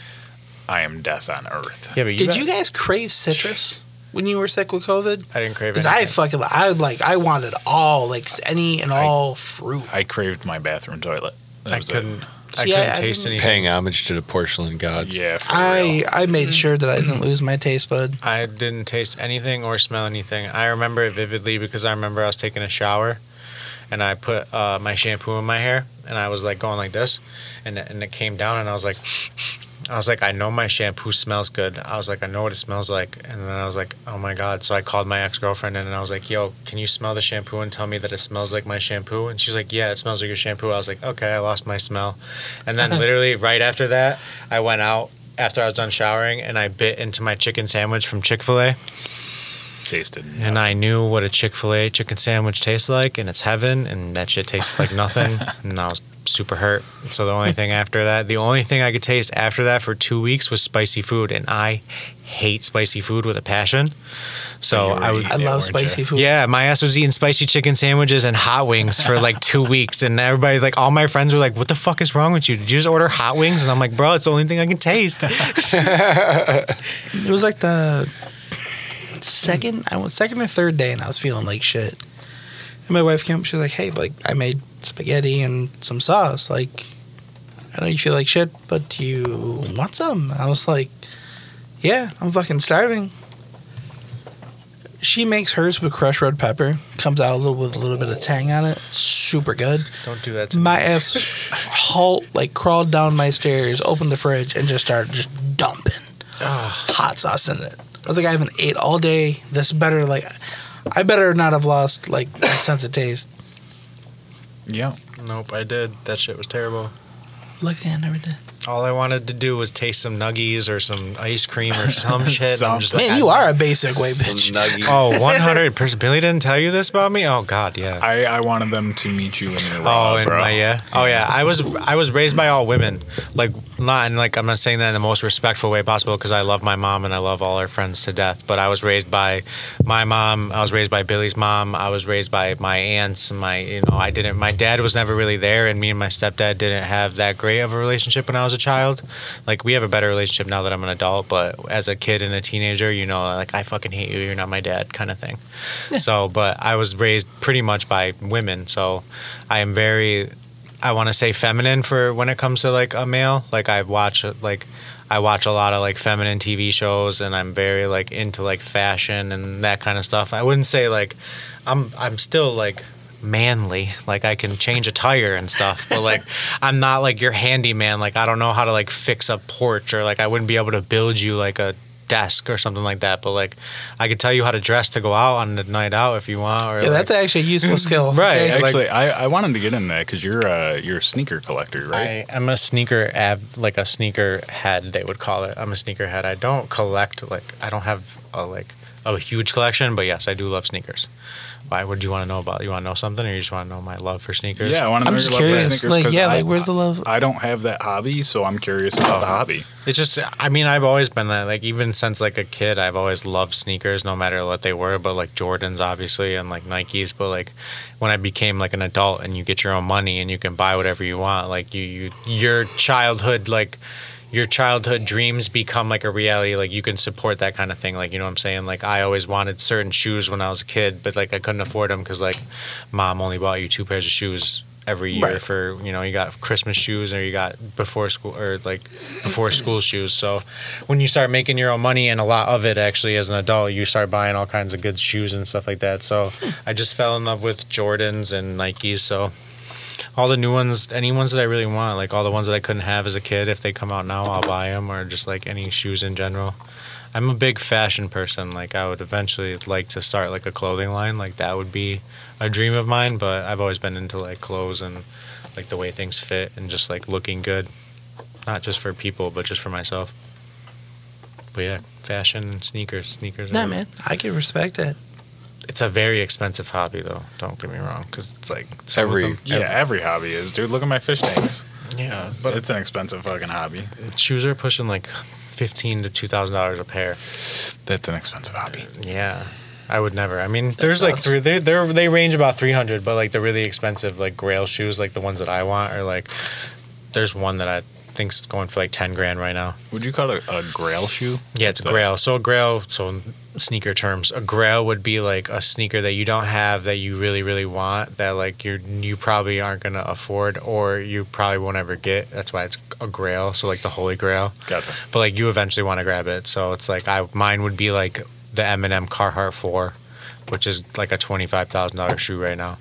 S1: I am death on earth.
S3: Yeah, but
S2: Did you guys crave citrus when you were sick with COVID?
S3: I didn't crave it.
S2: Because I fucking, I like, I wanted all like any and all fruit.
S1: I craved my bathroom toilet. That
S3: I
S1: was it.
S3: couldn't. I
S2: See,
S3: couldn't
S2: I- I
S3: taste
S2: didn't-
S3: anything.
S4: Paying homage to the porcelain gods.
S1: Yeah, for real.
S2: I I
S1: Mm-hmm.
S2: made sure that I didn't lose my taste bud.
S3: I didn't taste anything or smell anything. I remember it vividly because I remember I was taking a shower, and I put uh, my shampoo in my hair, and I was like going like this, and and it came down, and I was like, I was like, I know my shampoo smells good. I was like, I know what it smells like, and then I was like, oh my god. So I called my ex girlfriend, and I was like, yo, can you smell the shampoo and tell me that it smells like my shampoo? And she's like, yeah, it smells like your shampoo. I was like, okay, I lost my smell, and then literally right after that, I went out after I was done showering and I bit into my chicken sandwich from Chick fil A.
S1: tasted.
S3: And I knew what a Chick fil A chicken sandwich tastes like, and it's heaven, and that shit tastes like nothing. and I was super hurt. So the only thing after that, the only thing I could taste after that for two weeks was spicy food. And I hate spicy food with a passion. So
S1: you were
S3: I would.
S1: eating
S2: I
S1: Yeah,
S2: love
S1: weren't
S2: spicy
S1: you?
S2: food.
S3: Yeah, my ass was eating spicy chicken sandwiches and hot wings for like two weeks, and everybody, like all my friends, were like, "What the fuck is wrong with you? Did you just order hot wings?" And I'm like, "Bro, it's the only thing I can taste."
S2: It was like the second, I went second or third day, and I was feeling like shit. And my wife came up, she was like, "Hey, like I made spaghetti and some sauce. Like, I know you feel like shit, but do you want some?" And I was like, "Yeah, I'm fucking starving." She makes hers with crushed red pepper. Comes out a little with a little bit of tang on it. It's super good.
S3: Don't do that. To me.
S2: My ass halt like crawled down my stairs, opened the fridge, and just started just dumping hot sauce in it. I was like, I haven't ate all day. This better like, I better not have lost like my sense of taste.
S1: Yeah.
S3: Nope, I did. That shit was terrible.
S2: Look, I never did.
S3: All I wanted to do was taste some nuggies or some ice cream or some shit. I'm just like,
S2: Man, you are a basic way bitch.
S4: Some nuggies.
S3: Oh, 100 percent. Billy didn't tell you this about me. Oh God, yeah.
S1: I, I wanted them to meet you in your raw,
S3: Oh, and
S1: bro.
S3: my, yeah. Oh, yeah. I was I was raised by all women. Like not and like I'm not saying that in the most respectful way possible because I love my mom and I love all our friends to death. But I was raised by my mom. I was raised by Billy's mom. I was raised by my aunts. and My you know I didn't. My dad was never really there, and me and my stepdad didn't have that great of a relationship when I was a child. Like we have a better relationship now that I'm an adult, but as a kid and a teenager, you know, like I fucking hate you. You're not my dad, kind of thing. So, but I was raised pretty much by women, so I am very, I want to say feminine for when it comes to like a male. Like I watch like. I watch a lot of like feminine TV shows, and I'm very like into like fashion and that kind of stuff. I wouldn't say like I'm I'm still like manly. Like I can change a tire and stuff, but like I'm not like your handyman. Like I don't know how to like fix a porch or like I wouldn't be able to build you like a desk or something like that. But like I could tell you how to dress to go out on the night out if you want. Or
S2: Yeah, that's
S3: like,
S2: actually a useful skill.
S3: Right,
S2: okay?
S3: like-
S1: Actually, I, I wanted to get in that because you're a you're a sneaker collector, right?
S3: I, I'm a sneaker av- like a sneaker head they would call it. I'm a sneaker head. I don't collect like I don't have a like a huge collection, but yes, I do love sneakers. Why would you want to know about? You want to know something, or you just want to know my love for sneakers?
S1: yeah, I want to
S2: I'm
S1: know
S2: just
S1: your love for
S2: curious.
S1: sneakers.
S2: Like,
S1: 'cause
S2: yeah,
S1: I,
S2: like where's the love?
S1: I don't have that hobby, so I'm curious about the hobby.
S3: It's just, I mean, I've always been that. Like, even since like a kid, I've always loved sneakers, no matter what they were. But like Jordans, obviously, and like Nikes. But like when I became like an adult, and you get your own money and you can buy whatever you want, like you, you your childhood, like your childhood dreams become like a reality. Like you can support that kind of thing. Like you know what I'm saying. Like I always wanted certain shoes when I was a kid, but like I couldn't afford them because like mom only bought you two pairs of shoes every year
S2: Right.
S3: for you know you got Christmas shoes or you got before school or like before school shoes. So when you start making your own money and a lot of it actually as an adult, you start buying all kinds of good shoes and stuff like that. So I just fell in love with Jordans and Nikes. So all the new ones, any ones that I really want, like all the ones that I couldn't have as a kid, if they come out now, I'll buy them or just like any shoes in general. I'm a big fashion person. Like I would eventually like to start like a clothing line. Like that would be a dream of mine, but I've always been into like clothes and like the way things fit and just like looking good. Not just for people, but just for myself. But yeah, fashion and sneakers, sneakers.
S2: Nah,
S3: are-
S2: man, I can respect that.
S3: It's a very expensive hobby, though. Don't get me wrong, because it's like some of
S4: Every
S3: them-
S1: Yeah, every hobby is, dude. Look at my fish tanks.
S3: yeah,
S1: But it's an expensive fucking hobby.
S3: shoes are pushing like fifteen to two thousand dollars a pair.
S1: That's an expensive hobby.
S3: Yeah, I would never. I mean, there's like
S2: sucks.
S3: three. They they're, they range about three hundred, but like the really expensive like Grail shoes, like the ones that I want, are like there's one that I think's going for like ten grand right now.
S1: Would you call it a, a grail shoe?
S3: Yeah, it's a
S1: So-
S3: grail. So a grail, so in sneaker terms, a grail would be like a sneaker that you don't have that you really really want that like you you probably aren't gonna afford or you probably won't ever get. That's why it's a grail. So like the holy grail.
S1: Gotcha.
S3: But like you eventually want to grab it, so it's like I mine would be like the M&M Carhartt Four, which is like a twenty five thousand dollar shoe right now.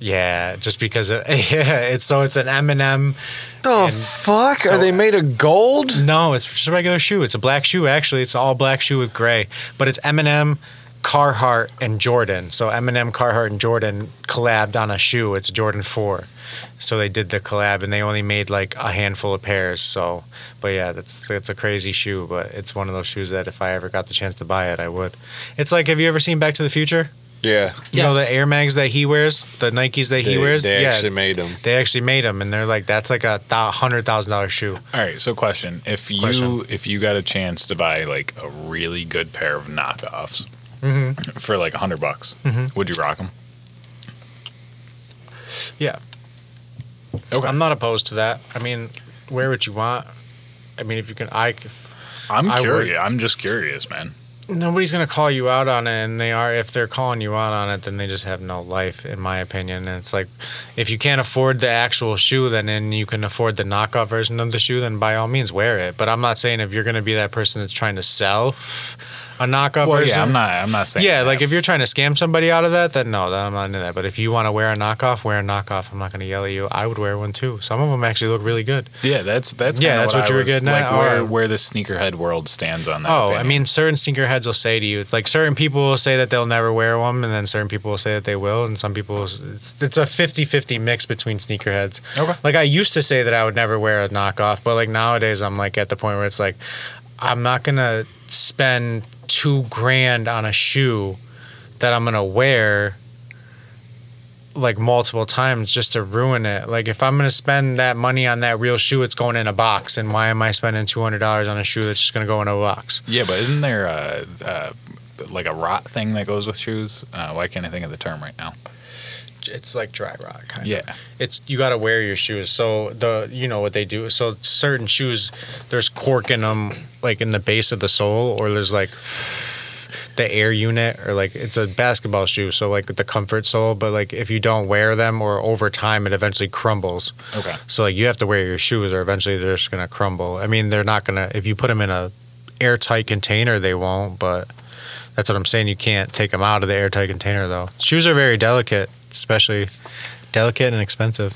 S3: Yeah, just because it, yeah, it's so it's an M&M.
S4: The fuck?
S3: so-
S4: Are they made of gold?
S3: No, it's just a regular shoe. It's a black shoe actually. It's an all black shoe with gray, but it's M&M Carhartt and Jordan. So M&M Carhartt and Jordan collabed on a shoe. It's a Jordan 4. So they did the collab and they only made like a handful of pairs. So, but yeah, that's that's a crazy shoe, but it's one of those shoes that if I ever got the chance to buy it, I would. It's like have you ever seen Back to the Future?
S4: Yeah.
S3: You know
S2: Yes.
S3: the Air Mags that he wears, the Nikes that
S4: They,
S3: he wears?
S4: they
S3: yeah.
S4: actually made them.
S3: they actually made them and they're like that's like a $100,000 shoe.
S1: All right. So, question: If you
S3: Question.
S1: if you got a chance to buy like a really good pair of knockoffs
S3: Mm-hmm.
S1: for like a hundred bucks, would you rock them?
S3: Yeah.
S1: Okay.
S3: I'm not opposed to that. I mean, wear what you want. I mean, if you can, I. If,
S1: I'm
S3: I would.
S1: curious. I'm just curious, man.
S3: nobody's gonna call you out on it, and they are. If they're calling you out on it, then they just have no life, in my opinion. And it's like, if you can't afford the actual shoe, then and you can afford the knockoff version of the shoe, then by all means wear it. But I'm not saying if you're gonna be that person that's trying to sell. a knockoff
S1: Well,
S3: version.
S1: yeah, I'm not. I'm not saying.
S3: Yeah,
S1: that.
S3: like if you're trying to scam somebody out of that, then no, then I'm not into that. But if you want to wear a knockoff, wear a knockoff. I'm not going to yell at you. I would wear one too. Some of them actually look really good.
S1: yeah, that's that's
S3: Yeah,
S1: kinda
S3: that's
S1: what,
S3: what
S1: I
S3: you were
S1: was,
S3: getting
S1: like,
S3: at?
S1: Where,
S3: Alright.
S1: where the sneakerhead world stands on that.
S3: Oh, I
S1: opinion.
S3: mean, certain sneakerheads will say to you, like certain people will say that they'll never wear one, and then certain people will say that they will, and some people, it's it's a 50-50 mix between sneakerheads.
S1: Okay.
S3: Like I used to say that I would never wear a knockoff, but like nowadays I'm like at the point where it's like, I'm not gonna spend two grand on a shoe that I'm gonna wear like multiple times just to ruin it. Like if I'm gonna spend that money on that real shoe, it's going in a box. And why am I spending two hundred dollars on a shoe that's just gonna go in a box?
S1: Yeah, but isn't there a, uh like a rot thing that goes with shoes? Uh, why can't I think of the term right now?
S3: It's like dry rock. Kind
S1: Yeah,
S3: it's you got to wear your shoes. So the you know what they do. So certain shoes, there's cork in them, like in the base of the sole, or there's like the air unit, or like it's a basketball shoe. So like the comfort sole, but like if you don't wear them or over time, it eventually crumbles.
S1: Okay.
S3: So like you have to wear your shoes, or eventually they're just gonna crumble. I mean, they're not gonna if you put them in a airtight container, they won't. But that's what I'm saying. You can't take them out of the airtight container though. Shoes are very delicate, especially delicate and expensive.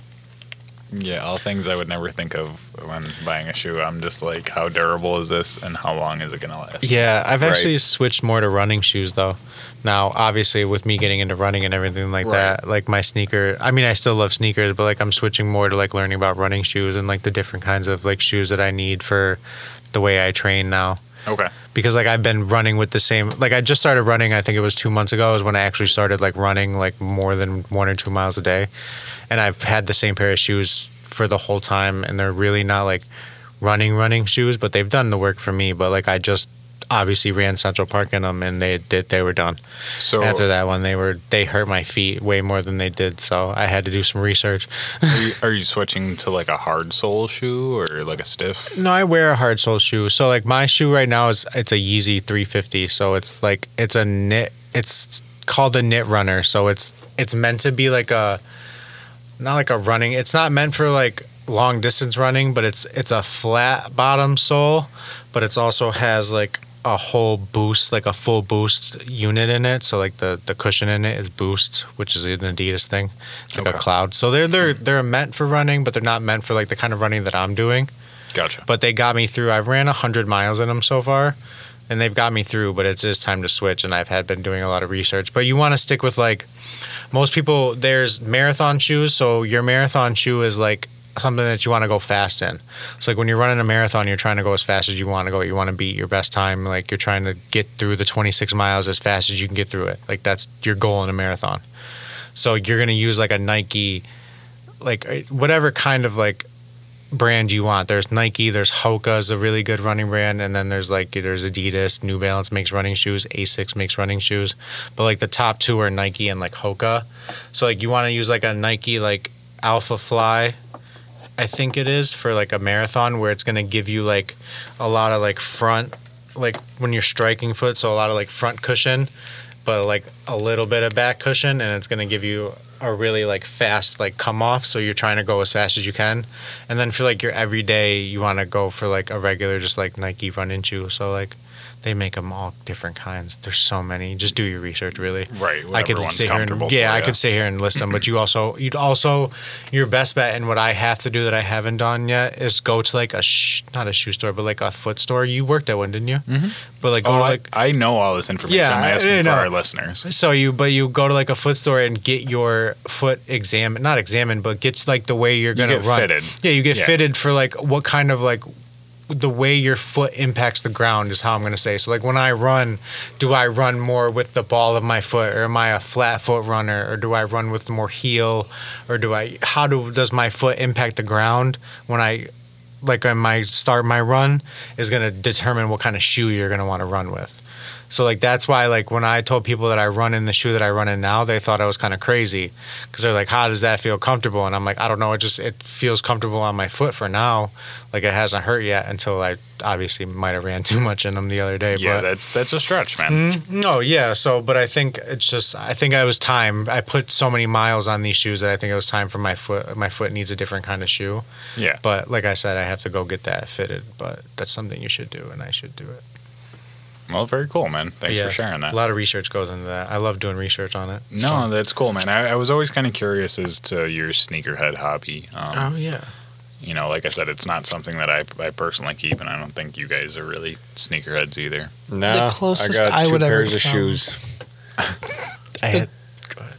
S1: yeah. All things I would never think of when buying a shoe. I'm just like, how durable is this, and how long is it gonna last?
S3: Yeah, I've
S4: Right.
S3: actually switched more to running shoes though. Now, obviously, with me getting into running and everything like that, like my sneaker. I mean, I still love sneakers, but like I'm switching more to like learning about running shoes and like the different kinds of like shoes that I need for the way I train now.
S1: Okay.
S3: because like I've been running with the same like I just started running I think it was 2 months ago is when I actually started like running like more than 1 or 2 miles a day and I've had the same pair of shoes for the whole time and they're really not like running running shoes but they've done the work for me but like I just obviously ran Central Park in them and they did they were done
S1: So
S3: after that one they were they hurt my feet way more than they did so I had to do some research
S1: Are you, are you switching to like a hard sole shoe or like a stiff?
S3: No, I wear a hard sole shoe. So like my shoe right now is it's a Yeezy 350. So it's like it's a knit. It's called a knit runner. So it's it's meant to be like a not like a running. It's not meant for like long distance running, but it's it's a flat bottom sole, but it's also has like a whole boost, like a full boost unit in it. So like the the cushion in it is boost, which is an Adidas thing. It's like
S1: Okay.
S3: a cloud. So they're they're they're meant for running, but they're not meant for like the kind of running that I'm doing
S1: Gotcha.
S3: but they got me through. I've ran 100 miles in them so far, and they've got me through, but it's just time to switch, and I've had been doing a lot of research. But you want to stick with like most people, there's marathon shoes. So your marathon shoe is like something that you want to go fast in. So like when you're running a marathon, you're trying to go as fast as you want to go. You want to beat your best time. Like you're trying to get through the 26 miles as fast as you can get through it. Like that's your goal in a marathon. So you're going to use like a Nike, like uh, whatever kind of like brand you want. There's Nike, there's Hoka is a really good running brand, and then there's like there's Adidas, New Balance makes running shoes, Asics makes running shoes, but like the top two are Nike and like Hoka. So like you want to use like a Nike like Alpha Fly, I think it is for like a marathon where it's gonna give you like a lot of like front, like when you're striking foot, so a lot of like front cushion, but like a little bit of back cushion, and it's gonna give you a really like fast like come off. So you're trying to go as fast as you can, and then for like your everyday, you want to go for like a regular just like Nike running shoe. So like. They make them all different kinds. There's so many. Just do your research, really.
S1: Right,
S3: I
S1: whatever
S3: could
S1: one's
S3: sit here and
S1: comfortable
S3: yeah,
S1: for
S3: I
S1: ya.
S3: could sit here and list them. But you also you'd also your best bet and what I have to do that I haven't done yet is go to like a sh- not a shoe store but like a foot store. You worked at one, didn't you? Mm-hmm. But like go
S1: Oh,
S3: to
S1: I,
S3: like
S1: I know all this information.
S3: Yeah,
S1: I'm
S3: I-
S1: asking
S3: I
S1: for
S3: know.
S1: our listeners.
S3: so you but you go to like a foot store and get your foot examined, not examined, but get like the way you're gonna
S1: get
S3: run.
S1: fitted.
S3: Yeah, you get
S1: Yeah.
S3: fitted for like what kind of like the way your foot impacts the ground is how I'm gonna say. So like when I run, do I run more with the ball of my foot, or am I a flat foot runner, or do I run with more heel, or do I how do does my foot impact the ground when I like on my start my run is gonna determine what kind of shoe you're gonna want to run with. So like that's why like when I told people that I run in the shoe that I run in now, they thought I was kind of crazy because they're like, "How does that feel comfortable?" And I'm like, "I don't know. It just it feels comfortable on my foot for now. Like it hasn't hurt yet until I obviously might have ran too much in them the other day.
S1: Yeah,
S3: but
S1: that's that's a stretch, man.
S3: no, yeah. So, but I think it's just I think I was time. I put so many miles on these shoes that I think it was time for my foot. My foot needs a different kind of shoe.
S1: Yeah.
S3: But like I said, I have to go get that fitted. But that's something you should do, and I should do it.
S1: Well, very cool, man. Thanks
S3: Yeah,
S1: for sharing that.
S3: A lot of research goes into that. I love doing research on it. It's
S1: no,
S3: fun.
S1: that's cool, man. I, I was always kind of curious as to your sneakerhead hobby. Um,
S3: Oh yeah.
S1: You know, like I said, it's not something that I, I personally keep, and I don't think you guys are really sneakerheads either.
S4: No,
S2: closest
S4: I got
S2: I
S4: two
S2: would ever
S4: pairs of
S2: come-
S4: shoes.
S3: I had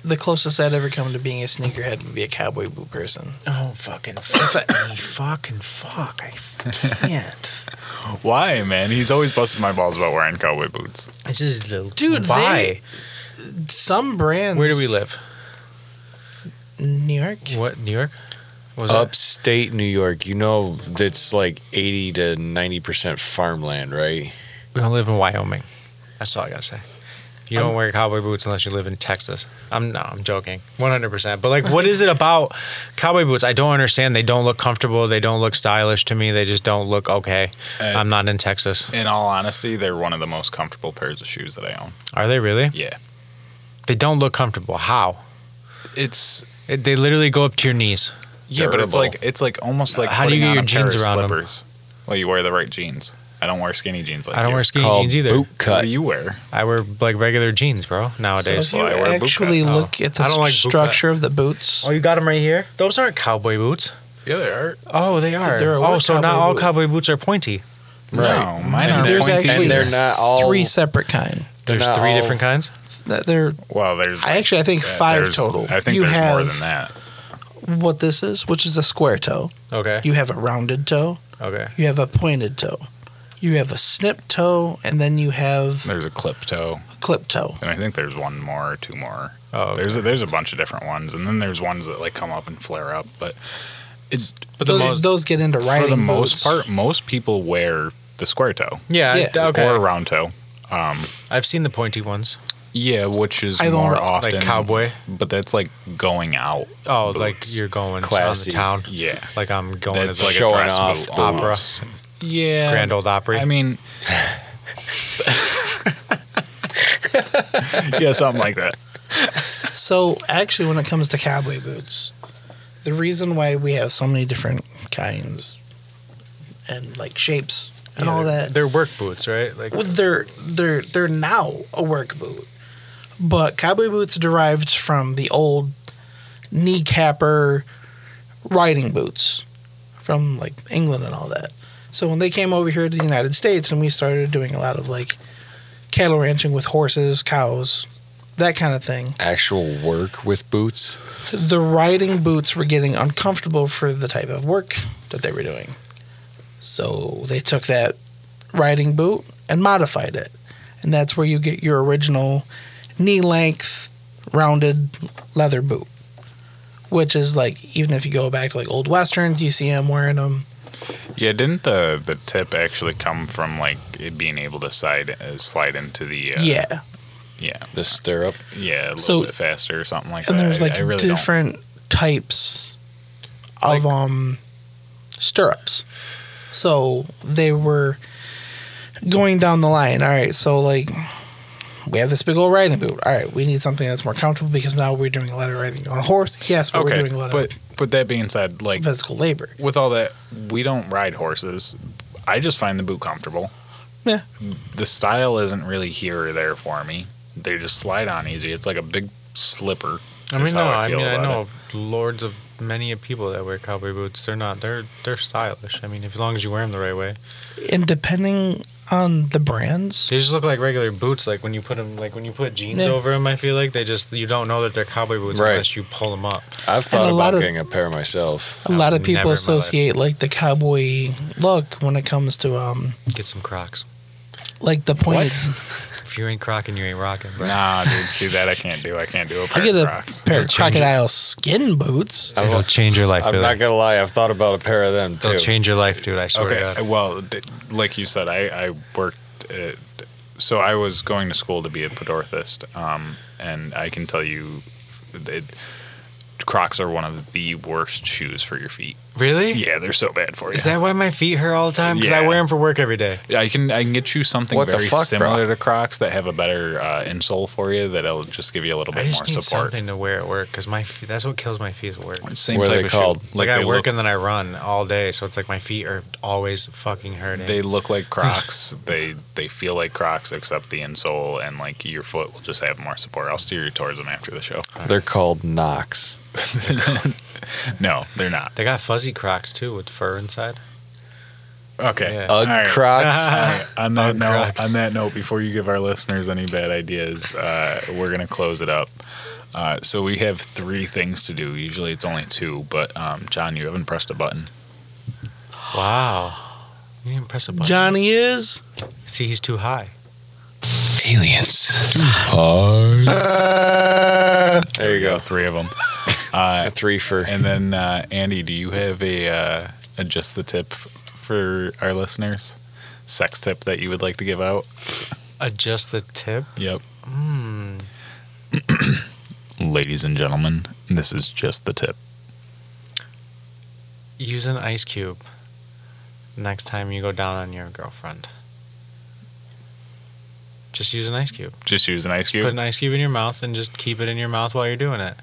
S2: The closest I'd ever come to being a sneakerhead would be a cowboy boot person.
S3: oh fucking fuck me, fucking fuck. I can't.
S1: Why, man? He's always busted my balls about wearing cowboy boots.
S3: It's just the
S2: Dude,
S3: Why?
S2: Some brands.
S3: Where do we live?
S2: New York.
S3: What New York? Was it-
S4: Upstate New York, you know that's like eighty to ninety percent farmland, right?
S3: We don't live in Wyoming. That's all I gotta say. You don't wear cowboy boots unless you live in Texas. I'm no, I'm joking, 100. percent But like, what is it about cowboy boots? I don't understand. They don't look comfortable. They don't look stylish to me. They just don't look okay.
S1: Uh,
S3: I'm not in Texas.
S1: In all honesty, they're one of the most comfortable pairs of shoes that I own.
S3: Are they really?
S1: Yeah.
S3: They don't look comfortable. How?
S1: It's
S3: It, they literally go up to your knees.
S1: yeah, but it's
S4: Durable.
S1: like it's like almost like
S3: How do
S1: putting
S3: you get
S1: on
S3: your
S1: a pair
S3: jeans
S1: of
S3: around 'em?
S1: slippers. Well, you wear the right jeans. I don't wear skinny jeans like
S3: I don't
S1: you.
S3: wear skinny
S4: Called
S3: jeans either.
S4: boot
S1: What
S4: cut.
S1: do you wear?
S3: I wear like regular jeans, bro.
S2: So
S3: Nowadays,
S2: if you
S1: I wear a boot cut.
S2: actually
S1: Oh.
S2: look at the
S3: I don't like boot cut.
S2: structure of the boots,
S3: oh, you got them right here. Those aren't cowboy boots.
S1: Yeah, they are.
S3: Oh, they are.
S2: They're a
S3: Oh,
S2: wood
S3: so not
S2: cowboy
S3: all
S2: boot.
S3: cowboy boots are pointy.
S1: No, mine
S4: And
S1: are
S4: they're-
S2: there's
S1: pointy.
S2: actually
S4: And they're not all.
S2: three separate kind.
S4: They're
S3: There's
S4: not
S3: three
S4: all-
S3: different kinds.
S2: That They're
S1: Well, there's uh,
S2: I actually I think five
S1: there's-
S2: total.
S1: I think
S2: you
S1: there's
S2: have
S1: more than that.
S2: what this is, which is a square toe.
S3: Okay.
S2: You have a rounded toe.
S3: okay.
S2: You have a pointed toe. You have a snip toe, and then you have
S1: There's a clip toe,
S2: a clip toe.
S1: and I think there's one more, or two more.
S3: Oh, okay.
S1: There's a, there's a bunch of different ones, and then there's ones that like come up and flare up. But it's
S3: But
S2: Those, those get into riding
S1: for the most
S2: boots.
S1: part, most people wear the square toe
S3: yeah,
S2: Yeah.
S3: I- okay.
S1: or a round toe. Um,
S3: I've seen the pointy ones,
S1: yeah, which is
S2: I own
S1: more
S2: a-
S1: often
S3: like cowboy.
S1: but that's like going out.
S3: Oh,
S1: boots.
S3: like you're going
S4: Classy.
S3: on the town.
S1: yeah,
S3: Like I'm going
S1: that's
S3: to
S1: like
S3: the
S1: a
S4: showing
S1: dress
S4: off
S1: boot,
S3: opera.
S1: almost. Yeah,
S3: Grand Old Opry.
S1: I mean, yeah, something like that.
S2: So actually, when it comes to cowboy boots, the reason why we have so many different kinds and like shapes and all that
S3: They're work boots, right? Like
S2: Well, they're they're they're now a work boot, but cowboy boots derived from the old kneecapper riding boots from like England and all that. So when they came over here to the United States and we started doing a lot of like cattle ranching with horses, cows, that kind of thing,
S4: actual work with boots.
S2: the riding boots were getting uncomfortable for the type of work that they were doing. So they took that riding boot and modified it. And that's where you get your original knee length rounded leather boot, which is like, even if you go back to like old westerns, you see them wearing them.
S1: Yeah, didn't the the tip actually come from like it being able to side uh, slide into the uh,
S2: Yeah.
S1: yeah
S4: The stirrup.
S1: yeah a little
S2: So-
S1: bit faster or something like
S2: And
S1: that.
S2: there's
S1: I-
S2: like
S1: I really don't-
S2: different types of um stirrups. So they were going down the line. All right, so like we have this big old riding boot. All right, we need something that's more comfortable because now we're doing a lot of riding on a horse. Yes, but
S1: okay,
S2: we're doing a lot
S1: but but that being said, like
S2: of physical labor.
S1: with all that, we don't ride horses. I just find the boot comfortable.
S2: Yeah.
S1: The style isn't really here or there for me. They just slide on easy. It's like a big slipper.
S3: I
S1: is
S3: mean, no,
S1: how
S3: I,
S1: feel
S3: mean, I
S1: about
S3: know
S1: it.
S3: of lords of many of people that wear cowboy boots. They're not. They're they're stylish. I mean, if, as long as you wear them the right way,
S2: And depending on the brands,
S3: they just look like regular boots. Like when you put them, like when you put jeans
S2: Yeah.
S3: over them, I feel like they just you don't know that they're cowboy boots
S4: Right.
S3: unless you pull them up.
S4: I've
S2: And
S4: thought
S2: a
S4: about
S2: lot of-
S4: getting a pair myself.
S2: a lot of
S3: never in my
S2: people
S3: life.
S2: associate like the cowboy look when it comes to um
S3: Get some Crocs.
S2: like the pointed.
S3: If you ain't crocking, you ain't rocking. Bro.
S1: Nah, dude, see that I can't do. I can't do a
S2: I
S1: pair
S2: get
S1: of
S2: a
S1: Crocs.
S2: pair
S3: It'll
S2: of
S3: change it.
S2: crocodile skin boots.
S4: I've,
S3: They'll change your life.
S4: I'm
S3: Billy.
S4: not gonna lie. I've thought about a pair of them
S3: They'll
S4: too.
S3: change your life, dude. I swear to
S1: Okay,
S3: God.
S1: well, d- like you said, I I worked. Uh, so I was going to school to be a podorthist, um, and I can tell you, it, Crocs are one of the worst shoes for your feet.
S3: Really?
S1: Yeah, they're so bad for you.
S3: Is that why my feet hurt all the time? Because I
S1: Yeah.
S3: wear them for work every day.
S1: I can I can get you something
S4: What the
S1: very
S4: fuck, bro?
S1: similar to Crocs that have a better uh, insole for you that'll just give you a little bit
S3: I
S1: more
S3: just need
S1: support.
S3: something to wear at work because my feet, that's what kills my feet is work.
S1: Same
S4: What are
S1: type
S4: they
S1: of
S4: called?
S1: shoe.
S3: Like, I
S1: they
S3: work
S1: look,
S3: and then I run all day, so it's like my feet are always fucking hurting.
S1: they look like Crocs. they they feel like Crocs except the insole and like your foot will just have more support. I'll steer you towards them after the show.
S4: They're called Knox.
S1: no, they're not.
S3: They got fuzzy Crocs too with fur inside.
S1: Okay.
S3: Yeah.
S4: Ugg
S1: All right.
S4: Crocs.
S1: All right, On that
S3: Ugg
S1: note,
S3: Crocs.
S1: on that note, before you give our listeners any bad ideas, uh, we're gonna close it up. Uh, so we have three things to do. Usually it's only two, but um, John, you haven't pressed a button.
S3: Wow. You didn't press a button.
S2: Johnny is.
S3: See, he's too high.
S4: there you go.
S1: Three of them. Uh,
S4: A three for
S1: and then uh, Andy, do you have a, uh, a just the tip for our listeners? Sex tip that you would like to give out?
S3: Adjust the tip.
S1: Yep.
S3: Hmm,
S1: Ladies and gentlemen, this is just the tip.
S3: Use an ice cube next time you go down on your girlfriend. Just use an ice cube.
S1: Just use an ice cube.
S3: Put an ice cube in your mouth and just keep it in your mouth while you're doing it.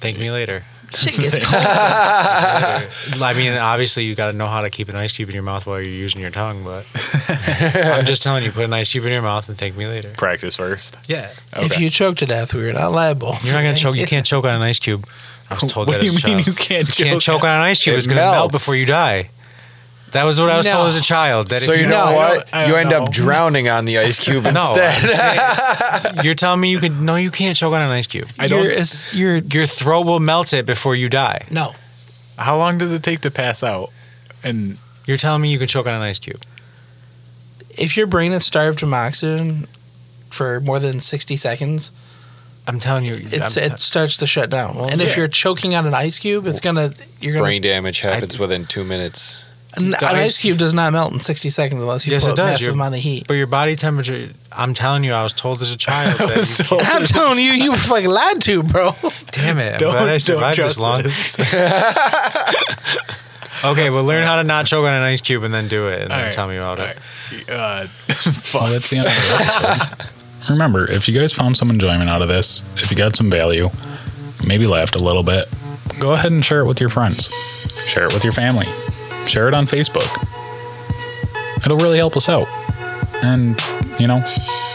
S3: Thank me later.
S2: Shit gets cold.
S3: I mean, obviously, you got to know how to keep an ice cube in your mouth while you're using your tongue, but I'm just telling you, put an ice cube in your mouth and thank me later.
S1: Practice first.
S3: Yeah.
S2: If you choke to death, we're not liable.
S3: You're not going to choke. You can't choke on an ice cube. I was told
S1: what
S3: that
S1: do you
S3: as a
S1: mean
S3: child.
S1: you can't
S3: You
S1: choke?
S3: can't choke on an ice cube.
S4: It
S3: It's going to melt
S4: melts.
S3: before you die. That was what I was
S2: No.
S3: told as a child. That
S4: So
S3: if
S4: you
S3: you
S4: know
S1: don't- I
S4: what?
S1: don't- I
S4: You
S1: don't
S4: end
S1: know.
S4: up drowning on the ice cube
S3: No,
S4: instead.
S3: you're telling me you can no, you can't choke on an ice cube.
S1: I don't-
S2: You're, it's, you're
S3: Your throat will melt it before you die.
S2: no.
S1: How long does it take to pass out? And
S3: You're telling me you can choke on an ice cube.
S2: If your brain is starved of oxygen for more than sixty seconds,
S3: I'm telling you,
S2: it's
S3: I'm-
S2: it starts to shut down. and if
S3: yeah.
S2: you're choking on an ice cube, it's gonna you're gonna
S4: Brain damage happens within two minutes.
S2: an,
S3: The
S2: an
S3: ice-
S2: ice cube does not melt in sixty seconds unless you
S3: Yes,
S2: put
S3: it
S2: a
S3: does.
S2: massive
S3: You're-
S2: amount of heat.
S3: But your body temperature, I'm telling you, I was told as a child that. you can't-
S2: I'm telling you, you were fucking lied to, bro.
S3: damn it! I'm
S1: Don't-
S3: glad I
S1: don't
S3: survived this
S1: trust
S3: long. okay, well, learn how to not choke on an ice cube and then do it, and then
S1: All right.
S3: tell me about it.
S1: uh,
S9: Well, that's the end of the episode. Remember, if you guys found some enjoyment out of this, if you got some value, maybe laughed a little bit, go ahead and share it with your friends. Share it with your family. Share it on Facebook. It'll really help us out. And, you know,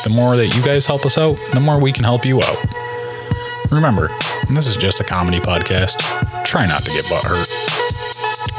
S9: the more that you guys help us out, the more we can help you out. Remember, this is just a comedy podcast. Try not to get butt hurt.